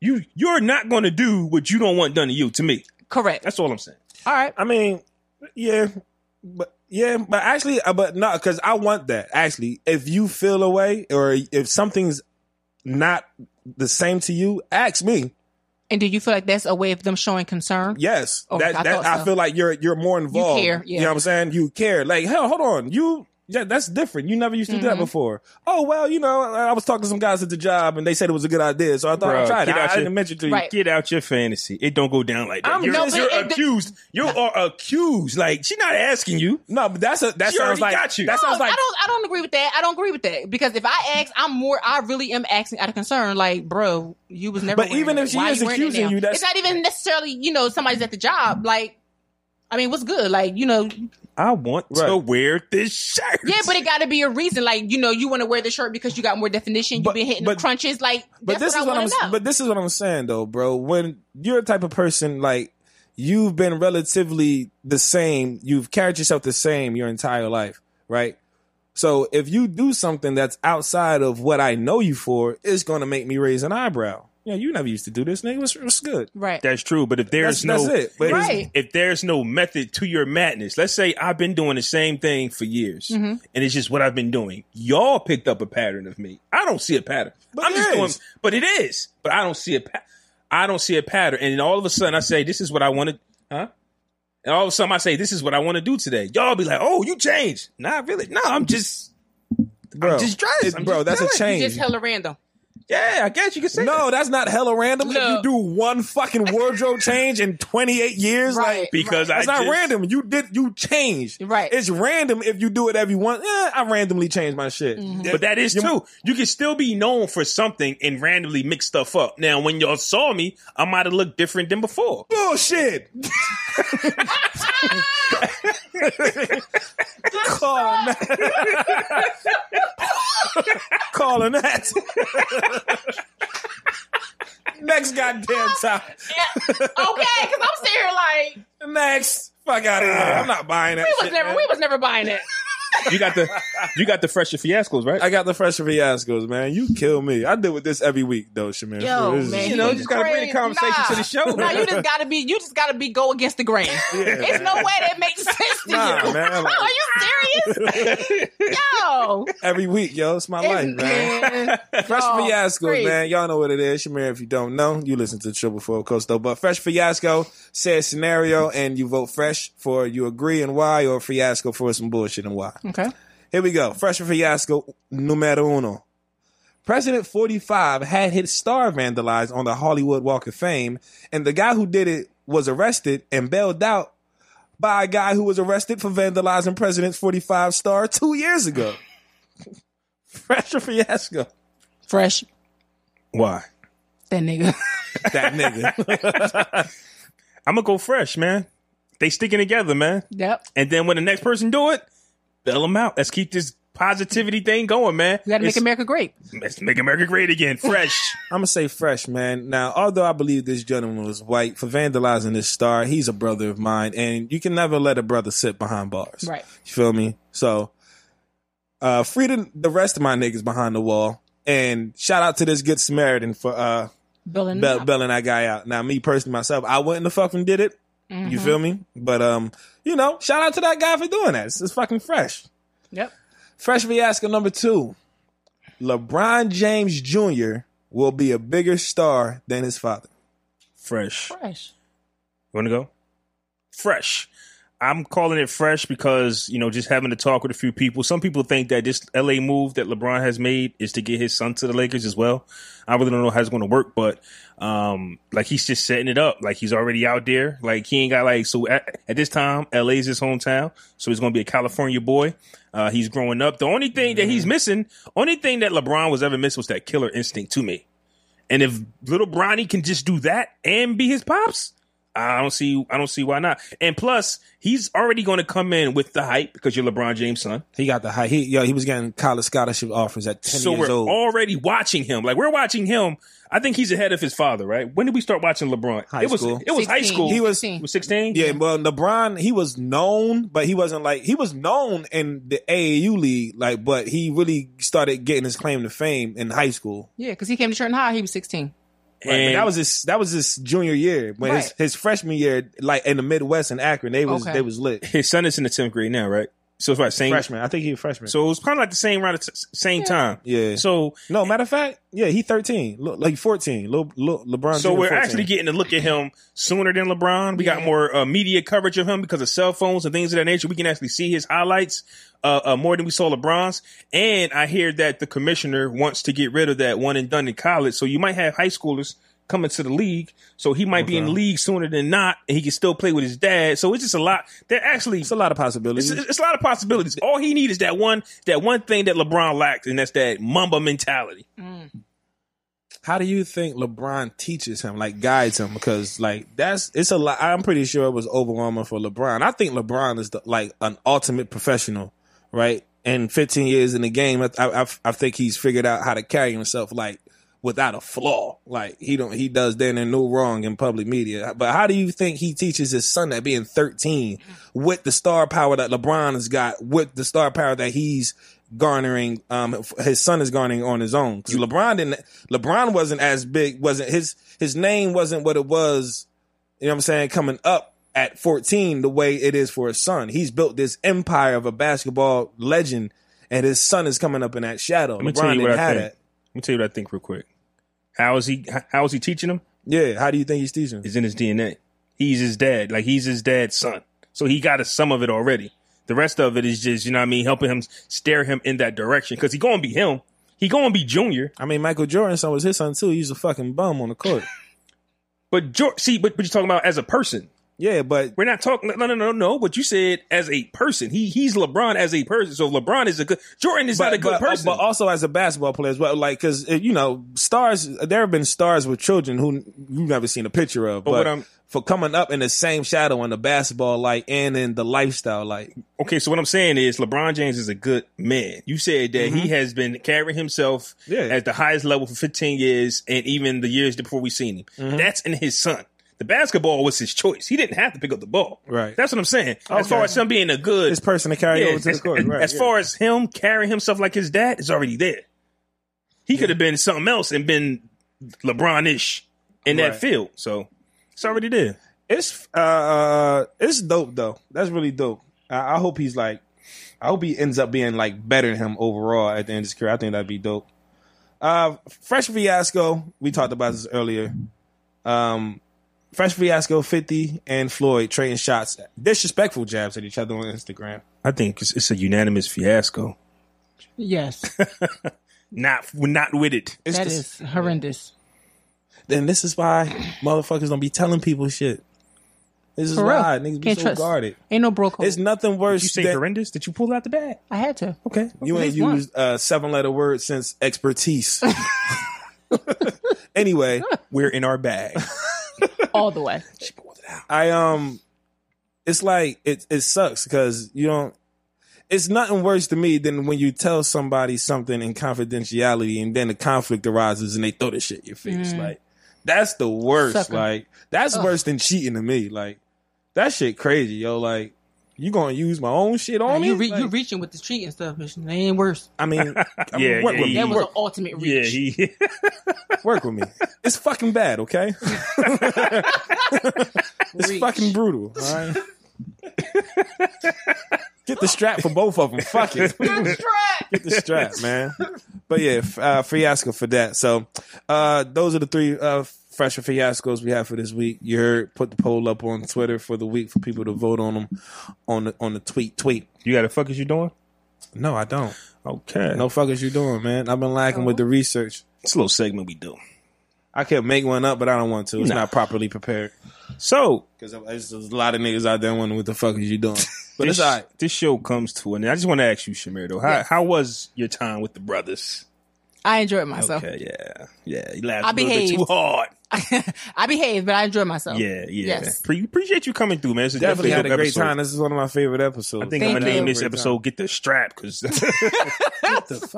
S1: You you're not going to do what you don't want done to you. To me,
S4: Correct.
S1: that's all I'm saying.
S4: All right.
S2: I mean, yeah, but yeah, but actually, uh, but no, because I want that. Actually, if you feel away or if something's not the same to you, ask me.
S4: And do you feel like that's a way of them showing concern?
S2: Yes,
S4: Oh,
S2: that,
S4: I
S2: that-
S4: thought
S2: I
S4: so.
S2: feel like you're you're more involved.
S4: care, yeah.
S2: You know what I'm saying? You care. Like hell, hold on, you. Yeah, that's different. You never used to do
S4: Mm-hmm.
S2: that before. Oh well, you know, I I was talking to some guys at the job, and they said it was a good idea, so I thought
S1: Bruh,
S2: I'd try it.
S1: get
S2: I,
S1: out
S2: I
S1: your-
S2: didn't mention to you.
S4: Right.
S1: Get out your fantasy. It don't go down like that.
S2: I'm
S1: you're
S2: no, but
S1: you're
S4: it- it-
S1: accused. you are accused. Like she's not asking you.
S2: No, but that's a that
S1: She
S2: sounds
S1: already
S2: like
S1: got you.
S2: that sounds
S4: No,
S2: like
S4: I don't. I don't agree with that. I don't agree with that because if I ask, I'm more. I really am asking out of concern. Like, bro, you was never.
S2: But
S4: wearing
S2: even
S4: it.
S2: if she
S4: Why
S2: is
S4: you wearing it
S2: accusing
S4: now?
S2: you, that's-
S4: it's not even necessarily. You know, somebody's at the job. Like, I mean, what's good? Like, you know,
S1: I want
S2: Right.
S1: to wear this shirt.
S4: yeah, but it got to be a reason. Like, you know, you want to wear the shirt because you got more definition. You've
S2: But-
S4: been hitting
S2: but-
S4: the crunches. Like,
S2: But
S4: that's
S2: this is
S4: what
S2: I'm
S4: I want to know.
S2: but this is what I'm saying though, bro. When you're a type of person like you've been relatively the same, you've carried yourself the same your entire life, right? So if you do something that's outside of what I know you for, it's gonna make me raise an eyebrow. Yeah, you never used to do this, nigga. What's, what's good?
S4: right.
S1: That's true, but if there's
S2: That's-
S1: no
S2: that's it. But-
S1: if-
S4: Right.
S1: if there's no method to your madness, let's say I've been doing the same thing for years, and it's just what I've been doing. Y'all picked up a pattern of me. I don't see a pattern.
S2: But
S1: I'm
S2: it
S1: just doing,
S2: is.
S1: but it is. But I don't see a. Pa- I don't see a pattern, and then all of a sudden I say, "This is what I wanted." Huh? And all of a sudden I say, this is what I want to do today. Y'all be like, oh, you changed. Nah, really. No, I'm just,
S2: bro.
S1: just dressed. I'm
S2: bro,
S1: just
S2: that's a
S8: You
S2: change.
S8: just hella random.
S1: yeah, I guess you could say
S2: no,
S1: that.
S2: that's not hella random.
S8: No.
S2: If you do one fucking wardrobe change in 28 years,
S8: Right.
S2: like
S1: Because
S2: that's
S1: I
S2: not
S1: just-
S2: random. You did you changed.
S8: Right.
S2: It's random if you do it every one. Eh, I randomly changed my shit.
S8: Mm-hmm.
S1: But that is true. You can still be known for something and randomly mix stuff up. Now, when y'all saw me, I might have looked different than before.
S2: Bullshit. Calling that. Calling that. Next goddamn time.
S8: okay, because I'm sitting here like we
S2: Next. Fuck out of here. I'm not buying that.
S8: was
S2: shit,
S8: never
S2: man.
S8: we was never buying it.
S1: You got the, you got the fresher fiascos, right?
S2: I got the fresh fiascos, man. You kill me. I deal with this every week, though, Shamir.
S8: Yo,
S2: This is-
S8: man,
S1: you know,
S8: was
S1: just gotta bring the
S8: crazy.
S1: conversation
S8: nah.
S1: to the show,
S8: Nah,
S1: man.
S8: you just gotta be, you just gotta be go against the grain. It's no way that makes sense to
S2: Nah,
S8: you.
S2: man. like,
S8: Are you serious? Yo,
S2: every week, yo. It's my life, man. Fresh Fiasco,
S8: crazy.
S2: man. Y'all know what it is. Shamir, if you don't know, you listen to Triple Four Coast, though. But Fresh Fiasco says scenario, and you vote fresh for you agree and why, or fiasco for some bullshit and why.
S8: Okay.
S2: Here we go. Fresh Fiasco numero uno. President 45 had his star vandalized on the Hollywood Walk of Fame, and the guy who did it was arrested and bailed out by a guy who was arrested for vandalizing President 45 star two years ago. Fresh Fiasco.
S8: Fresh,
S1: Why?
S8: that nigga.
S2: That nigga.
S1: I'm gonna go fresh, man. They sticking together, man.
S8: Yep.
S1: And then when the next person do it, bail them out. Let's keep this positivity thing going, man.
S8: You gotta make
S1: It's-
S8: America great.
S1: Let's make America great again, fresh.
S2: I'm gonna say fresh, man. Now, although I believe this gentleman was white for vandalizing this star, he's a brother of mine, and you can never let a brother sit behind bars.
S8: Right.
S2: You feel me? So, uh, free the, the rest of my niggas behind the wall, and shout out to this good Samaritan for uh
S8: Building.
S2: bell- belling that guy out. Now, me personally myself, I wouldn't have fucking did it. You feel me? But um, you know, shout out to that guy for doing that. It's, it's fucking fresh.
S8: Yep.
S2: Fresh fiasco number two. LeBron James Jr. will be a bigger star than his father.
S1: fresh. You
S8: Fresh.
S1: wanna go? Fresh. I'm calling it fresh because, you know, just having to talk with a few people. Some people think that this LA move that LeBron has made is to get his son to the Lakers as well. I really don't know how it's going to work, but um, like he's just setting it up. Like he's already out there. Like he ain't got like so at, at this time, LA's his hometown, so he's going to be a California boy. Uh, he's growing up. The only thing that he's missing, only thing that LeBron was ever missing was that killer instinct to me. And if little Bronny can just do that and be his pops, I don't see I don't see why not. And plus, he's already going to come in with the hype because you're LeBron James' son.
S2: He got the high. He yo, he was getting college scholarship offers at ten
S1: So
S2: years
S1: we're
S2: old.
S1: already watching him. Like we're watching him. I think he's ahead of his father, right? When did we start watching LeBron?
S2: High
S1: it was
S2: school.
S1: it was high
S8: 16.
S1: school.
S2: He was-
S8: 16.
S1: was 16.
S2: yeah, well, LeBron, he was known, but he wasn't like he was known in the AAU league, like, but he really started getting his claim to fame in high school.
S8: Yeah, because he came to Trenton High. He was 16.
S2: Right, but
S1: And-
S2: that was his that was his junior year, but his,
S8: Right.
S2: his freshman year, like in the Midwest in Akron, they was
S8: Okay.
S2: they was lit.
S1: His son is in the 10th grade now, right? So it's right same
S2: Freshman, I think he was freshman.
S1: So it was kind of like the same round, at s- same time.
S2: Yeah.
S1: So
S2: No, matter of fact, yeah, he thirteen, Look, like fourteen. Le, Le, LeBron.
S1: So
S2: Jr.
S1: we're
S2: 14.
S1: actually getting to look at him sooner than LeBron. We got more uh, media coverage of him because of cell phones and things of that nature. We can actually see his highlights uh, uh, more than we saw LeBron's. And I hear that the commissioner wants to get rid of that one and done in college. So you might have high schoolers coming to the league. So he might be in the league sooner than not, and he can still play with his dad. So it's just a lot. They're actually.
S2: It's a lot of possibilities.
S1: It's, it's a lot of possibilities. All he needs is that one, that one thing that LeBron lacks, and that's that Mamba mentality.
S2: How do you think LeBron teaches him, like guides him? Because like that's it's a lot. I'm pretty sure it was overwhelming for LeBron. I think LeBron is the, like an ultimate professional, right? And 15 years in the game, I, I, I- I think he's figured out how to carry himself like without a flaw. Like he don't he does then and no wrong in public media. But how do you think he teaches his son that being 13 with the star power that LeBron has got, with the star power that he's garnering, um, f- his son is garnering on his own? Because LeBron didn't, LeBron wasn't as big, wasn't his his name wasn't what it was. You know what I'm saying? Coming up. At 14, the way it is for his son, he's built this empire of a basketball legend, and his son is coming up in that shadow.
S1: Let me tell you what I think. Let me tell you what I think real quick. How is he? How is he teaching him?
S2: Yeah, how do you think he's teaching?
S1: It's in his DNA. He's his dad. Like he's his dad's son. So he got a, some of it already. The rest of it is just, you know what I mean, helping him steer him in that direction. Cause he gonna be him. He gonna be junior.
S2: I mean, Michael Jordan's son was his son too. He's a fucking bum on the court.
S1: But George, see, but, but you're talking about as a person.
S2: Yeah, but
S1: We're not talking. No, no, no, no. But you said as a person. He he's LeBron as a person. So LeBron is a good. Jordan is not a good
S2: but, uh,
S1: person.
S2: But also as a basketball player as well, like because you know stars. There have been stars with children who you've never seen a picture of, but,
S1: what I'm-
S2: for coming up in the same shadow in the basketball light and in the lifestyle light.
S1: okay, so what I'm saying is LeBron James is a good man. You said that he has been carrying himself
S2: Mm-hmm. Yeah.
S1: at the highest level for 15 years, and even the years before we seen him.
S2: Mm-hmm.
S1: That's in his son. The basketball was his choice. He didn't have to pick up the ball.
S2: Right.
S1: That's what I'm saying. As far as him being a good
S2: This person to carry
S1: Yeah,
S2: over to
S1: as,
S2: the court.
S1: as-
S2: right,
S1: as
S2: yeah.
S1: far as him carrying himself like his dad, it's already there. He could have been something else and been LeBron ish in that
S2: Right.
S1: field. So it's already there.
S2: it's uh it's dope though. That's really dope. I, I hope he's like I hope he ends up being like better than him overall at the end of his career. I think that'd be dope. Uh Fresh Fiasco, we talked about this earlier. Um Fresh Fiasco 50 and Floyd trading shots, disrespectful jabs at each other on Instagram.
S1: I think it's, it's a unanimous fiasco.
S4: Yes,
S1: Not we're not with it.
S2: It's
S4: that
S2: just-
S4: is horrendous.
S2: Then this is why motherfuckers don't be telling people shit. This is
S4: For real.
S2: why niggas be
S4: Can't
S2: so
S4: trust.
S2: guarded.
S4: Ain't no bro code.
S2: It's nothing worse.
S1: You say
S2: than-
S1: horrendous? Did you pull out the bag?
S4: I had to.
S2: Okay. You ain't
S4: least one.
S2: used a seven letter word since expertise. anyway,
S1: We're in our bag.
S4: all the way.
S2: I um it's like it it sucks because you don't it's nothing worse to me than when you tell somebody something in confidentiality and then the conflict arises and they throw the shit in your face. Like that's the worst.
S4: Mm. Sucker.
S2: Like that's worse than cheating to me. Like that shit crazy, yo. Like you gonna use my own shit on
S4: Now,
S2: me?
S4: you re-
S2: Like,
S4: you reaching with the treat and stuff, bitch. They ain't worse.
S2: I mean, I mean
S1: Yeah,
S2: work
S1: yeah,
S2: with
S1: yeah.
S2: me.
S8: That was
S2: Work,
S8: the ultimate
S1: yeah,
S8: reach.
S1: he
S2: work with me. It's fucking bad, okay? It's
S8: reach.
S2: fucking brutal. All right. Get the strap for both of them. Fuck it. Get the strap, man. But yeah, f- uh, fiasco for that. So uh, those are the three uh, fresher fiascos we have for this week. You heard. Put the poll up on Twitter for the week for people to vote on them on the on the tweet tweet.
S1: You got the fuck is you doing?
S2: No, I don't.
S1: Okay.
S2: No fuckers you doing, man. I've been lacking with the research.
S1: It's a little segment we do.
S2: I could make one up, but I don't want to. It's
S1: Nah.
S2: not properly prepared
S1: So
S2: because there's a lot of niggas out there wondering what the fuck is you doing. But
S1: this,
S2: it's all right.
S1: this show comes to an end. I just want to ask you, Shamir, though. How
S8: Yes.
S1: how was your time with the brothers?
S8: I enjoyed myself.
S1: Okay, yeah. Yeah. You laughed
S8: I
S1: a little bit
S8: behaved.
S1: too hard.
S8: I behaved, but I enjoyed myself.
S1: Yeah, yeah.
S8: Yes.
S1: Pre- appreciate you coming through, man. This is
S2: definitely had
S1: definitely
S2: a
S1: dope
S2: great
S1: episode.
S2: time. This is one of my favorite episodes.
S1: I think
S8: Thank
S1: I'm gonna
S8: you.
S1: name this
S2: Great time.
S1: episode "Get the Strap" because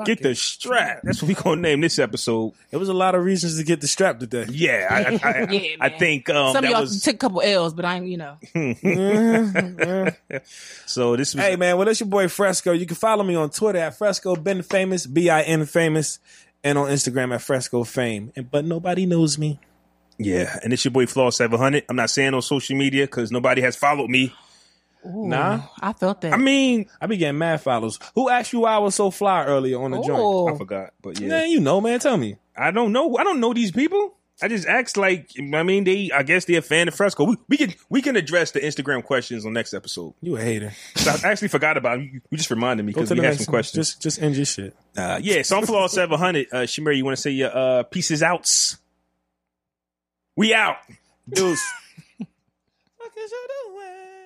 S1: get the strap. That's what we gonna name this episode.
S2: it was a lot of reasons to get the strap today.
S1: Yeah, I, I, I,
S8: Yeah,
S1: I
S8: man.
S1: think um,
S8: Some of
S1: that
S8: y'all
S1: was
S8: took a couple L's, but I ain't, you know.
S1: so. This was
S2: Hey man, well that's your boy Fresco. You can follow me on Twitter at Fresco Ben Famous B I N Famous, and on Instagram at Fresco Fame. And but nobody knows me.
S1: yeah, and it's your boy Flaw Seven Hundred. I'm not saying on social media because nobody has followed me.
S8: Ooh,
S2: Nah.
S8: I felt that.
S1: I mean,
S2: I be getting mad follows. Who asked you why I was so fly earlier on the joint?
S1: I
S8: oh,
S1: forgot, but
S2: Yeah,
S1: yeah,
S2: you know, man. Tell me.
S1: I don't know. I don't know these people. I just act like I mean they. I guess they're a fan of Fresco. We, we can we can address the Instagram questions on next episode.
S2: You a hater.
S1: So I actually forgot about it. You- You just reminded me
S2: Go
S1: because
S2: to
S1: we
S2: the
S1: had
S2: next
S1: some
S2: one.
S1: questions.
S2: Just just end your shit.
S1: Uh, yeah, so I'm Flaw 700. Uh, Shamir, you want to say your uh, pieces outs? We out.
S2: Deuce. Fuck is you doing?